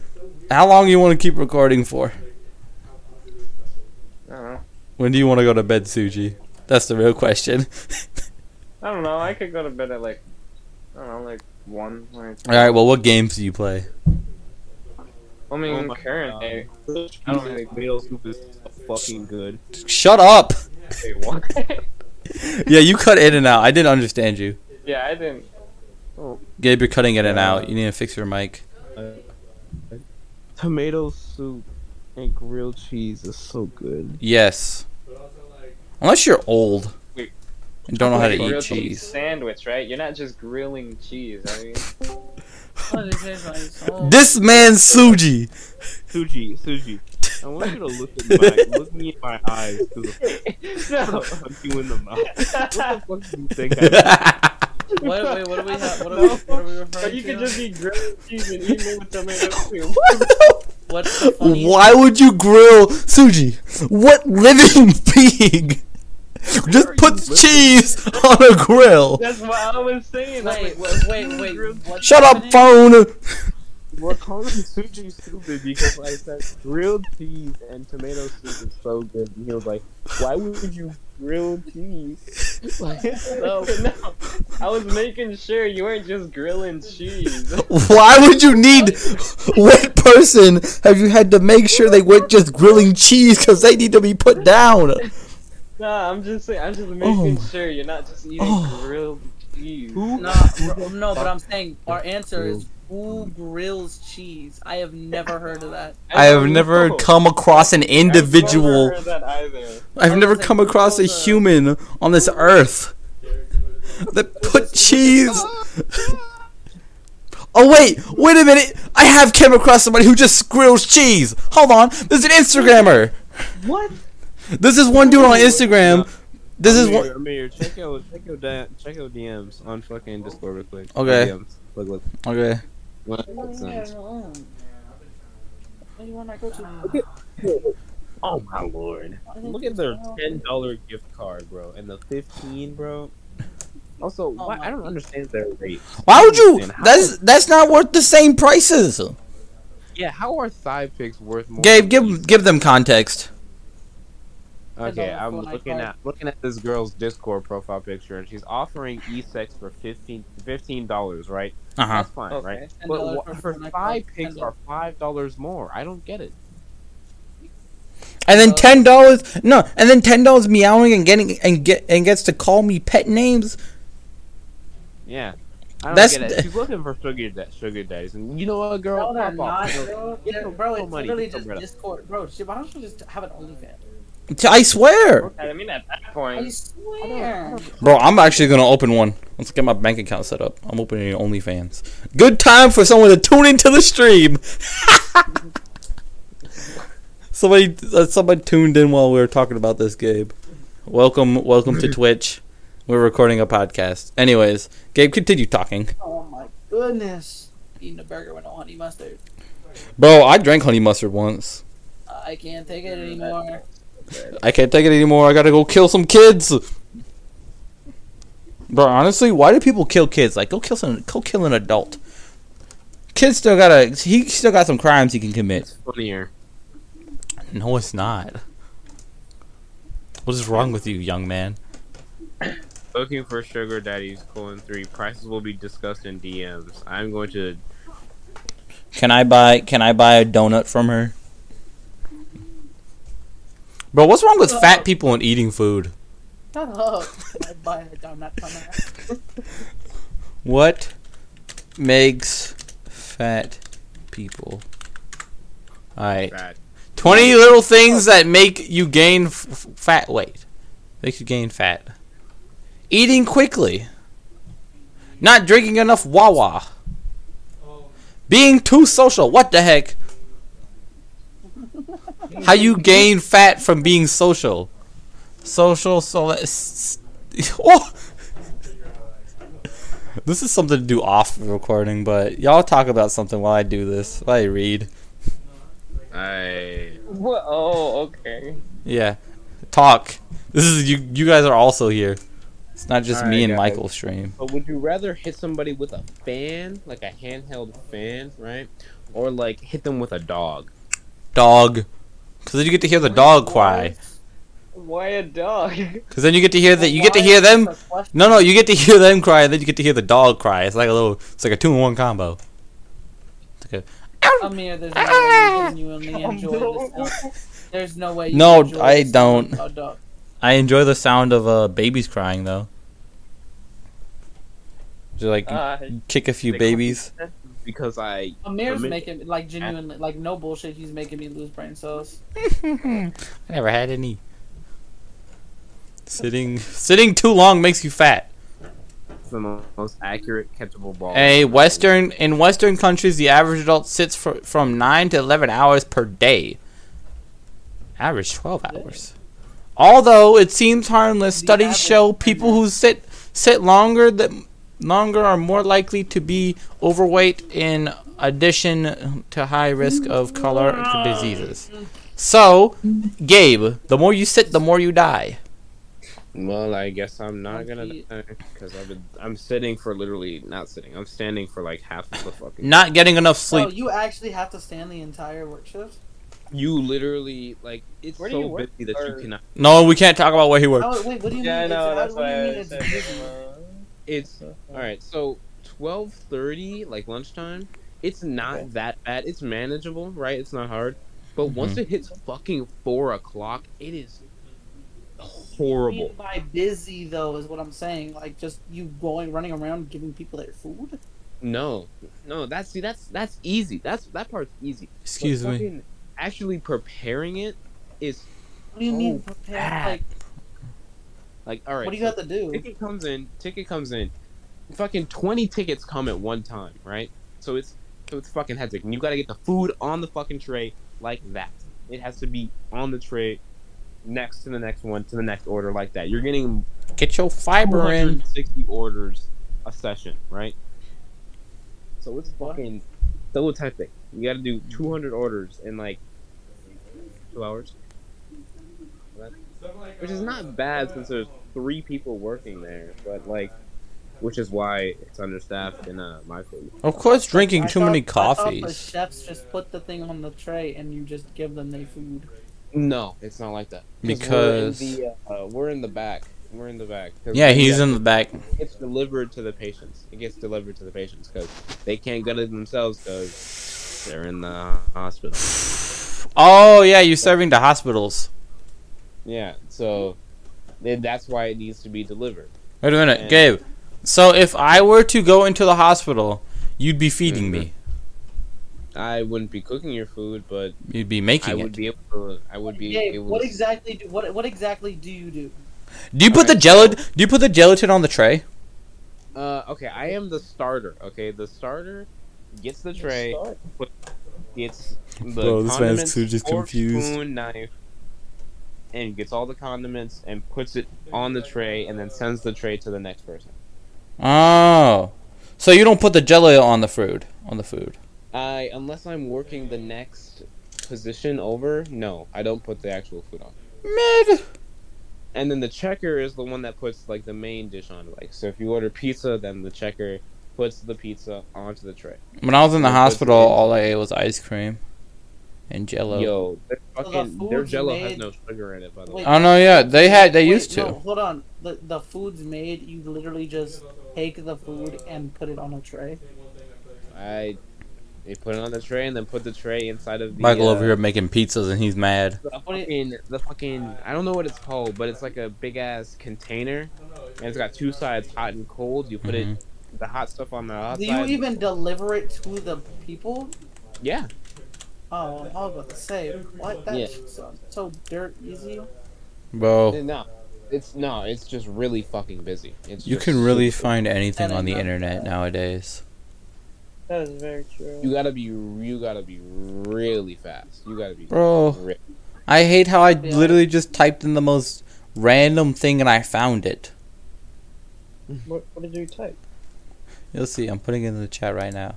Speaker 2: How long you want to keep recording for?
Speaker 5: I don't know.
Speaker 2: When do you want to go to bed, Suji? That's the real question.
Speaker 5: I don't know. I could go to bed at like, I don't know, like one. Or
Speaker 2: All right. Well, what games do you play?
Speaker 5: I
Speaker 10: Oh
Speaker 5: mean,
Speaker 10: my
Speaker 5: current
Speaker 10: God.
Speaker 5: day.
Speaker 6: I don't think Beetle Soup is fucking good.
Speaker 2: Shut up.
Speaker 5: Wait, what?
Speaker 2: Yeah, you cut in and out. I didn't understand you.
Speaker 5: yeah, I didn't.
Speaker 2: Gabe, you're cutting in and out. You need to fix your mic.
Speaker 6: Tomato soup and grilled cheese is so good.
Speaker 2: Yes. Unless you're old
Speaker 5: Wait.
Speaker 2: and don't know how to
Speaker 5: Grilled
Speaker 2: eat
Speaker 5: cheese
Speaker 2: cheese.
Speaker 5: sandwich, right? You're not just grilling cheese, are you?
Speaker 1: What is this? Like, oh, so-
Speaker 2: This man Suji.
Speaker 6: Suji, Suji, I want you to look at my look me in my eyes because
Speaker 5: no.
Speaker 6: fuck you in the mouth. What do you think?
Speaker 2: Wait,
Speaker 6: I
Speaker 1: What, wait, what do we have? What are we, what are we referring
Speaker 5: But you
Speaker 1: to?
Speaker 5: could just be grilling cheese and eating it with tomato soup.
Speaker 1: What's the funny?
Speaker 2: Why would you grill Suji? What living being? Just put cheese on a grill.
Speaker 5: That's what I was saying. I'm
Speaker 1: Wait,
Speaker 5: like,
Speaker 1: wait, wait, wait. what's
Speaker 2: Shut up,
Speaker 1: happening?
Speaker 2: phone.
Speaker 6: We're calling Suji stupid because I said grilled cheese and tomato soup is so good, and he was like, "Why would you grilled cheese.
Speaker 5: No, no. I was making sure you weren't just grilling cheese.
Speaker 2: Why would you need what person have you had to make sure they weren't just grilling cheese because they need to be put down?
Speaker 5: Nah, I'm just saying. I'm just making
Speaker 2: Oh.
Speaker 5: sure you're not just eating
Speaker 2: Oh.
Speaker 5: grilled cheese.
Speaker 1: No, bro, no, but I'm saying our answer is who grills cheese. I have never heard of that.
Speaker 2: I have never
Speaker 5: Oh.
Speaker 2: come across an
Speaker 5: I've never
Speaker 2: individual.
Speaker 5: heard that either.
Speaker 2: I've never come across a human on this earth that put cheese. Oh wait, wait a minute! I have came across somebody who just grills cheese. Hold on, there's an Instagrammer.
Speaker 5: What?
Speaker 2: This is one dude on Instagram. This is
Speaker 6: Amir,
Speaker 2: one.
Speaker 6: Amir, check your check your di- check your DMs on fucking Discord real quick.
Speaker 2: Okay.
Speaker 6: DMs. Look, look.
Speaker 2: Okay.
Speaker 6: What? Oh my lord! Look at their ten dollar gift card, bro, and the fifteen, bro.
Speaker 10: Oh
Speaker 6: Also, why, I don't understand their rate.
Speaker 2: Why would you? That's that's not worth the same prices.
Speaker 10: Yeah, how are thigh picks worth more?
Speaker 2: Gabe,
Speaker 10: than these?
Speaker 2: give give them context.
Speaker 10: Okay,
Speaker 1: $10
Speaker 10: I'm
Speaker 1: for a nice
Speaker 10: looking
Speaker 1: card.
Speaker 10: at looking at this girl's Discord profile picture, and she's offering e-sex for 15 dollars, right?
Speaker 2: Uh huh.
Speaker 6: Uh-huh.
Speaker 10: That's fine,
Speaker 5: Okay.
Speaker 10: right? But
Speaker 1: $10 for
Speaker 10: wha-
Speaker 1: a
Speaker 10: Oh, for
Speaker 1: nice
Speaker 10: five
Speaker 1: card,
Speaker 10: pics
Speaker 1: $10.
Speaker 10: are five dollars more. I don't get it.
Speaker 2: And then
Speaker 1: Uh,
Speaker 2: ten dollars. No, and then ten dollars meowing and getting and get and gets to call me pet names.
Speaker 10: Yeah, I don't
Speaker 2: That's
Speaker 10: get
Speaker 2: the-
Speaker 10: it. She's looking for sugar da- sugar daddies, and you know what, girl?
Speaker 1: No, they're
Speaker 10: Pop off.
Speaker 1: not, bro.
Speaker 10: Get
Speaker 1: They're-
Speaker 10: some
Speaker 1: Bro,
Speaker 10: real
Speaker 1: it's
Speaker 10: money.
Speaker 1: literally
Speaker 10: Get some
Speaker 1: just
Speaker 10: real-
Speaker 1: Discord. Bro, shit, why don't you just have an OnlyFans?
Speaker 2: T- I swear,
Speaker 5: I mean, at that
Speaker 1: I
Speaker 5: point,
Speaker 1: swear.
Speaker 2: bro. I'm actually gonna open one. Let's get my bank account set up. I'm opening OnlyFans. Good time for someone to tune into the stream. somebody, uh, somebody tuned in while we were talking about this, Gabe. Welcome, welcome to Twitch. We're recording a podcast. Anyways, Gabe, continue talking.
Speaker 1: Oh my goodness. Eating a burger with no honey mustard.
Speaker 2: Bro, I drank honey mustard once.
Speaker 1: I can't take it anymore.
Speaker 2: I can't take it anymore. I gotta go kill some kids. Bro, honestly, why do people kill kids? Like, go kill some, go kill an adult. Kids still gotta, he still got some crimes he can commit.
Speaker 10: It's funnier.
Speaker 2: No, it's not. What is wrong with you, young man?
Speaker 10: Looking for sugar daddies, colon three. Prices will be discussed in DMs. I'm going to.
Speaker 2: Can I buy, can I buy a donut from her? Bro, what's wrong with fat people and eating food?
Speaker 1: Shut up. I buy a donut from her.
Speaker 2: What makes fat people? Alright.
Speaker 10: Fat.
Speaker 2: 20 little things that make you gain f- f- fat weight. Makes you gain fat. Eating quickly. Not drinking enough Wawa. Being too social. What the heck? How you gain fat from being social? Social, so let's. Oh! This is something to do off recording, but y'all talk about something while I do this. While I read.
Speaker 10: I.
Speaker 5: what? Oh, okay.
Speaker 2: Yeah. Talk. This is you you guys are also here. It's not just me
Speaker 6: Alright,
Speaker 2: and
Speaker 6: guys.
Speaker 2: Michael stream.
Speaker 10: But would you rather hit somebody with a fan, like a handheld fan, right? Or like hit them with a dog?
Speaker 2: Dog. Cuz then you get to hear the dog cry.
Speaker 5: Why a dog?
Speaker 2: Cuz then you get to hear that you get to hear them No, no, you get to hear them cry and then you get to hear the dog cry. It's like a little it's like a 2 in 1 combo. It's like a-
Speaker 1: Amir, there's no way you genuinely enjoy this. sound. There's no way. You
Speaker 2: No,
Speaker 1: enjoy
Speaker 2: I
Speaker 1: this sound
Speaker 2: don't.
Speaker 1: of a dog.
Speaker 2: I enjoy the sound of uh babies crying though. Just like
Speaker 5: Uh,
Speaker 2: kick a few
Speaker 10: they-
Speaker 2: babies.
Speaker 10: Because I
Speaker 1: Amir's
Speaker 10: Amir-
Speaker 1: making like genuinely like no bullshit. He's making me lose brain cells.
Speaker 2: I never had any. Sitting sitting too long makes you fat.
Speaker 10: the mo- most accurate catchable ball.
Speaker 2: A Western in Western countries, the average adult sits for, from nine to eleven hours per day. Average twelve hours. Although it seems harmless, studies
Speaker 1: average
Speaker 2: show people who sit sit longer that longer are more likely to be overweight. In addition to high risk of caloric
Speaker 1: Mm-hmm.
Speaker 2: diseases. So, Gabe, the more you sit, the more you die.
Speaker 10: Well, I guess I'm not gonna
Speaker 1: Monkey.
Speaker 10: because I've been I'm sitting for literally not sitting. I'm standing for like half of the fucking.
Speaker 2: Not getting enough
Speaker 1: So
Speaker 2: sleep.
Speaker 1: you actually have to stand the entire work shift.
Speaker 6: You literally like it's
Speaker 5: Where do you
Speaker 6: so
Speaker 5: work?
Speaker 6: busy that
Speaker 5: Or-
Speaker 6: you cannot.
Speaker 2: No, we can't talk about where he works.
Speaker 1: Oh, wait, what do you
Speaker 5: Yeah, I
Speaker 1: mean?
Speaker 5: know.
Speaker 1: it's,
Speaker 5: That's
Speaker 1: how, what do
Speaker 5: why
Speaker 1: you mean
Speaker 5: I
Speaker 1: it's
Speaker 5: said.
Speaker 1: busy?
Speaker 6: It's Uh,
Speaker 5: uh,
Speaker 6: all right. So twelve thirty, like lunchtime, it's not that bad. It's manageable, right? It's not hard. But
Speaker 5: Mm-hmm.
Speaker 6: once
Speaker 2: Mhm.
Speaker 6: it hits fucking four o'clock, it is horrible.
Speaker 1: What do you mean by busy though is what I'm saying. Like just you going running around giving people their food.
Speaker 6: No, no, that's see, that's that's easy. That's that part's easy. But
Speaker 2: Excuse me.
Speaker 6: fucking Actually, preparing it is
Speaker 1: What do you
Speaker 6: Oh,
Speaker 1: mean? Prepare? Like
Speaker 6: like all right.
Speaker 1: what do you have
Speaker 6: so
Speaker 1: to do?
Speaker 6: ticket comes in ticket comes in fucking 20 tickets come at one time right so it's so it's fucking hectic and you gotta get the food on the fucking tray like that it has to be on the tray next to the next one to the next order like that you're getting
Speaker 2: Get your
Speaker 1: Oh
Speaker 2: fiber in.
Speaker 6: 260 orders a session right so it's fucking double time thing you gotta do 200 orders in like two hours which is not bad since there's three people working there, but like, which is why it's understaffed and uh, my fault.
Speaker 2: Of course, drinking
Speaker 1: I
Speaker 2: too many
Speaker 1: thought- I thought The
Speaker 2: coffees.
Speaker 1: chefs just put the thing on the tray and you just give them their food.
Speaker 6: No, it's not like that
Speaker 2: Because-
Speaker 6: we're in the, uh, uh, we're in the back. We're in the back. 'Cause
Speaker 2: Yeah, he's
Speaker 6: it
Speaker 2: in the back.
Speaker 6: It's delivered to the patients. It gets delivered to the patients because they can't get it themselves because they're in the hospital.
Speaker 2: Oh yeah, you serving the hospitals.
Speaker 6: Yeah, so then that's why it needs to be delivered.
Speaker 2: Wait a minute,
Speaker 6: And-
Speaker 2: Gabe. So if I were to go into the hospital, you'd be feeding me.
Speaker 6: I wouldn't be cooking your food, but
Speaker 2: You'd be
Speaker 6: I
Speaker 2: making
Speaker 6: would
Speaker 2: it.
Speaker 6: be able to. I would be
Speaker 1: Gabe,
Speaker 6: able
Speaker 1: what
Speaker 6: to
Speaker 1: exactly do what what exactly do you do?
Speaker 2: do you put the
Speaker 6: Alright,
Speaker 2: gel? Do you put the gelatin on the tray?
Speaker 6: Uh, okay, I am the starter. Okay, the starter gets the tray, put- gets the
Speaker 2: Bro, this man's
Speaker 6: condiments,
Speaker 2: too just
Speaker 6: fork,
Speaker 2: confused.
Speaker 6: spoon, knife, and gets all the condiments and puts it on the tray, and then sends the tray to the next person.
Speaker 2: Oh, so you don't put the jelly on the food? On the food?
Speaker 6: I, unless I'm working the next position over, no, I don't put the actual food on.
Speaker 2: Mid.
Speaker 6: And then the checker is the one that puts like the main dish on. Like, so if you order pizza, then the checker puts the pizza onto the tray.
Speaker 2: When I was in the
Speaker 6: Yeah, that's
Speaker 2: hospital,
Speaker 6: okay.
Speaker 2: all I ate was ice cream and jello.
Speaker 6: Yo, their
Speaker 1: the
Speaker 6: fucking
Speaker 1: food
Speaker 6: their
Speaker 1: you
Speaker 6: Jello has
Speaker 1: made-
Speaker 6: no sugar in it, by the way.
Speaker 1: Wait,
Speaker 2: Oh no, yeah, they had they
Speaker 1: Wait,
Speaker 2: used to.
Speaker 1: no, hold on. The the food's made. You literally just take the food and put it on a tray.
Speaker 6: I they put it on the tray and then put the tray inside of the
Speaker 2: Michael
Speaker 6: uh,
Speaker 2: over here making pizzas and he's mad.
Speaker 6: The fucking, the fucking I don't know what it's called, but it's like a big ass container, and it's got two sides, hot and cold. You put
Speaker 2: Mm-hmm.
Speaker 6: it the hot stuff on the hot
Speaker 1: Do you
Speaker 6: side.
Speaker 1: even deliver it to the people?
Speaker 6: Yeah,
Speaker 1: Oh, I was about to say, what? That
Speaker 6: Yeah.
Speaker 1: sounds so dirt easy.
Speaker 2: Bro,
Speaker 6: no, it's no, it's just really fucking busy. It's
Speaker 2: you
Speaker 6: just
Speaker 2: can really
Speaker 6: super-
Speaker 2: find anything
Speaker 1: And
Speaker 2: on the
Speaker 1: another-
Speaker 2: internet nowadays.
Speaker 5: That is very true.
Speaker 6: you gotta be you gotta be really fast. You gotta be
Speaker 2: Bro,
Speaker 6: re-
Speaker 2: I hate how I
Speaker 1: Yeah.
Speaker 2: literally just typed in the most random thing and I found it.
Speaker 5: What, what did you type?
Speaker 2: You'll see. I'm putting it in the chat right now.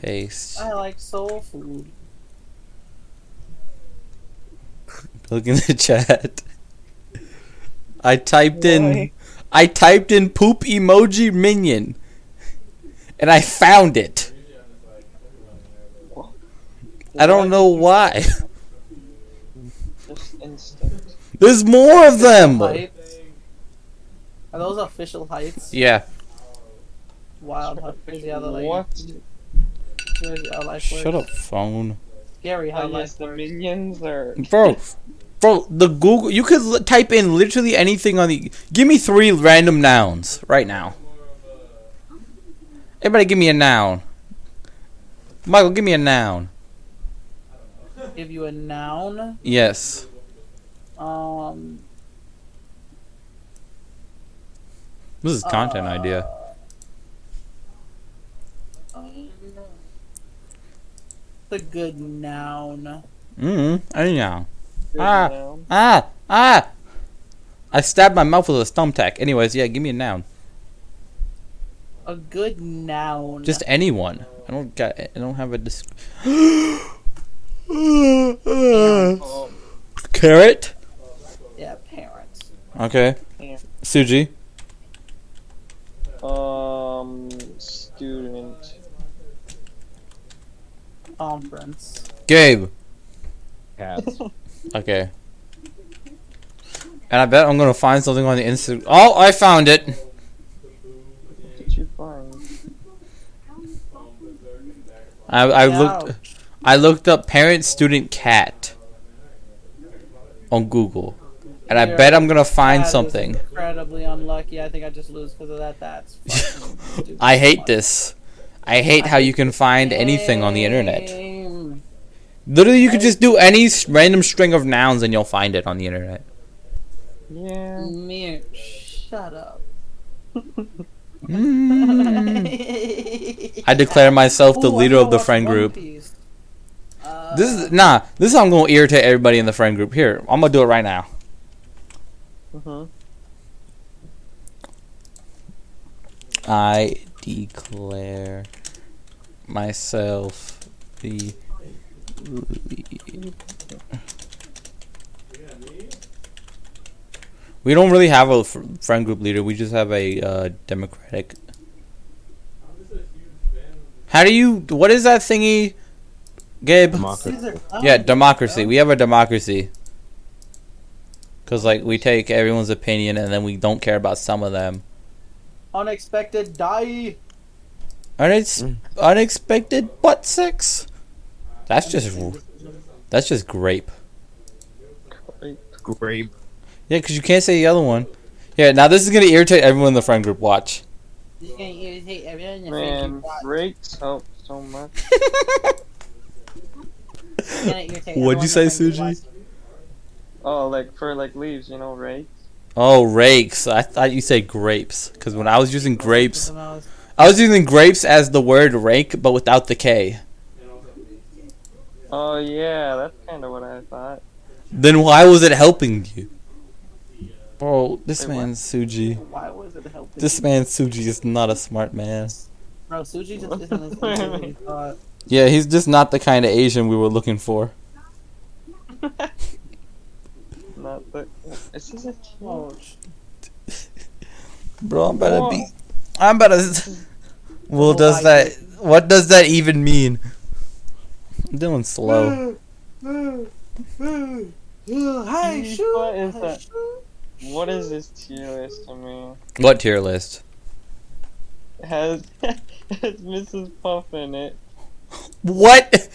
Speaker 2: Paste.
Speaker 1: I like soul food.
Speaker 2: Look in the chat. I typed in I typed in poop emoji minion and I found it. I don't know why.
Speaker 5: Just instinct.
Speaker 2: There's more of them.
Speaker 1: Heights. Are those official heights?
Speaker 2: Yeah.
Speaker 1: Wild heights. Yeah, they're like
Speaker 5: What?
Speaker 1: crazy how life
Speaker 2: Shut up,
Speaker 1: works.
Speaker 2: phone.
Speaker 1: Scary how
Speaker 5: Oh, yes,
Speaker 1: life
Speaker 5: the
Speaker 1: works.
Speaker 5: minions are.
Speaker 2: Bro, bro, the Google. You could li- type in literally anything on the. Give me three random nouns right now. Everybody, give me a noun. Michael, give me a noun.
Speaker 1: Give you a noun.
Speaker 2: Yes.
Speaker 1: Um,
Speaker 2: This is content idea.
Speaker 1: the good noun.
Speaker 2: Mm. Any noun.
Speaker 5: good
Speaker 2: Ah.
Speaker 5: now.
Speaker 2: Ah, ah. I stabbed my mouth with a thumbtack. Anyways, yeah, give me a noun.
Speaker 1: A good noun.
Speaker 2: Just anyone. I don't got. I don't have a. Disc-
Speaker 5: Oh,
Speaker 2: Carrot.
Speaker 1: yeah, parents.
Speaker 2: Okay.
Speaker 5: Yeah.
Speaker 2: Suji.
Speaker 5: Um, student.
Speaker 1: Conference.
Speaker 2: Gabe.
Speaker 6: Cats.
Speaker 2: Okay. And I bet I'm gonna find something on the Instagram. Oh, I found it.
Speaker 5: Did you find?
Speaker 2: I, I looked. I looked up parent student cat on Google, and I
Speaker 1: Yeah.
Speaker 2: bet I'm gonna find
Speaker 1: That is
Speaker 2: something.
Speaker 1: Incredibly unlucky. I think I just lose because of that. That's. fucking
Speaker 2: I
Speaker 1: stupid.
Speaker 2: hate this. I hate how you can find anything on the internet.
Speaker 1: Same.
Speaker 2: Literally, you could just do any s- random string of nouns and you'll find it on the internet.
Speaker 5: Yeah.
Speaker 1: Man, shut up.
Speaker 2: I declare myself the
Speaker 1: Ooh, I
Speaker 2: leader of
Speaker 1: wanna
Speaker 2: the
Speaker 1: watch
Speaker 2: friend
Speaker 1: One
Speaker 2: group.
Speaker 1: Piece. Uh,
Speaker 2: This is nah. This is how I'm gonna irritate everybody in the friend group. Here, I'm gonna do it right now.
Speaker 5: Mhm.
Speaker 2: I declare myself the. We don't really have a f- friend group leader. We just have a uh, democratic. How do you? What is that thingy, Gabe?
Speaker 1: Caesar Clown.
Speaker 2: Yeah, democracy. We have a democracy. Cause like we take everyone's opinion and then we don't care about some of them.
Speaker 1: Unexpected die.
Speaker 2: Unex- unexpected butt sex. That's just r- that's just grape.
Speaker 6: Grape.
Speaker 2: Yeah, cause you can't say the other one. Yeah, now this is gonna irritate everyone in the friend group. Watch.
Speaker 1: This is gonna irritate everyone in the friend
Speaker 5: Man,
Speaker 1: group. Watch.
Speaker 5: breaks help so much.
Speaker 1: It's gonna irritate
Speaker 2: What'd you
Speaker 1: everyone in the
Speaker 2: say,
Speaker 1: friend group.
Speaker 5: Oh, like for like leaves, you know, right?
Speaker 2: Oh, rakes. I thought you said grapes. Cause when I was using
Speaker 1: Watch.
Speaker 2: grapes, I was using grapes as the word rake, but without the K.
Speaker 5: Oh yeah, that's kind of what I thought.
Speaker 2: Then why was it helping you? Bro, this
Speaker 5: Wait, what?
Speaker 2: man Suji.
Speaker 1: Why was it helping?
Speaker 2: This man Suji is not a smart man.
Speaker 1: Bro, Suji just isn't as easy as you thought.
Speaker 2: Yeah, he's just not the kind of Asian we were looking for.
Speaker 5: Not the. This is a kid.
Speaker 1: Oh, sh-
Speaker 2: Bro, I'm about
Speaker 5: Whoa.
Speaker 2: to be. I'm about to. Well, does that? What does that even mean? I'm doing slow.
Speaker 1: Hi, shoot.
Speaker 5: What is
Speaker 1: Hi,
Speaker 5: that?
Speaker 1: shoot.
Speaker 5: What is this tier list? I mean,
Speaker 2: What tier list?
Speaker 5: it has it has Mrs. Puff in it.
Speaker 2: What?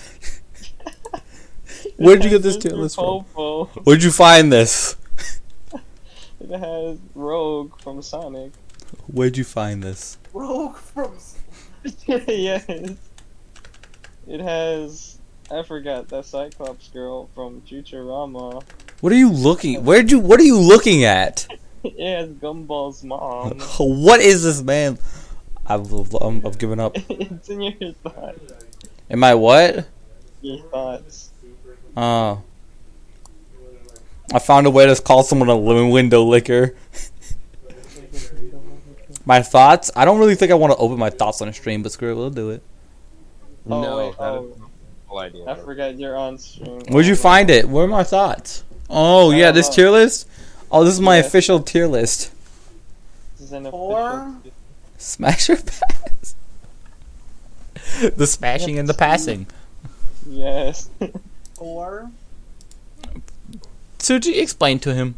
Speaker 2: Where'd you get this
Speaker 5: Mr.
Speaker 2: tier list from?
Speaker 5: Popo.
Speaker 2: Where'd you find this?
Speaker 5: It has Rogue from Sonic.
Speaker 2: Where'd you find this?
Speaker 1: Rogue from.
Speaker 5: yes. It has. I forgot that Cyclops girl from Futurama.
Speaker 2: What are you looking? Where'd you? What are you looking at?
Speaker 5: It has Gumball's mom.
Speaker 2: What is this man? I've I'm, I've given up.
Speaker 5: it's in your thoughts.
Speaker 2: Am I what?
Speaker 5: Your thoughts.
Speaker 2: Oh. I found a way to call someone a lemon window licker. my thoughts? I don't really think I want to open my thoughts on a stream, but screw it, we'll do it.
Speaker 5: Oh,
Speaker 6: no,
Speaker 5: wait,
Speaker 6: that
Speaker 5: oh,
Speaker 6: is no idea.
Speaker 5: I forgot you're on stream.
Speaker 2: Where'd you
Speaker 5: Oh,
Speaker 2: find it? Where are my thoughts? Oh,
Speaker 5: I
Speaker 2: yeah,
Speaker 5: don't
Speaker 2: this
Speaker 5: know.
Speaker 2: tier list? Oh, this is my
Speaker 5: Yeah.
Speaker 2: official tier list.
Speaker 5: This is an
Speaker 1: Or-
Speaker 5: official.
Speaker 2: Smash or pass? the smashing and the passing.
Speaker 5: Yes.
Speaker 1: Or.
Speaker 2: Suji, explain to him.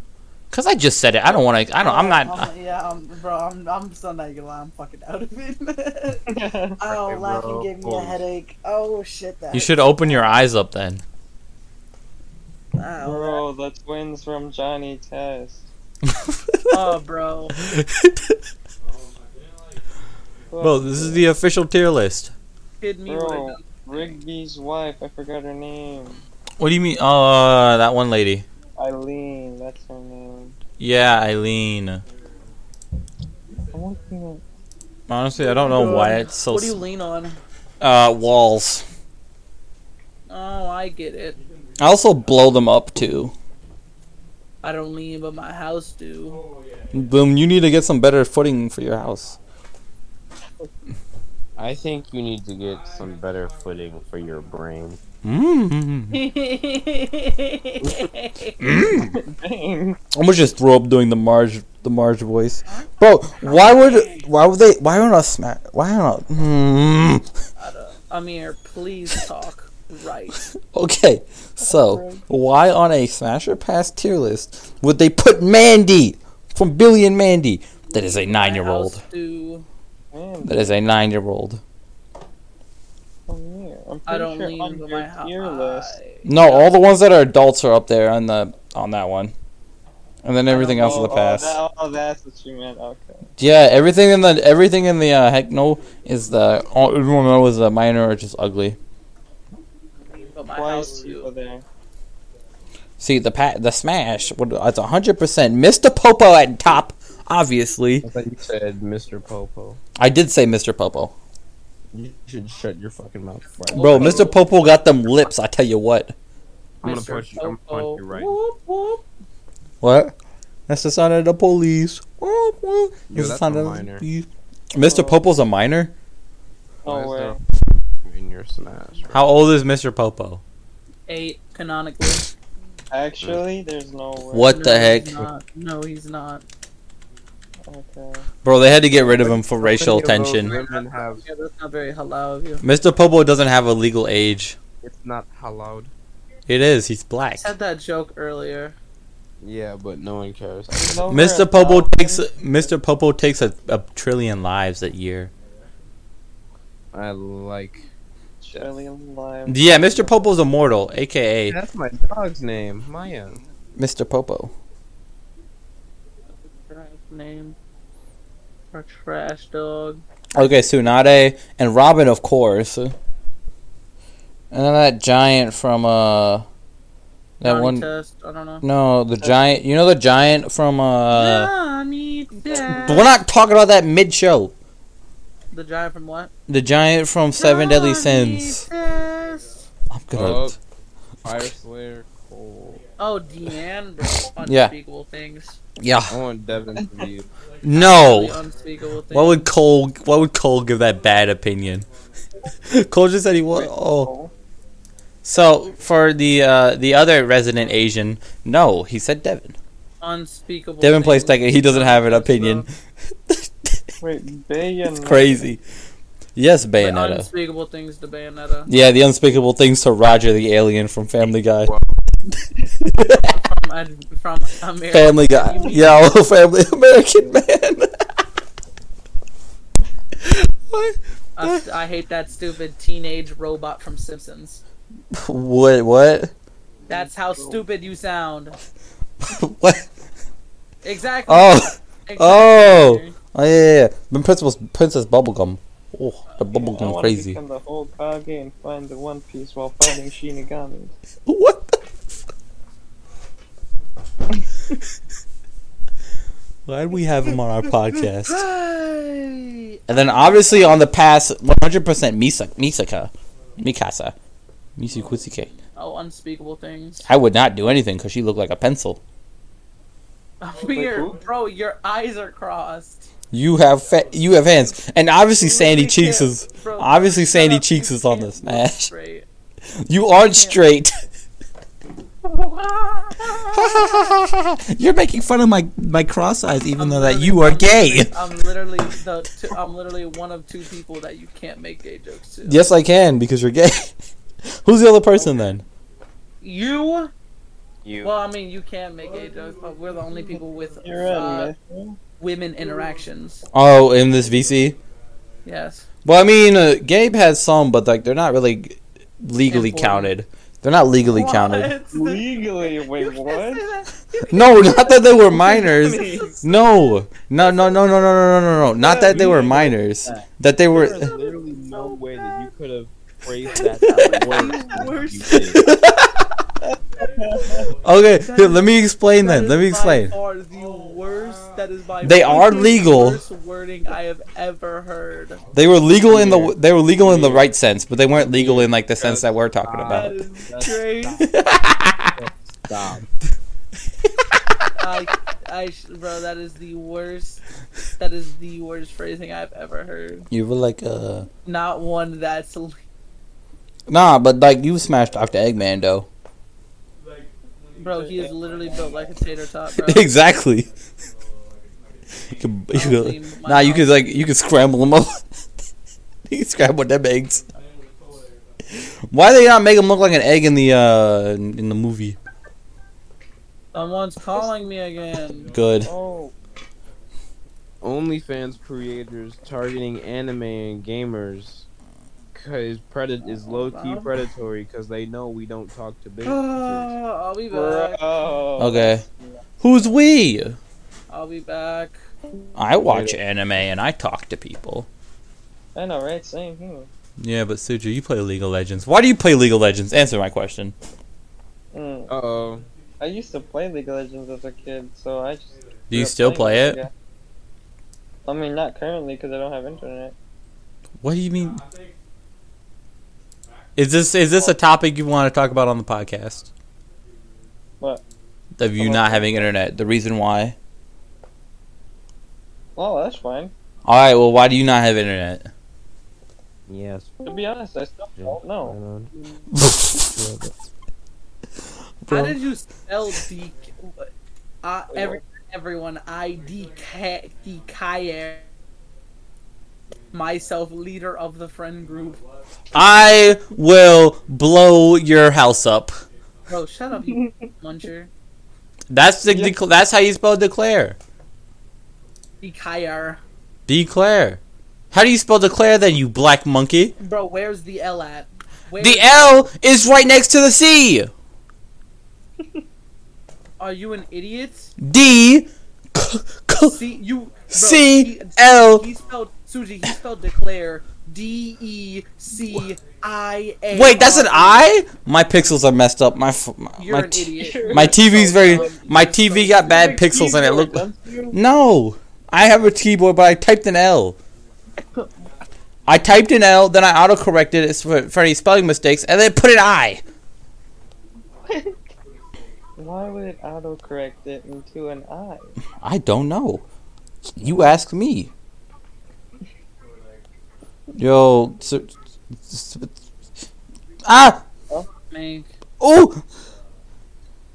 Speaker 2: Because I just said it. I don't want to. I don't. I'm not.
Speaker 1: yeah, I'm, bro, I'm, I'm so not gonna lie, I'm fucking out of it.
Speaker 5: Wait,
Speaker 1: oh, laughing gave me a headache. Oh, shit, that.
Speaker 2: You should open your eyes up then.
Speaker 1: Oh,
Speaker 5: Bro, the twins from Johnny Test.
Speaker 1: oh, bro.
Speaker 2: Bro, this is the official tier list.
Speaker 1: Kid me
Speaker 5: Bro.
Speaker 1: with
Speaker 5: Rigby's wife. I forgot her name.
Speaker 2: What do you mean? Oh, that one lady.
Speaker 5: Eileen. That's her name.
Speaker 2: Yeah, Eileen.
Speaker 5: I want to know-
Speaker 2: Honestly, I don't know why it's so.
Speaker 1: What do you lean on?
Speaker 2: s- uh, walls.
Speaker 1: Oh, I get it.
Speaker 2: I also blow them up too.
Speaker 1: I don't lean, but my house do.
Speaker 2: Boom! You need to get some better footing for your house.
Speaker 6: I think you need to get some better footing for your brain.
Speaker 1: Mm-hmm.
Speaker 2: Mm.
Speaker 5: Dang.
Speaker 2: I almost just throw up doing the Marge, the Marge voice. Bro, why would, why would they, why would I smack? Why not? Mm.
Speaker 1: I don't- Amir, please talk right.
Speaker 2: Okay, so why on a Smasher Pass tier list would they put Mandy from Billy and Mandy? That is a nine year old.
Speaker 1: Do
Speaker 2: That is a nine year old.
Speaker 5: I'm pretty
Speaker 1: I don't
Speaker 5: sure
Speaker 1: lean
Speaker 5: on
Speaker 1: with
Speaker 5: your
Speaker 1: my ho-
Speaker 5: tier list.
Speaker 2: No, all the ones that are adults are up there on the on that one. And then everything else in the
Speaker 5: Oh,
Speaker 2: pass.
Speaker 5: Oh, that- oh, that's what you meant. Okay.
Speaker 2: Yeah, everything in the everything in the uh, heck no is the all everyone know is a minor or just ugly.
Speaker 1: but my
Speaker 5: Why
Speaker 1: house
Speaker 5: is
Speaker 1: do?
Speaker 5: people there?
Speaker 2: See the pa- the smash would it's hundred percent Mr. Popo at top, obviously.
Speaker 6: I thought you said Mr. Popo.
Speaker 2: I did say Mr. Popo.
Speaker 6: You should shut your fucking mouth. Right.
Speaker 2: Bro, Mr. Popo got them lips, I tell you what.
Speaker 6: I'm gonna
Speaker 1: Mr.
Speaker 6: punch you. I'm gonna
Speaker 1: Popo.
Speaker 6: punch you right.
Speaker 1: Whoop, whoop.
Speaker 2: What? That's the sound of the police. Whoop, whoop.
Speaker 6: Yo,
Speaker 2: That's the
Speaker 6: that's
Speaker 2: sound
Speaker 6: a
Speaker 2: of the
Speaker 6: minor.
Speaker 2: police. Mr. Popo's a minor?
Speaker 5: No
Speaker 6: Why is
Speaker 5: way.
Speaker 6: there in your smash?
Speaker 11: How old is Mr. Popo?
Speaker 1: Eight canonically.
Speaker 5: Actually, there's no way.
Speaker 2: What the
Speaker 1: No,
Speaker 2: heck?
Speaker 1: he's not. No, he's not.
Speaker 5: Okay.
Speaker 2: Bro, they had to get rid of him for racial tension.
Speaker 6: Women have.
Speaker 1: Yeah, that's not very halal of you.
Speaker 11: Mr. Popo doesn't have a legal age.
Speaker 6: It's not allowed.
Speaker 11: It is. He's black.
Speaker 1: I said that joke earlier.
Speaker 6: Yeah, but no one cares.
Speaker 5: There's no way.
Speaker 11: Mr. Popo takes Mr. Popo takes a, a trillion lives a year.
Speaker 6: I like.
Speaker 5: Really alive.
Speaker 11: Yeah, Mr. Popo's immortal, aka
Speaker 6: That's my dog's name, Maya.
Speaker 2: Mr. Popo.
Speaker 1: Trash name. Or trash dog.
Speaker 2: Okay, Tsunade and Robin, of course. And then that giant from uh that
Speaker 1: Johnny
Speaker 2: one
Speaker 1: Test. I don't know.
Speaker 2: No, the giant. You know the giant from uh.
Speaker 1: Johnny Test.
Speaker 2: We're not talking about that mid show.
Speaker 1: The giant from what?
Speaker 2: The giant from Seven Deadly
Speaker 1: Johnny
Speaker 2: Sins.
Speaker 1: Test.
Speaker 2: I'm gonna.
Speaker 6: Oh, Fire Slayer Cole.
Speaker 1: Oh, Deanne, bro.
Speaker 2: Yeah.
Speaker 1: Unspeakable things.
Speaker 2: Yeah.
Speaker 6: I want Devin to be.
Speaker 1: Really
Speaker 11: no.
Speaker 1: unspeakable things.
Speaker 11: What would Cole? What would Cole give that bad opinion? Cole just said he was. Oh. So for the uh, the other resident Asian, no, he said Devin.
Speaker 1: unspeakable.
Speaker 2: Devin plays
Speaker 1: things.
Speaker 2: second. He doesn't have an opinion.
Speaker 5: Wait, Bayonetta.
Speaker 2: It's crazy. Yes,
Speaker 1: But
Speaker 2: Bayonetta.
Speaker 1: Unspeakable things to Bayonetta.
Speaker 2: Yeah, the unspeakable things to Roger the alien from Family Guy.
Speaker 1: From, Ad- from America.
Speaker 2: Family Guy.
Speaker 1: You mean-
Speaker 2: Yeah, well, Family American Man.
Speaker 1: I, I hate that stupid teenage robot from Simpsons.
Speaker 2: what? What?
Speaker 1: That's how stupid you sound.
Speaker 2: What?
Speaker 1: Exactly.
Speaker 2: Oh.
Speaker 1: exactly.
Speaker 2: Oh. Oh yeah, yeah, yeah. But Princess Princess Bubblegum. Oh, the bubblegum crazy.
Speaker 5: Become the whole Kage and find the One Piece while fighting Shinigami.
Speaker 2: What? the- Why do we have him on our podcast?
Speaker 1: Hey.
Speaker 2: And then obviously on the pass, 100% Misa, Misaka, Mikasa, Misu Kusuke.
Speaker 1: Oh, unspeakable things.
Speaker 2: I would not do anything because she looked like a pencil.
Speaker 1: Weird,
Speaker 5: who?
Speaker 1: bro. Your eyes are crossed.
Speaker 2: You have fa- you have hands, and obviously Sandy
Speaker 1: You really
Speaker 2: Cheeks
Speaker 1: can't-
Speaker 2: is
Speaker 1: bro,
Speaker 2: obviously
Speaker 1: shut
Speaker 2: Sandy
Speaker 1: up, you
Speaker 2: Cheeks is on
Speaker 1: can't
Speaker 2: this
Speaker 1: look
Speaker 2: match.
Speaker 1: straight.
Speaker 2: you aren't straight. You're making fun of my my cross eyes, even though that you are
Speaker 1: I'm
Speaker 2: gay.
Speaker 1: literally- I'm literally the two, I'm literally one of two people that you can't make gay jokes to.
Speaker 2: Yes, I can because you're gay. Who's the other person then?
Speaker 1: You?
Speaker 12: You.
Speaker 1: Well, I mean, you can make gay jokes, but we're the only people with
Speaker 5: You're
Speaker 1: uh,
Speaker 5: in, man.
Speaker 1: women interactions.
Speaker 2: Oh, in this VC.
Speaker 1: Yes.
Speaker 2: Well, I mean, uh, Gabe has some, but like they're not really g- legally
Speaker 1: Important.
Speaker 2: counted. They're not legally counted.
Speaker 1: What?
Speaker 5: Legally, wait,
Speaker 1: Can't say
Speaker 5: what?
Speaker 1: that.
Speaker 2: No, not that they were minors. No, no, no, no, no, no, no, no, no, no. Not that they were minors. That they
Speaker 6: There's
Speaker 2: were.
Speaker 6: literally no way that you could have phrased that out worse. than you did.
Speaker 2: Okay, here, let me explain
Speaker 1: That
Speaker 2: then.
Speaker 1: is
Speaker 2: Let me
Speaker 1: by
Speaker 2: explain.
Speaker 1: far the worst. That is by
Speaker 2: They
Speaker 1: far
Speaker 2: are
Speaker 1: the
Speaker 2: legal.
Speaker 1: Worst wording I have ever heard.
Speaker 2: They were legal in the they were legal in the right sense, but they weren't legal in like the sense that we're talking
Speaker 1: That
Speaker 2: about.
Speaker 1: is crazy.
Speaker 6: Stop.
Speaker 1: I, I, sh- bro, that is the worst. That is the worst phrasing I've ever heard.
Speaker 2: You were like, uh,
Speaker 1: Not one that's. l-
Speaker 2: nah, but like you smashed Doctor Eggman though.
Speaker 1: Bro, he is literally built like a tater tot, bro.
Speaker 2: exactly. You could, you could-
Speaker 1: Probably my
Speaker 2: nah, you
Speaker 1: house.
Speaker 2: could like you could scramble them up. you could scramble them eggs. Why they not make him look like an egg in the uh in in the movie?
Speaker 1: Someone's calling me again.
Speaker 2: Good.
Speaker 1: Oh.
Speaker 6: OnlyFans creators targeting anime and gamers because pred is
Speaker 1: Oh,
Speaker 6: low key predatory because they know we don't talk to big.
Speaker 1: I'll be back.
Speaker 5: oh.
Speaker 2: Okay. Who's we?
Speaker 1: I'll be back.
Speaker 2: I watch anime and I talk to people.
Speaker 5: I know, right? Same. here.
Speaker 2: Yeah, but Suju, you play League of Legends. Why do you play League of Legends? Answer my question.
Speaker 5: Mm.
Speaker 6: Uh oh.
Speaker 5: I used to play League of Legends as a kid, so I just.
Speaker 2: Do you still play it?
Speaker 5: I mean, not currently because I don't have internet.
Speaker 2: What do you mean? Is this is this a topic you want to talk about on the podcast?
Speaker 5: What?
Speaker 2: Of you not having internet. The reason why.
Speaker 5: Oh, that's fine.
Speaker 2: All right. Well, why do you not have internet?
Speaker 6: Yes.
Speaker 5: To be honest, I still don't know.
Speaker 1: How did you spell D? Uh, every, everyone, I D K D K myself leader of the friend group.
Speaker 2: I will blow your house up.
Speaker 1: Bro, shut up, you muncher.
Speaker 2: That's the decl- that's how you spell declare.
Speaker 1: Dikayar.
Speaker 2: Declare. How do you spell declare then, you black monkey?
Speaker 1: Bro, where's the L at? Where's
Speaker 2: The L is right next to the C.
Speaker 1: Are you an idiot?
Speaker 2: D
Speaker 1: C you bro,
Speaker 2: C,
Speaker 1: he-
Speaker 2: L.
Speaker 1: He spelled Suji. He spelled declare. D E C I A.
Speaker 2: Wait, that's an I? My pixels are messed up. My f- my
Speaker 1: You're
Speaker 2: my,
Speaker 1: an
Speaker 2: t-
Speaker 1: idiot.
Speaker 2: my TV's very my TV got bad pixels in it. Look. No. I have a keyboard but I typed an L. I typed an L, then I autocorrected it for, for any spelling mistakes and then put an I.
Speaker 5: Why would it autocorrect it into an I?
Speaker 2: I don't know. You ask me. Yo, so, ah,
Speaker 1: Mank.
Speaker 2: oh.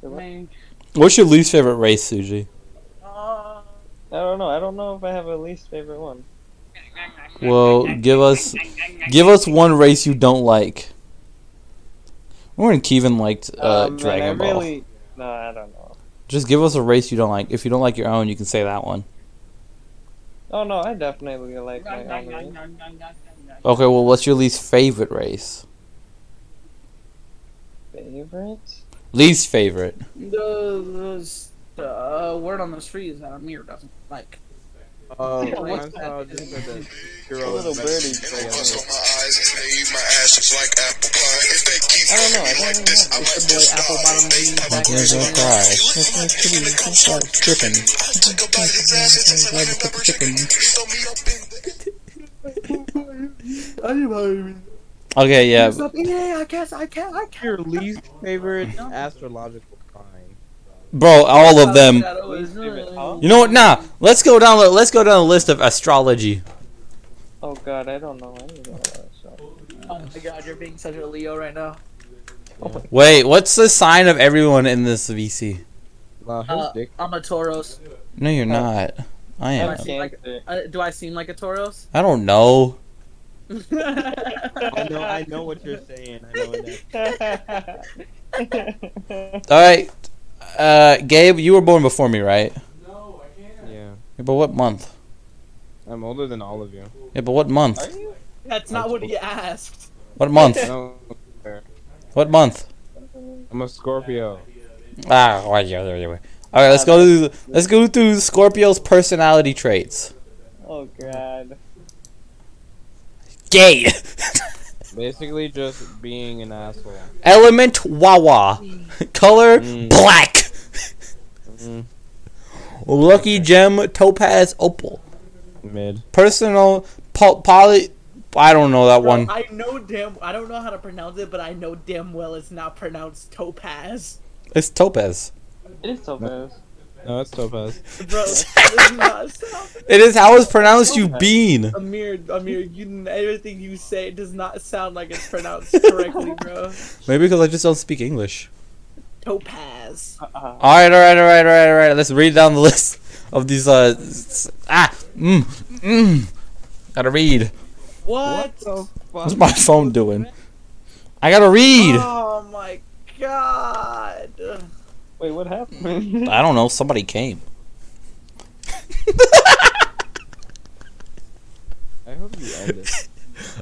Speaker 1: Mank.
Speaker 2: What's your least favorite race, Suji?
Speaker 1: Ah.
Speaker 5: I don't know. I don't know if I have a least favorite one.
Speaker 2: Well, give us, give us one race you don't like. Remember when Kevin liked uh,
Speaker 5: Oh, man,
Speaker 2: Dragon
Speaker 5: I
Speaker 2: Ball?
Speaker 5: really... No, I don't know.
Speaker 2: Just give us a race you don't like. If you don't like your own, you can say that one.
Speaker 5: Oh no, I definitely like my own race.
Speaker 2: Okay. Well, what's your least favorite race?
Speaker 5: favorite.
Speaker 2: Least favorite.
Speaker 1: The, the uh, word on the street is that Amir doesn't like.
Speaker 6: Oh,
Speaker 1: Yeah, what's
Speaker 6: I'm
Speaker 1: that?
Speaker 6: sorry, just said that
Speaker 5: A
Speaker 6: girl
Speaker 5: little
Speaker 6: is-
Speaker 5: birdie.
Speaker 2: Okay. Yeah.
Speaker 1: What's up? Yeah, I guess I can. I can.
Speaker 6: Your least favorite astrological sign.
Speaker 2: Bro, all of them. You know what? Nah, let's go down. the- Let's go down the list of astrology.
Speaker 5: Oh god, I don't know anything about that show.
Speaker 1: Oh my god, you're being such a Leo right now.
Speaker 2: Wait, what's the sign of everyone in this VC?
Speaker 6: Wow, his
Speaker 1: Uh,
Speaker 6: dick.
Speaker 1: I'm a Tauros.
Speaker 2: No,
Speaker 5: Oh.
Speaker 2: you're not. I
Speaker 1: Do I
Speaker 2: am.
Speaker 1: seem like,
Speaker 5: Cancer.
Speaker 1: uh, do I seem like a Tauros?
Speaker 2: I don't know.
Speaker 6: I know, I know what you're saying. I know that.
Speaker 2: All right, uh, Gabe, you were born before me, right?
Speaker 6: Yeah,
Speaker 2: Yeah, but what month?
Speaker 6: I'm older than all of you.
Speaker 2: Yeah, but what month?
Speaker 5: Are you?
Speaker 1: That's not what he asked.
Speaker 2: What month?
Speaker 6: I don't-
Speaker 2: What month?
Speaker 6: I'm a Scorpio.
Speaker 2: Ah, why you anyway? All right, let's go through. Let's go through Scorpio's personality traits.
Speaker 5: Oh god.
Speaker 2: Gay.
Speaker 6: Basically, just being an asshole.
Speaker 2: Element Wawa. Color
Speaker 6: Mm.
Speaker 2: black.
Speaker 6: Mm.
Speaker 2: Lucky gem topaz opal.
Speaker 6: Mid.
Speaker 2: Personal po- poly. I don't know that one.
Speaker 1: I know damn. I don't know how to pronounce it, but I know damn well it's not pronounced topaz.
Speaker 2: It's topaz.
Speaker 5: It is so bad.
Speaker 6: No, it's Topaz.
Speaker 1: Bro, it's not. Stop.
Speaker 2: It is how it's pronounced. You bean.
Speaker 1: Amir, Amir, you everything you say does not sound like it's pronounced correctly, bro.
Speaker 2: Maybe because I just don't speak English.
Speaker 1: Topaz.
Speaker 5: Uh,
Speaker 2: All right, all right, all right, all right, all right. Let's read down the list of these. Uh, s- ah, mm, mm. Gotta read.
Speaker 1: What?
Speaker 2: What's my phone doing? I gotta read.
Speaker 1: Oh my god.
Speaker 5: Wait, what happened?
Speaker 2: I don't know. Somebody came.
Speaker 6: I hope you end it.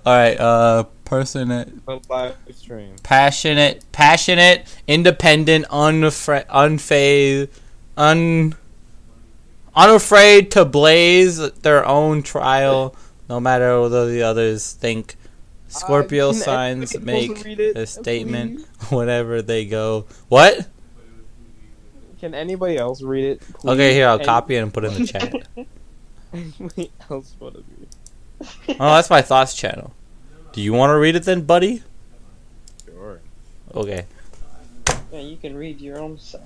Speaker 2: All right. Uh, personate.
Speaker 6: A live stream.
Speaker 2: passionate, passionate, independent, unafraid, unfazed, un, unafraid to blaze their own trial, no matter what the others think. Scorpio
Speaker 6: Uh, can
Speaker 2: signs
Speaker 6: everybody
Speaker 2: make
Speaker 6: also read it,
Speaker 2: a statement whenever they go. What?
Speaker 6: Can anybody else read it? please?
Speaker 2: Okay, here I'll
Speaker 6: Any-
Speaker 2: copy it and put it in the chat.
Speaker 6: Anybody else want to read?
Speaker 2: Oh, that's my thoughts channel. Do you want to read it then, buddy?
Speaker 6: Sure.
Speaker 2: Okay.
Speaker 5: yeah, you can read your own side.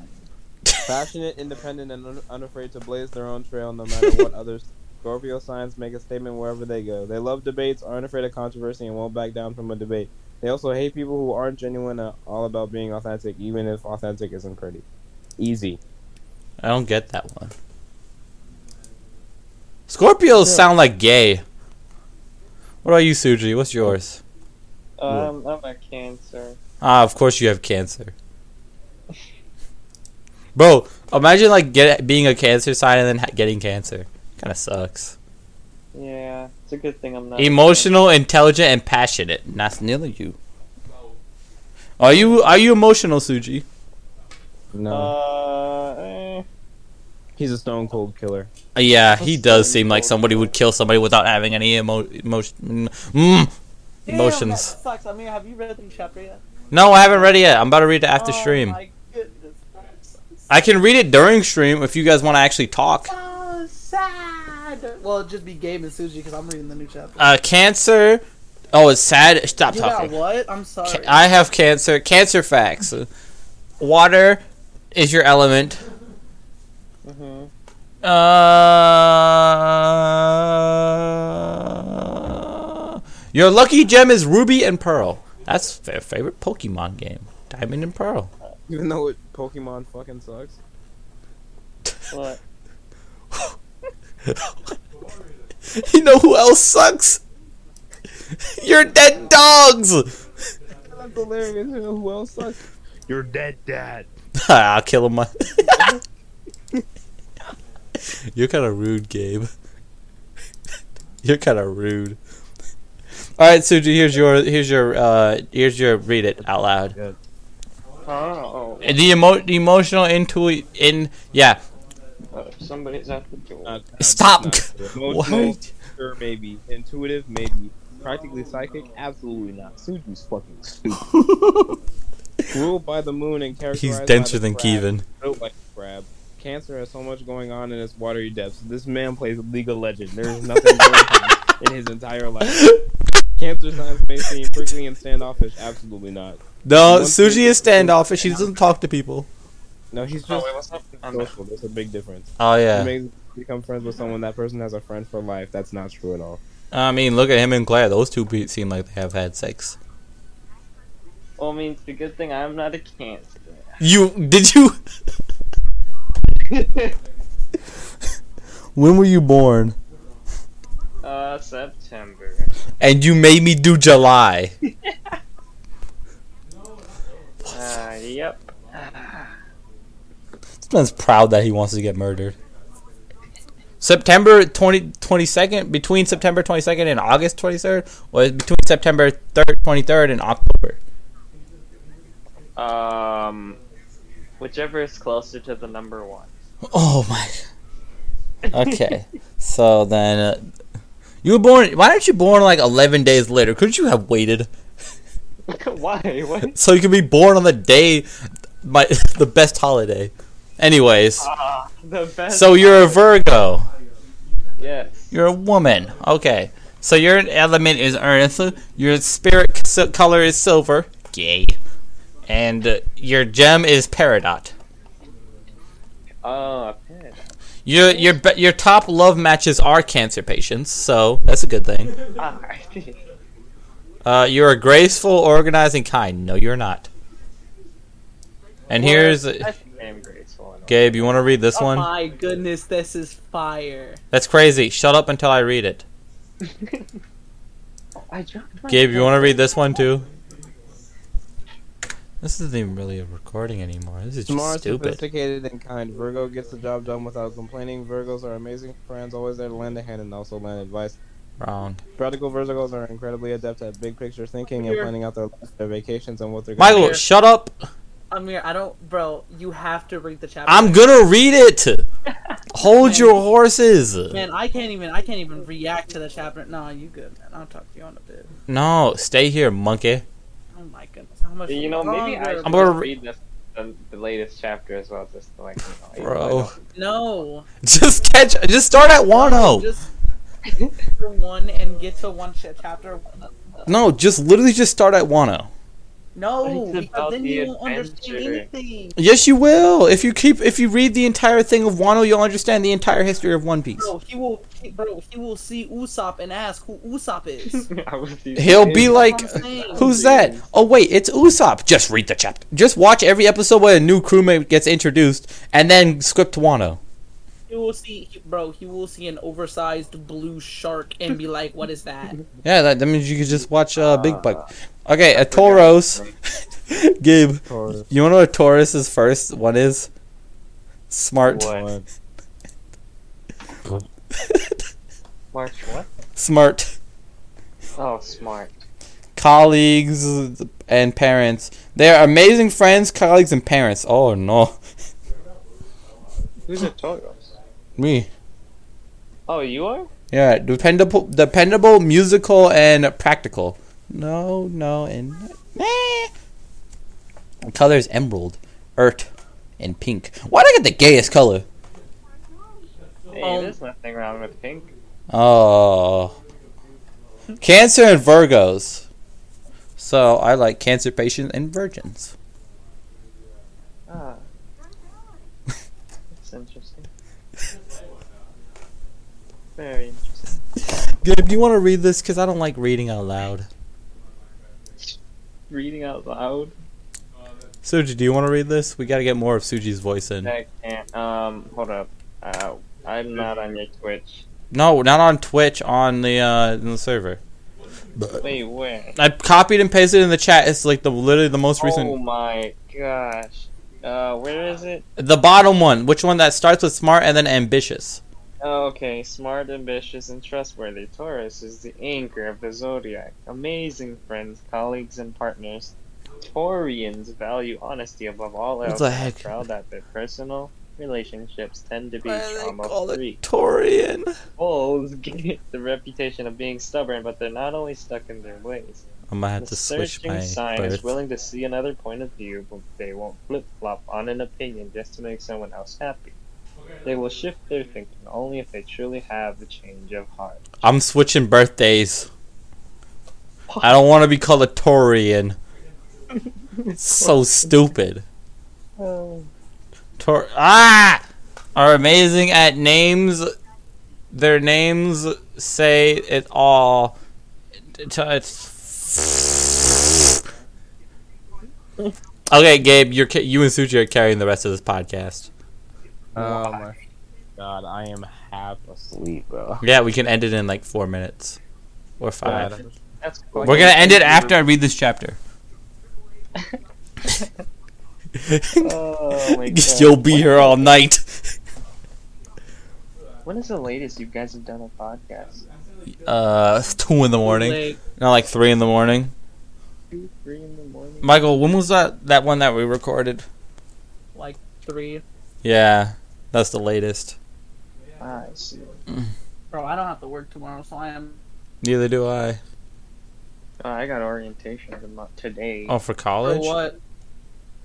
Speaker 6: Passionate, independent, and un- unafraid to blaze their own trail no matter what others. Scorpio signs make a statement wherever they go. They love debates, aren't afraid of controversy, and won't back down from a debate. They also hate people who aren't genuine, uh, all about being authentic, even if authentic isn't pretty. Easy.
Speaker 2: I don't get that one. Scorpios sound like gay. What about you, Suji? What's yours?
Speaker 5: Um, I'm a cancer.
Speaker 2: Ah, of course you have cancer. Bro, imagine like get being a cancer sign and then ha- getting cancer. Kind of sucks.
Speaker 5: Yeah, it's a good thing I'm not.
Speaker 2: Emotional, intelligent, and passionate. That's nearly you. Are you are you emotional, Suji?
Speaker 6: No.
Speaker 5: Uh, eh.
Speaker 6: He's a stone cold killer.
Speaker 2: Uh, Yeah, he does seem like somebody would kill somebody without having any emo- emotion mm,
Speaker 1: Damn,
Speaker 2: emotions.
Speaker 1: That sucks. I mean, have you read the chapter yet?
Speaker 2: No, I haven't read it yet. I'm about to read it after
Speaker 1: Oh
Speaker 2: stream.
Speaker 1: my goodness.
Speaker 2: I can read it during stream if you guys want to actually talk.
Speaker 1: So sad. Well, it'd just be Gabe and Suji because I'm reading the new chapter.
Speaker 2: Uh, cancer. Oh, it's sad. Stop
Speaker 1: you got
Speaker 2: talking.
Speaker 1: what? I'm sorry.
Speaker 2: Ca- I have cancer. Cancer facts. Water is your element.
Speaker 5: Mhm.
Speaker 2: Uh, your lucky gem is ruby and pearl. That's their favorite Pokemon game. Diamond and Pearl.
Speaker 6: Even though it, Pokemon fucking sucks.
Speaker 5: What?
Speaker 2: you know who else sucks? Your dead dogs.
Speaker 6: That's hilarious. You know who else sucks? Your dead dad.
Speaker 2: Ah, I'll kill him. You're kind of rude, Gabe. You're kind of rude. All right, Suji. Here's your here's your uh here's your read it out loud.
Speaker 5: Oh,
Speaker 2: The emo the emotional intu in yeah.
Speaker 5: oh, somebody's at the door.
Speaker 6: Not-
Speaker 2: Stop.
Speaker 6: Uh, not- Emotional,
Speaker 2: What?
Speaker 6: sure, maybe. Intuitive, maybe. Practically psychic, absolutely not. Suji's fucking stupid. Ruled by the moon and characterized
Speaker 2: He's
Speaker 6: by
Speaker 2: denser
Speaker 6: the
Speaker 2: than
Speaker 6: crab.
Speaker 2: Kevin.
Speaker 6: Built like a crab. Cancer has so much going on in its watery depths. This man plays League of Legends. There is nothing going on in his entire life. Cancer signs may seem prickly and standoffish. Absolutely not.
Speaker 2: No,
Speaker 6: One
Speaker 2: Suji
Speaker 6: thing-
Speaker 2: is standoffish. She doesn't talk to people.
Speaker 6: No, he's just
Speaker 5: Oh, wait, what's up?
Speaker 6: social. There's a big difference.
Speaker 2: Oh
Speaker 6: It
Speaker 2: yeah.
Speaker 6: makes become friends with someone. That person has a friend for life. That's not true at all.
Speaker 2: I mean, look at him and Claire. Those two pe- seem like they have had sex.
Speaker 5: Well, I mean, it's a good thing I'm not a cancer.
Speaker 2: You did you? when were you born?
Speaker 5: Uh, September.
Speaker 2: And you made me do July.
Speaker 5: Uh, yep.
Speaker 2: This man's proud that he wants to get murdered. September 20, 22nd, between September 22nd and August 23rd, or between September 3rd, 23rd and October.
Speaker 5: Um, whichever is closer to the number one.
Speaker 2: Oh my. Okay. so then. Uh, you were born. Why aren't you born like 11 days later? Couldn't you have waited?
Speaker 5: Why? What?
Speaker 2: so you can be born on the day my the best holiday. Anyways,
Speaker 5: Ah, the best.
Speaker 2: so you're a Virgo.
Speaker 5: Yes.
Speaker 2: You're a woman. Okay. So your element is earth. Your spirit c- color is silver. Gay. And uh, your gem is peridot.
Speaker 5: Oh, a pet.
Speaker 2: Your your be- your top love matches are cancer patients, so that's a good thing.
Speaker 5: Ah, I see.
Speaker 2: Uh, you're a graceful, organized, and kind. No, you're not. And
Speaker 5: Well,
Speaker 2: here's uh,
Speaker 5: I think I am graceful. and all.
Speaker 2: Gabe. You want to read this
Speaker 1: oh
Speaker 2: one?
Speaker 1: my goodness, this is fire.
Speaker 2: That's crazy. Shut up until I read it.
Speaker 5: I dropped my.
Speaker 2: Gabe, you want to read this one too? This isn't even really a recording anymore. This is just
Speaker 6: Smart,
Speaker 2: stupid.
Speaker 6: sophisticated, and kind. Virgo gets the job done without complaining. Virgos are amazing friends, always there to lend a hand and also lend advice.
Speaker 2: Wrong.
Speaker 6: Practical Virgos are incredibly adept at big picture thinking and
Speaker 1: Here.
Speaker 6: planning out their, lives, their vacations and what they're gonna
Speaker 2: Michael,
Speaker 6: do.
Speaker 2: shut up.
Speaker 1: Amir, I don't, bro. You have to read the chapter.
Speaker 2: I'm gonna read it. Hold your horses.
Speaker 1: Man, I can't even. I can't even react to the chapter. Nah, you good, man. I'll talk to you on a bit.
Speaker 2: No, stay here, monkey.
Speaker 1: Oh my goodness, how much?
Speaker 5: You know, maybe I
Speaker 1: longer?
Speaker 5: should
Speaker 2: I'm gonna
Speaker 5: just read this, the, the latest chapter as well, just to, like, you know,
Speaker 2: Bro.
Speaker 1: No.
Speaker 2: Just catch. Just start at oh. Wano.
Speaker 1: Just chapter one and get to one ch- chapter. One.
Speaker 2: No, just literally just start at oh. Wano.
Speaker 1: No,
Speaker 5: It's
Speaker 1: because
Speaker 5: about
Speaker 1: then
Speaker 5: the
Speaker 1: you won't understand
Speaker 5: adventure.
Speaker 1: anything.
Speaker 2: Yes, you will. If you keep, if you read the entire thing of Wano, you'll understand the entire history of One Piece.
Speaker 1: Bro, he will. Bro, he will see Usopp and ask who Usopp is.
Speaker 5: I was these
Speaker 2: He'll be like,
Speaker 1: That's what I'm saying.
Speaker 2: "Who's that? Oh wait, it's Usopp." Just read the chapter. Just watch every episode where a new crewmate gets introduced, and then skip to Wano.
Speaker 1: He will see, he- bro. He will see an oversized blue shark and be like, "What is that?"
Speaker 2: Yeah, that, that means you could just watch uh, Big Bug. Okay, a Tauros. Gabe,
Speaker 6: Taurus.
Speaker 2: you wanna know what Taurus's first one is? Smart.
Speaker 5: What? March what?
Speaker 2: Smart.
Speaker 5: Oh, smart.
Speaker 2: Colleagues and parents. They are amazing friends, colleagues, and parents. Oh no.
Speaker 5: Who's a Tauros?
Speaker 2: Me.
Speaker 5: Oh, you are?
Speaker 2: Yeah, dependable, dependable, musical, and practical. No, no, and eh. colors emerald, earth, and pink. Why did I get the gayest color?
Speaker 5: Hey,
Speaker 1: Um,
Speaker 5: there's nothing wrong with pink.
Speaker 2: Oh, Cancer and Virgos. So I like cancer patients and virgins.
Speaker 5: Ah. That's interesting. Very interesting.
Speaker 2: Gabe, do you want to read this? Cause I don't like reading out loud.
Speaker 5: Reading out loud?
Speaker 2: Suji, do you want to read this? We gotta get more of Suji's voice in.
Speaker 5: I can't. Um, hold up. Uh, I'm not on your Twitch.
Speaker 2: No, not on Twitch. On the uh, on the server.
Speaker 5: Wait, where?
Speaker 2: I copied and pasted in the chat. It's like the literally the most
Speaker 5: Oh
Speaker 2: recent,
Speaker 5: my gosh. Uh, where is it?
Speaker 2: the bottom one. Which one that starts with smart and then ambitious?
Speaker 5: Oh, okay, smart, ambitious, and trustworthy. Taurus is the anchor of the zodiac. Amazing friends, colleagues, and partners. Taurians value honesty above all
Speaker 2: What
Speaker 5: else.
Speaker 2: the
Speaker 5: and are
Speaker 2: heck?
Speaker 5: Proud that their personal relationships tend to be
Speaker 2: Why do they
Speaker 5: trauma free.
Speaker 2: Torian.
Speaker 5: Bulls get the reputation of being stubborn, but they're not always stuck in their ways.
Speaker 2: I'm gonna have
Speaker 5: The
Speaker 2: to switch
Speaker 5: searching
Speaker 2: my
Speaker 5: sign is
Speaker 2: birth.
Speaker 5: willing to see another point of view, but they won't flip flop on an opinion just to make someone else happy. They will shift their thinking only if they truly have the change of heart.
Speaker 2: I'm switching birthdays. I don't want to be called a Torian. It's so stupid. Tor ah are amazing at names. Their names say it all. T- it's- okay, Gabe, you're ca- you and Suji are carrying the rest of this podcast.
Speaker 6: Oh my
Speaker 13: God, I am half asleep.
Speaker 6: sleep, bro.
Speaker 2: Yeah, we can end it in like four minutes or five.
Speaker 13: God.
Speaker 5: That's
Speaker 2: We're gonna end it after I read this chapter.
Speaker 5: Oh my god.
Speaker 2: You'll be here all night.
Speaker 5: When is the latest you guys have done a podcast?
Speaker 2: Uh, it's two in the morning,
Speaker 1: Like,
Speaker 2: not like three in the morning.
Speaker 5: Two, three in the morning.
Speaker 2: Michael, when was that that one that we recorded?
Speaker 1: like three.
Speaker 2: Yeah, that's the latest.
Speaker 5: Ah, I see.
Speaker 1: Bro, I don't have to work tomorrow, so I am.
Speaker 2: Neither do I.
Speaker 5: Oh, I got orientation tomo- today
Speaker 2: Oh, for
Speaker 1: For
Speaker 2: college?
Speaker 1: what?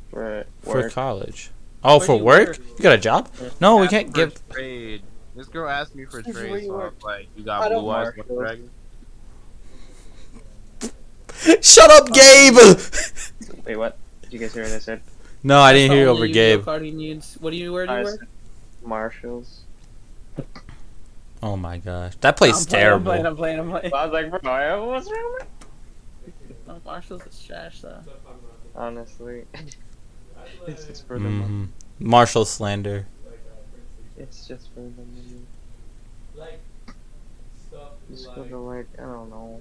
Speaker 5: for
Speaker 2: For
Speaker 5: work.
Speaker 2: college. Oh,
Speaker 1: Where
Speaker 2: for
Speaker 1: do you
Speaker 2: work?
Speaker 1: work?
Speaker 2: You got a job? No, we can't give.
Speaker 13: Trade. This girl asked me for a
Speaker 1: This is
Speaker 13: trade,
Speaker 1: where you
Speaker 13: so I
Speaker 1: work.
Speaker 13: was like, you
Speaker 1: I
Speaker 13: got
Speaker 1: don't
Speaker 13: blue eyes,
Speaker 5: work.
Speaker 13: one dragon.
Speaker 2: Shut up, Gabe!
Speaker 5: Wait, what? Did you guys hear what I said?
Speaker 2: No, I didn't hear you
Speaker 1: Only
Speaker 2: over
Speaker 1: you
Speaker 2: Gabe.
Speaker 1: Card he needs. What do you where do
Speaker 5: I
Speaker 1: you
Speaker 5: said
Speaker 1: work?
Speaker 5: Marshalls.
Speaker 2: Oh my gosh, that place
Speaker 1: I'm playing, I'm
Speaker 2: terrible.
Speaker 1: playing. I'm playing. I'm playing.
Speaker 5: I was like, bro, what's wrong with
Speaker 1: No, Marshall's is trash though.
Speaker 5: Honestly. it's just for the
Speaker 2: Mhm.
Speaker 5: money.
Speaker 2: Marshall slander.
Speaker 5: It's just for the money. Just for the, like, I don't know.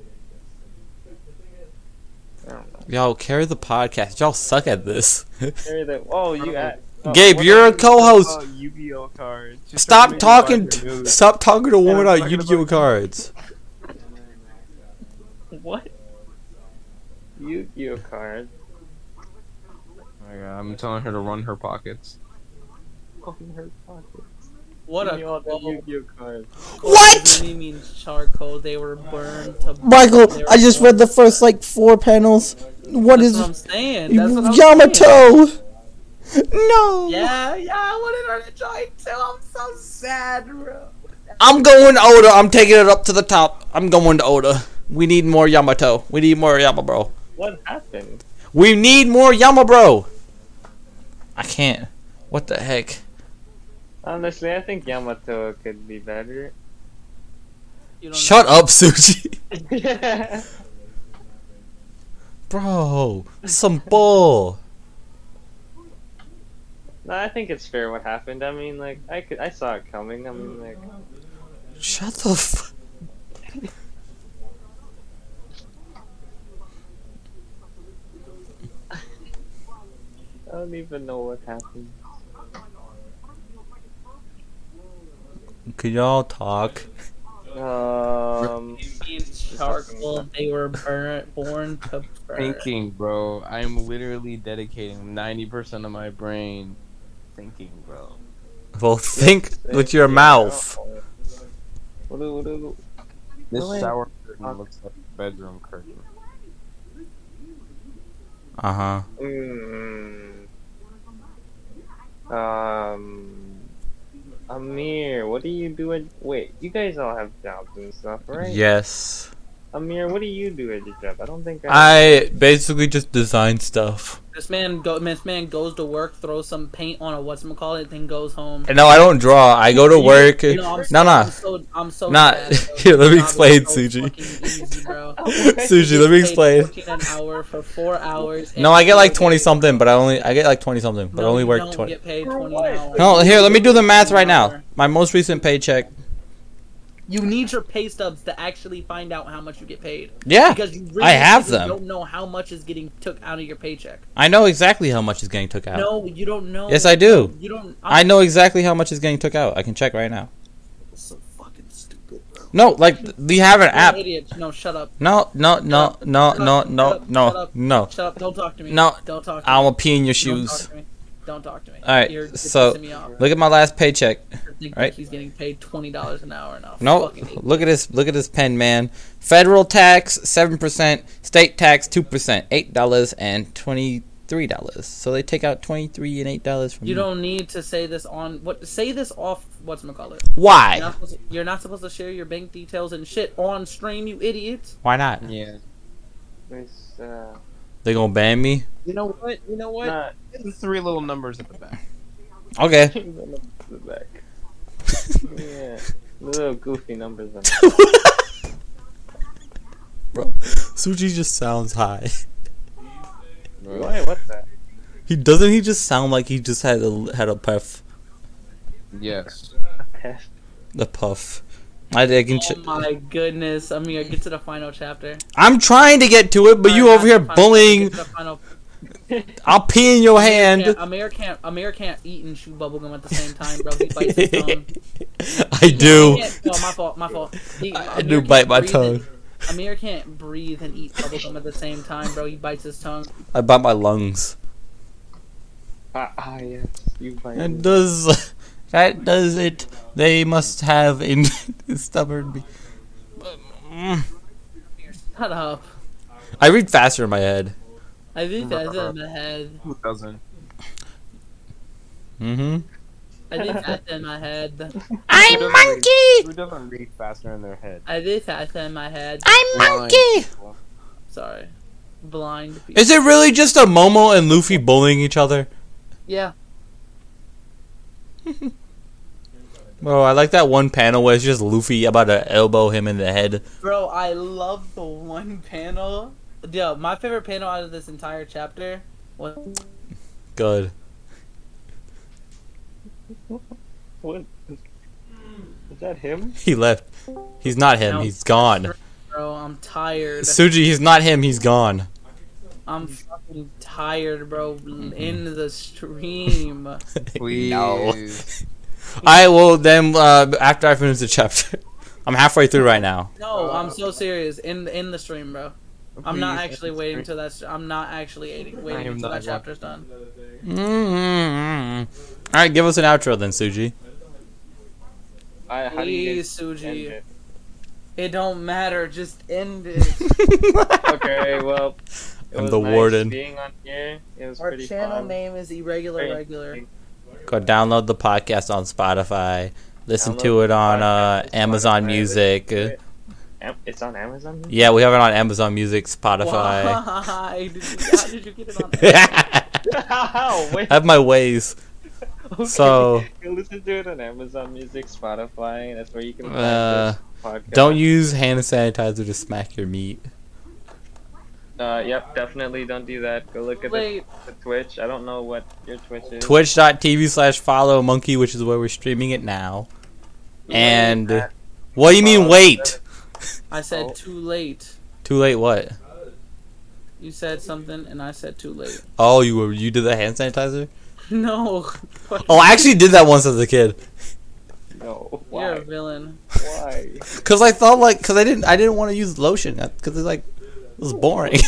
Speaker 5: I don't know.
Speaker 2: Y'all carry the podcast. Y'all suck at this.
Speaker 5: Carry the- Oh, you got. oh,
Speaker 2: Gabe,
Speaker 5: what
Speaker 2: you're
Speaker 5: are
Speaker 2: a
Speaker 5: you-
Speaker 2: co-host.
Speaker 5: oh, Yu-Gi-Oh cards. Just
Speaker 2: Stop
Speaker 5: remember
Speaker 2: talking.
Speaker 5: you fucking-
Speaker 2: Stop talking to a woman
Speaker 5: I'm
Speaker 2: about
Speaker 5: talking about-
Speaker 2: Yu-Gi-Oh cards.
Speaker 5: What? Yu-Gi-Oh card.
Speaker 6: Oh my God, I'm telling her to run her pockets.
Speaker 5: On her pocket.
Speaker 1: What
Speaker 5: Give
Speaker 1: a
Speaker 5: me all the
Speaker 1: cold-
Speaker 5: Yu-Gi-Oh cards.
Speaker 2: What?
Speaker 1: Really means charcoal. They were burned to
Speaker 2: Michael,
Speaker 1: They were
Speaker 2: I just
Speaker 1: burned.
Speaker 2: read the first like four panels. What
Speaker 1: That's
Speaker 2: is
Speaker 1: what I'm saying. That's what I'm saying.
Speaker 2: Yamato? No.
Speaker 1: Yeah, yeah. I wanted her to join too. I'm so sad, bro.
Speaker 2: I'm going to Oda. I'm taking it up to the top. I'm going to Oda. We need more Yamato. We need more Yamabro.
Speaker 5: What happened?
Speaker 2: We need more Yamabro. I can't. What the heck?
Speaker 5: Honestly, I think Yamato could be better.
Speaker 1: You don't
Speaker 2: Shut up, Suji.
Speaker 5: yeah.
Speaker 2: Bro, some bull.
Speaker 5: No, I think it's fair what happened. I mean, like, I could, I saw it coming. I mean, like,
Speaker 2: Shut the f-
Speaker 5: I don't even know what happened.
Speaker 2: Could y'all talk?
Speaker 5: Um,
Speaker 1: mean charcoal. They were burnt, born to burn.
Speaker 6: Thinking, bro. I'm literally dedicating 90% of my brain thinking, bro.
Speaker 2: Well, think with your mouth.
Speaker 5: what do, what do,
Speaker 6: This
Speaker 5: Really?
Speaker 6: shower curtain looks like a bedroom curtain.
Speaker 2: Uh huh.
Speaker 5: mm, um, Amir, what are you doing? Wait, you guys all have jobs and stuff, right?
Speaker 2: Yes.
Speaker 5: Amir, what do you do at your job? I don't think I.
Speaker 2: I basically just design stuff.
Speaker 1: This man go. This man goes to work, throws some paint on a what's call it, then goes home.
Speaker 2: And no, I don't draw. I go to
Speaker 1: You-
Speaker 2: work.
Speaker 1: you know, I'm so-
Speaker 2: No, no.
Speaker 1: I'm so, I'm so
Speaker 2: Nah,
Speaker 1: sad, bro.
Speaker 2: here, let me
Speaker 1: Job is
Speaker 2: explain,
Speaker 1: so
Speaker 2: Suji.
Speaker 1: fucking easy, bro.
Speaker 5: Oh,
Speaker 2: Suji, let me
Speaker 1: Get paid
Speaker 2: explain.
Speaker 1: 14 an hour for four hours.
Speaker 2: No,
Speaker 1: and
Speaker 2: I get like
Speaker 1: four
Speaker 2: twenty
Speaker 1: days.
Speaker 2: something, but I only I get like twenty something, but
Speaker 1: No,
Speaker 2: I only
Speaker 1: you
Speaker 2: work
Speaker 1: don't
Speaker 2: twenty.
Speaker 1: Get paid 20
Speaker 5: what?
Speaker 1: an hour.
Speaker 2: No, here, let me do the math right now. My most recent paycheck.
Speaker 1: You need your pay stubs to actually find out how much you get paid.
Speaker 2: Yeah,
Speaker 1: Because you
Speaker 2: I have
Speaker 1: physically
Speaker 2: them.
Speaker 1: Don't know how much is getting took out of your paycheck.
Speaker 2: I know exactly how much is getting took out.
Speaker 1: No, you don't know.
Speaker 2: Yes, I do.
Speaker 1: You don't. I'm
Speaker 2: I know exactly how much is getting took out. I can check right now.
Speaker 1: So fucking stupid. Bro.
Speaker 2: No, like th- we have an
Speaker 1: You're an
Speaker 2: app.
Speaker 1: idiot. No, shut up.
Speaker 2: No, no, no,
Speaker 1: up,
Speaker 2: no,
Speaker 1: shut
Speaker 2: no,
Speaker 1: up, shut
Speaker 2: no,
Speaker 1: up, shut
Speaker 2: no,
Speaker 1: up.
Speaker 2: no.
Speaker 1: Shut up. Don't talk to me.
Speaker 2: No,
Speaker 1: Don't talk. To me.
Speaker 2: I'll pee in your
Speaker 1: Don't talk
Speaker 2: shoes.
Speaker 1: to me. Don't talk to me.
Speaker 2: All right,
Speaker 1: You're- you're
Speaker 2: so-
Speaker 1: pissing me off.
Speaker 2: Look at my last paycheck.
Speaker 1: I think
Speaker 2: right.
Speaker 1: He's getting paid twenty dollars an hour now.
Speaker 2: No, look at this. Look at this pen, man. Federal tax seven percent, state tax two percent, eight dollars and twenty three dollars. So they take out twenty three and eight dollars from
Speaker 1: You
Speaker 2: me.
Speaker 1: don't need to say this on what. Say this off. What's my call it?
Speaker 2: Why?
Speaker 1: You're not, supposed to, you're not supposed to share your bank details and shit on stream, you idiots.
Speaker 2: Why not?
Speaker 6: Yeah.
Speaker 5: It's, uh,
Speaker 2: They gonna ban me?
Speaker 6: You know what? You know what?
Speaker 5: not
Speaker 6: There's three little numbers at the back.
Speaker 2: Okay.
Speaker 5: the back. yeah, little goofy numbers. On
Speaker 2: Suji just sounds high.
Speaker 5: Why? What's that?
Speaker 2: He doesn't. He just sound like he just had a had a puff.
Speaker 6: Yes.
Speaker 2: The puff. I, I can. Ch-
Speaker 1: Oh my goodness. I'm gonna get to the final chapter.
Speaker 2: I'm trying to get to it, but you
Speaker 1: Or
Speaker 2: over here
Speaker 1: not the final-
Speaker 2: bullying.
Speaker 1: get to the final-
Speaker 2: I'll pee in your hand.
Speaker 1: Can't- Amir can't. Amir can't eat and chew bubblegum at the same time, bro. He bites his tongue.
Speaker 2: I do.
Speaker 1: He can't- No, my fault. My fault. He-
Speaker 2: I
Speaker 1: Amir
Speaker 2: do
Speaker 1: can't
Speaker 2: bite my
Speaker 1: breathe
Speaker 2: tongue.
Speaker 1: and- Amir can't breathe and eat bubblegum at the same time, bro. He bites his tongue.
Speaker 2: I bite my lungs.
Speaker 5: Ah, ah yes, you find
Speaker 2: That does. That does it. They must have in stubborn me. Mm.
Speaker 1: Shut up.
Speaker 2: I read faster in my head.
Speaker 1: I think that's in my head.
Speaker 6: Who doesn't?
Speaker 2: Mm-hmm.
Speaker 1: I think that's in my head.
Speaker 6: I'm monkey. Who doesn't read faster in their head?
Speaker 1: I think that's in my head.
Speaker 2: I'm monkey.
Speaker 1: Sorry. Blind people.
Speaker 2: Is it really just a Momo and Luffy bullying each other?
Speaker 1: Yeah.
Speaker 2: Bro, I like that one panel where it's just Luffy about to elbow him in the head.
Speaker 1: Bro, I love the one panel. Yo, my favorite panel out of this entire chapter was
Speaker 2: Good.
Speaker 5: What? Is that him?
Speaker 2: He left. He's not him.
Speaker 1: No.
Speaker 2: He's gone.
Speaker 1: Bro, I'm tired.
Speaker 2: Suji, he's not him. He's gone.
Speaker 1: I'm fucking tired, bro.
Speaker 2: Mm-hmm.
Speaker 1: In the stream.
Speaker 2: no. I will then uh, after I finish the chapter. I'm halfway through right now.
Speaker 1: No, I'm so serious. In in the stream, bro. I'm not actually waiting till that's. I'm not actually waiting, waiting until that chapter's done.
Speaker 2: Mm-hmm. All right, give us an outro then, Suji.
Speaker 5: I, how do you
Speaker 1: Please,
Speaker 5: guys end
Speaker 1: Suji.
Speaker 5: it?
Speaker 1: It don't matter. Just end it.
Speaker 5: okay, well, it
Speaker 2: I'm
Speaker 5: was
Speaker 2: the
Speaker 5: nice
Speaker 2: warden.
Speaker 5: Being on here, it was
Speaker 1: Our
Speaker 5: pretty
Speaker 1: channel
Speaker 5: fun.
Speaker 1: name is Irregular Regular.
Speaker 2: Go download the podcast on Spotify. Listen
Speaker 5: Download
Speaker 2: to it
Speaker 5: the
Speaker 2: on
Speaker 5: podcast
Speaker 2: uh,
Speaker 5: on
Speaker 2: Amazon
Speaker 5: Spotify,
Speaker 2: Music.
Speaker 5: listen to it. Am- It's on Amazon.
Speaker 2: Yeah, we have it on Amazon Music, Spotify.
Speaker 1: Why? Did you, how did you get it on
Speaker 5: How?
Speaker 2: I have my ways.
Speaker 5: Okay.
Speaker 2: So-
Speaker 5: you listen to it on Amazon Music, Spotify. and That's where you can find
Speaker 2: Uh,
Speaker 5: this podcast.
Speaker 2: Don't use hand sanitizer to smack your meat.
Speaker 5: Uh, yep, definitely don't do that. Go look at the,
Speaker 1: Wait.
Speaker 5: the Twitch. I don't know what your Twitch is.
Speaker 2: Twitch.tv slash follow monkey, which is where we're streaming it now.
Speaker 5: Wait,
Speaker 2: And
Speaker 5: uh,
Speaker 2: what do you mean wait?
Speaker 1: I said
Speaker 5: Oh.
Speaker 1: too late.
Speaker 2: Too late what?
Speaker 1: You said something, and I said too late.
Speaker 2: Oh, you were you did the hand sanitizer?
Speaker 1: No.
Speaker 2: Oh, I actually did that once as a kid.
Speaker 5: No.
Speaker 1: You're a
Speaker 5: Why?
Speaker 1: villain.
Speaker 5: Why?
Speaker 2: Cause I thought like, cause I didn't, I didn't want to use lotion. Cause it's like, it was boring.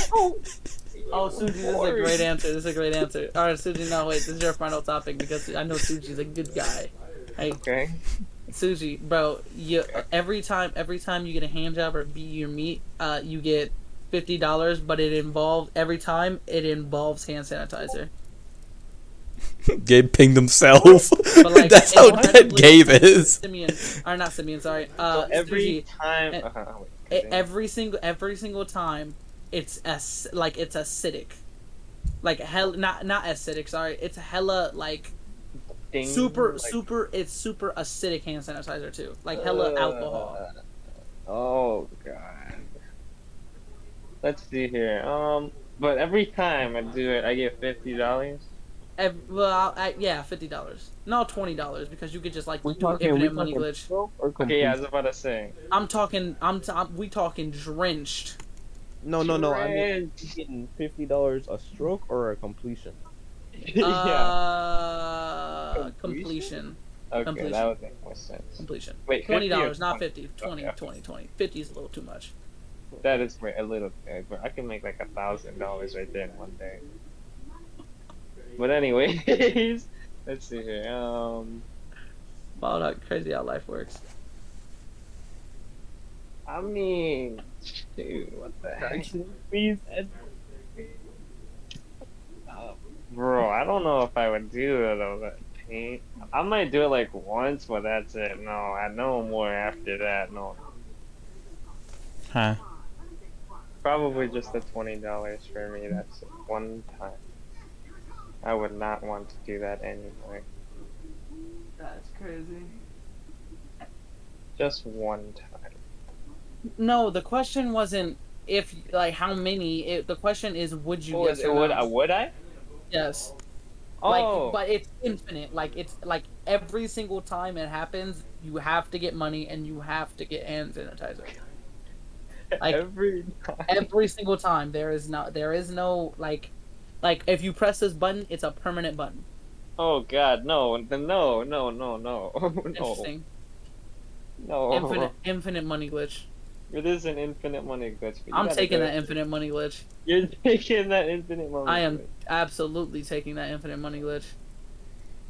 Speaker 1: Oh, Suji, this is a great answer. This is a great answer. All right, Suji, no, wait. This is your final topic because I know Suji's a good guy.
Speaker 5: Okay.
Speaker 1: Suji, bro, you every time every time you get a hand job or beat your meat, uh, you get fifty dollars, but it involves every time it involves hand sanitizer.
Speaker 2: Gabe pinged himself.
Speaker 1: But like,
Speaker 2: That's how dead
Speaker 1: incredibly-
Speaker 2: Gabe is.
Speaker 1: Simeon, or not Simeon? Sorry. Uh, Suji,
Speaker 5: Every time.
Speaker 1: uh,
Speaker 5: Uh-huh, wait,
Speaker 1: E-
Speaker 5: continue.
Speaker 1: every single every single time it's as like it's acidic like hell not not acidic sorry it's hella like
Speaker 5: Ding,
Speaker 1: super
Speaker 5: like-
Speaker 1: super it's super acidic hand sanitizer too like hella alcohol
Speaker 5: Uh, Oh god. Let's see here. Um, but every time I do it, I get fifty dollars.
Speaker 1: Ev- well I, yeah fifty dollars no twenty dollars because you could just like
Speaker 14: We
Speaker 1: do
Speaker 14: talking-
Speaker 1: infinite
Speaker 14: we
Speaker 1: money
Speaker 14: talking-
Speaker 1: glitch
Speaker 14: Or
Speaker 5: Okay, yeah, I was about to say.
Speaker 1: I'm talking I'm, t- I'm we talking drenched
Speaker 14: No, no, no. I mean,
Speaker 5: Dread.
Speaker 14: getting fifty dollars a stroke or a completion.
Speaker 5: yeah.
Speaker 1: uh, completion
Speaker 5: Completion? Okay, that would make more sense.
Speaker 1: completion
Speaker 5: Wait,
Speaker 1: twenty dollars
Speaker 5: $50 or
Speaker 1: not
Speaker 5: 20?
Speaker 1: 50 20
Speaker 5: Okay.
Speaker 1: 20 20 50 is a little too much
Speaker 5: That is great, a little bit, but I can make like a thousand dollars right there in one day. But anyways, let's see here. Um,
Speaker 1: Wow, that's crazy how life works.
Speaker 5: I mean, dude, what the heck? Please, ed- Uh, bro, I don't know if I would do that all that paint. I might do it like once, but that's it. No, I no more after that. No,
Speaker 2: Huh.
Speaker 5: probably just the twenty dollars for me. That's it. one time. I would not want to do that anymore.
Speaker 1: That's crazy.
Speaker 5: Just one time.
Speaker 1: No, the question wasn't if like how many. It, the question is would you?
Speaker 5: Oh,
Speaker 1: yes
Speaker 5: is it-
Speaker 1: or
Speaker 5: would
Speaker 1: no?
Speaker 5: I? Would I?
Speaker 1: Yes.
Speaker 5: Oh,
Speaker 1: Like, but it's infinite. Like it's like every single time it happens, you have to get money and you have to get hand sanitizer. like-
Speaker 5: every time.
Speaker 1: Every single time there is not there is no like like if you press this button, it's a permanent button.
Speaker 5: Oh God, no, no, no, no, no, no,
Speaker 1: Interesting.
Speaker 5: no.
Speaker 1: Infinite infinite money glitch.
Speaker 5: It is an infinite money glitch. but you
Speaker 1: I'm
Speaker 5: gotta
Speaker 1: taking
Speaker 5: go-
Speaker 1: that infinite money glitch.
Speaker 5: You're taking that infinite money.
Speaker 1: I am
Speaker 5: glitch.
Speaker 1: absolutely taking that infinite money glitch.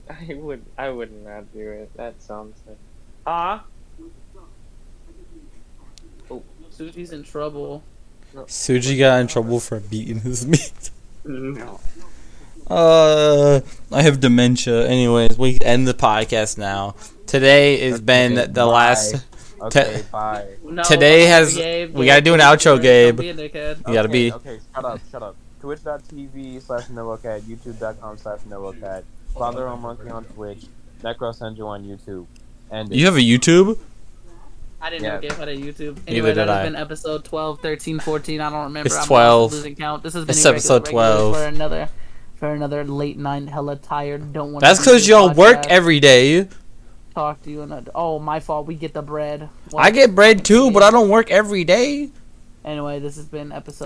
Speaker 5: I would. I would not do it. That sounds. Like... Ah.
Speaker 1: Suji's in trouble.
Speaker 2: Suji got in trouble for beating his meat.
Speaker 5: No.
Speaker 2: Uh, I have dementia. Anyways, we end the podcast now. Today has been
Speaker 6: Okay,
Speaker 2: the
Speaker 6: bye.
Speaker 2: last.
Speaker 6: Okay, bye.
Speaker 1: No,
Speaker 2: Today
Speaker 1: don't
Speaker 2: has-
Speaker 1: be Gabe,
Speaker 2: we gotta do an outro,
Speaker 1: Gabe. Don't
Speaker 2: Gabe.
Speaker 1: be a dickhead.
Speaker 2: You gotta be.
Speaker 6: Okay, shut up, shut up. Twitch.tv slash NovoCat, YouTube.com slash NovoCat, Father on Monkey on Twitch, Necro Senju on YouTube. And
Speaker 2: You have a YouTube?
Speaker 1: I didn't know
Speaker 6: Yeah.
Speaker 1: Gabe had a YouTube. Anyway,
Speaker 2: did
Speaker 1: that has
Speaker 2: I.
Speaker 1: been episode 12, 13, 14. I don't remember.
Speaker 2: It's
Speaker 1: I'm
Speaker 2: 12.
Speaker 1: losing count. This has been
Speaker 2: It's
Speaker 1: Irregular
Speaker 2: episode
Speaker 1: Regulars
Speaker 2: 12.
Speaker 1: for another for another late night hella tired. Don't want.
Speaker 2: That's because y'all work every day.
Speaker 1: Talk to you and oh my fault. We get the bread. Well,
Speaker 2: I get bread too, but I don't work every day.
Speaker 1: Anyway, this has been episode.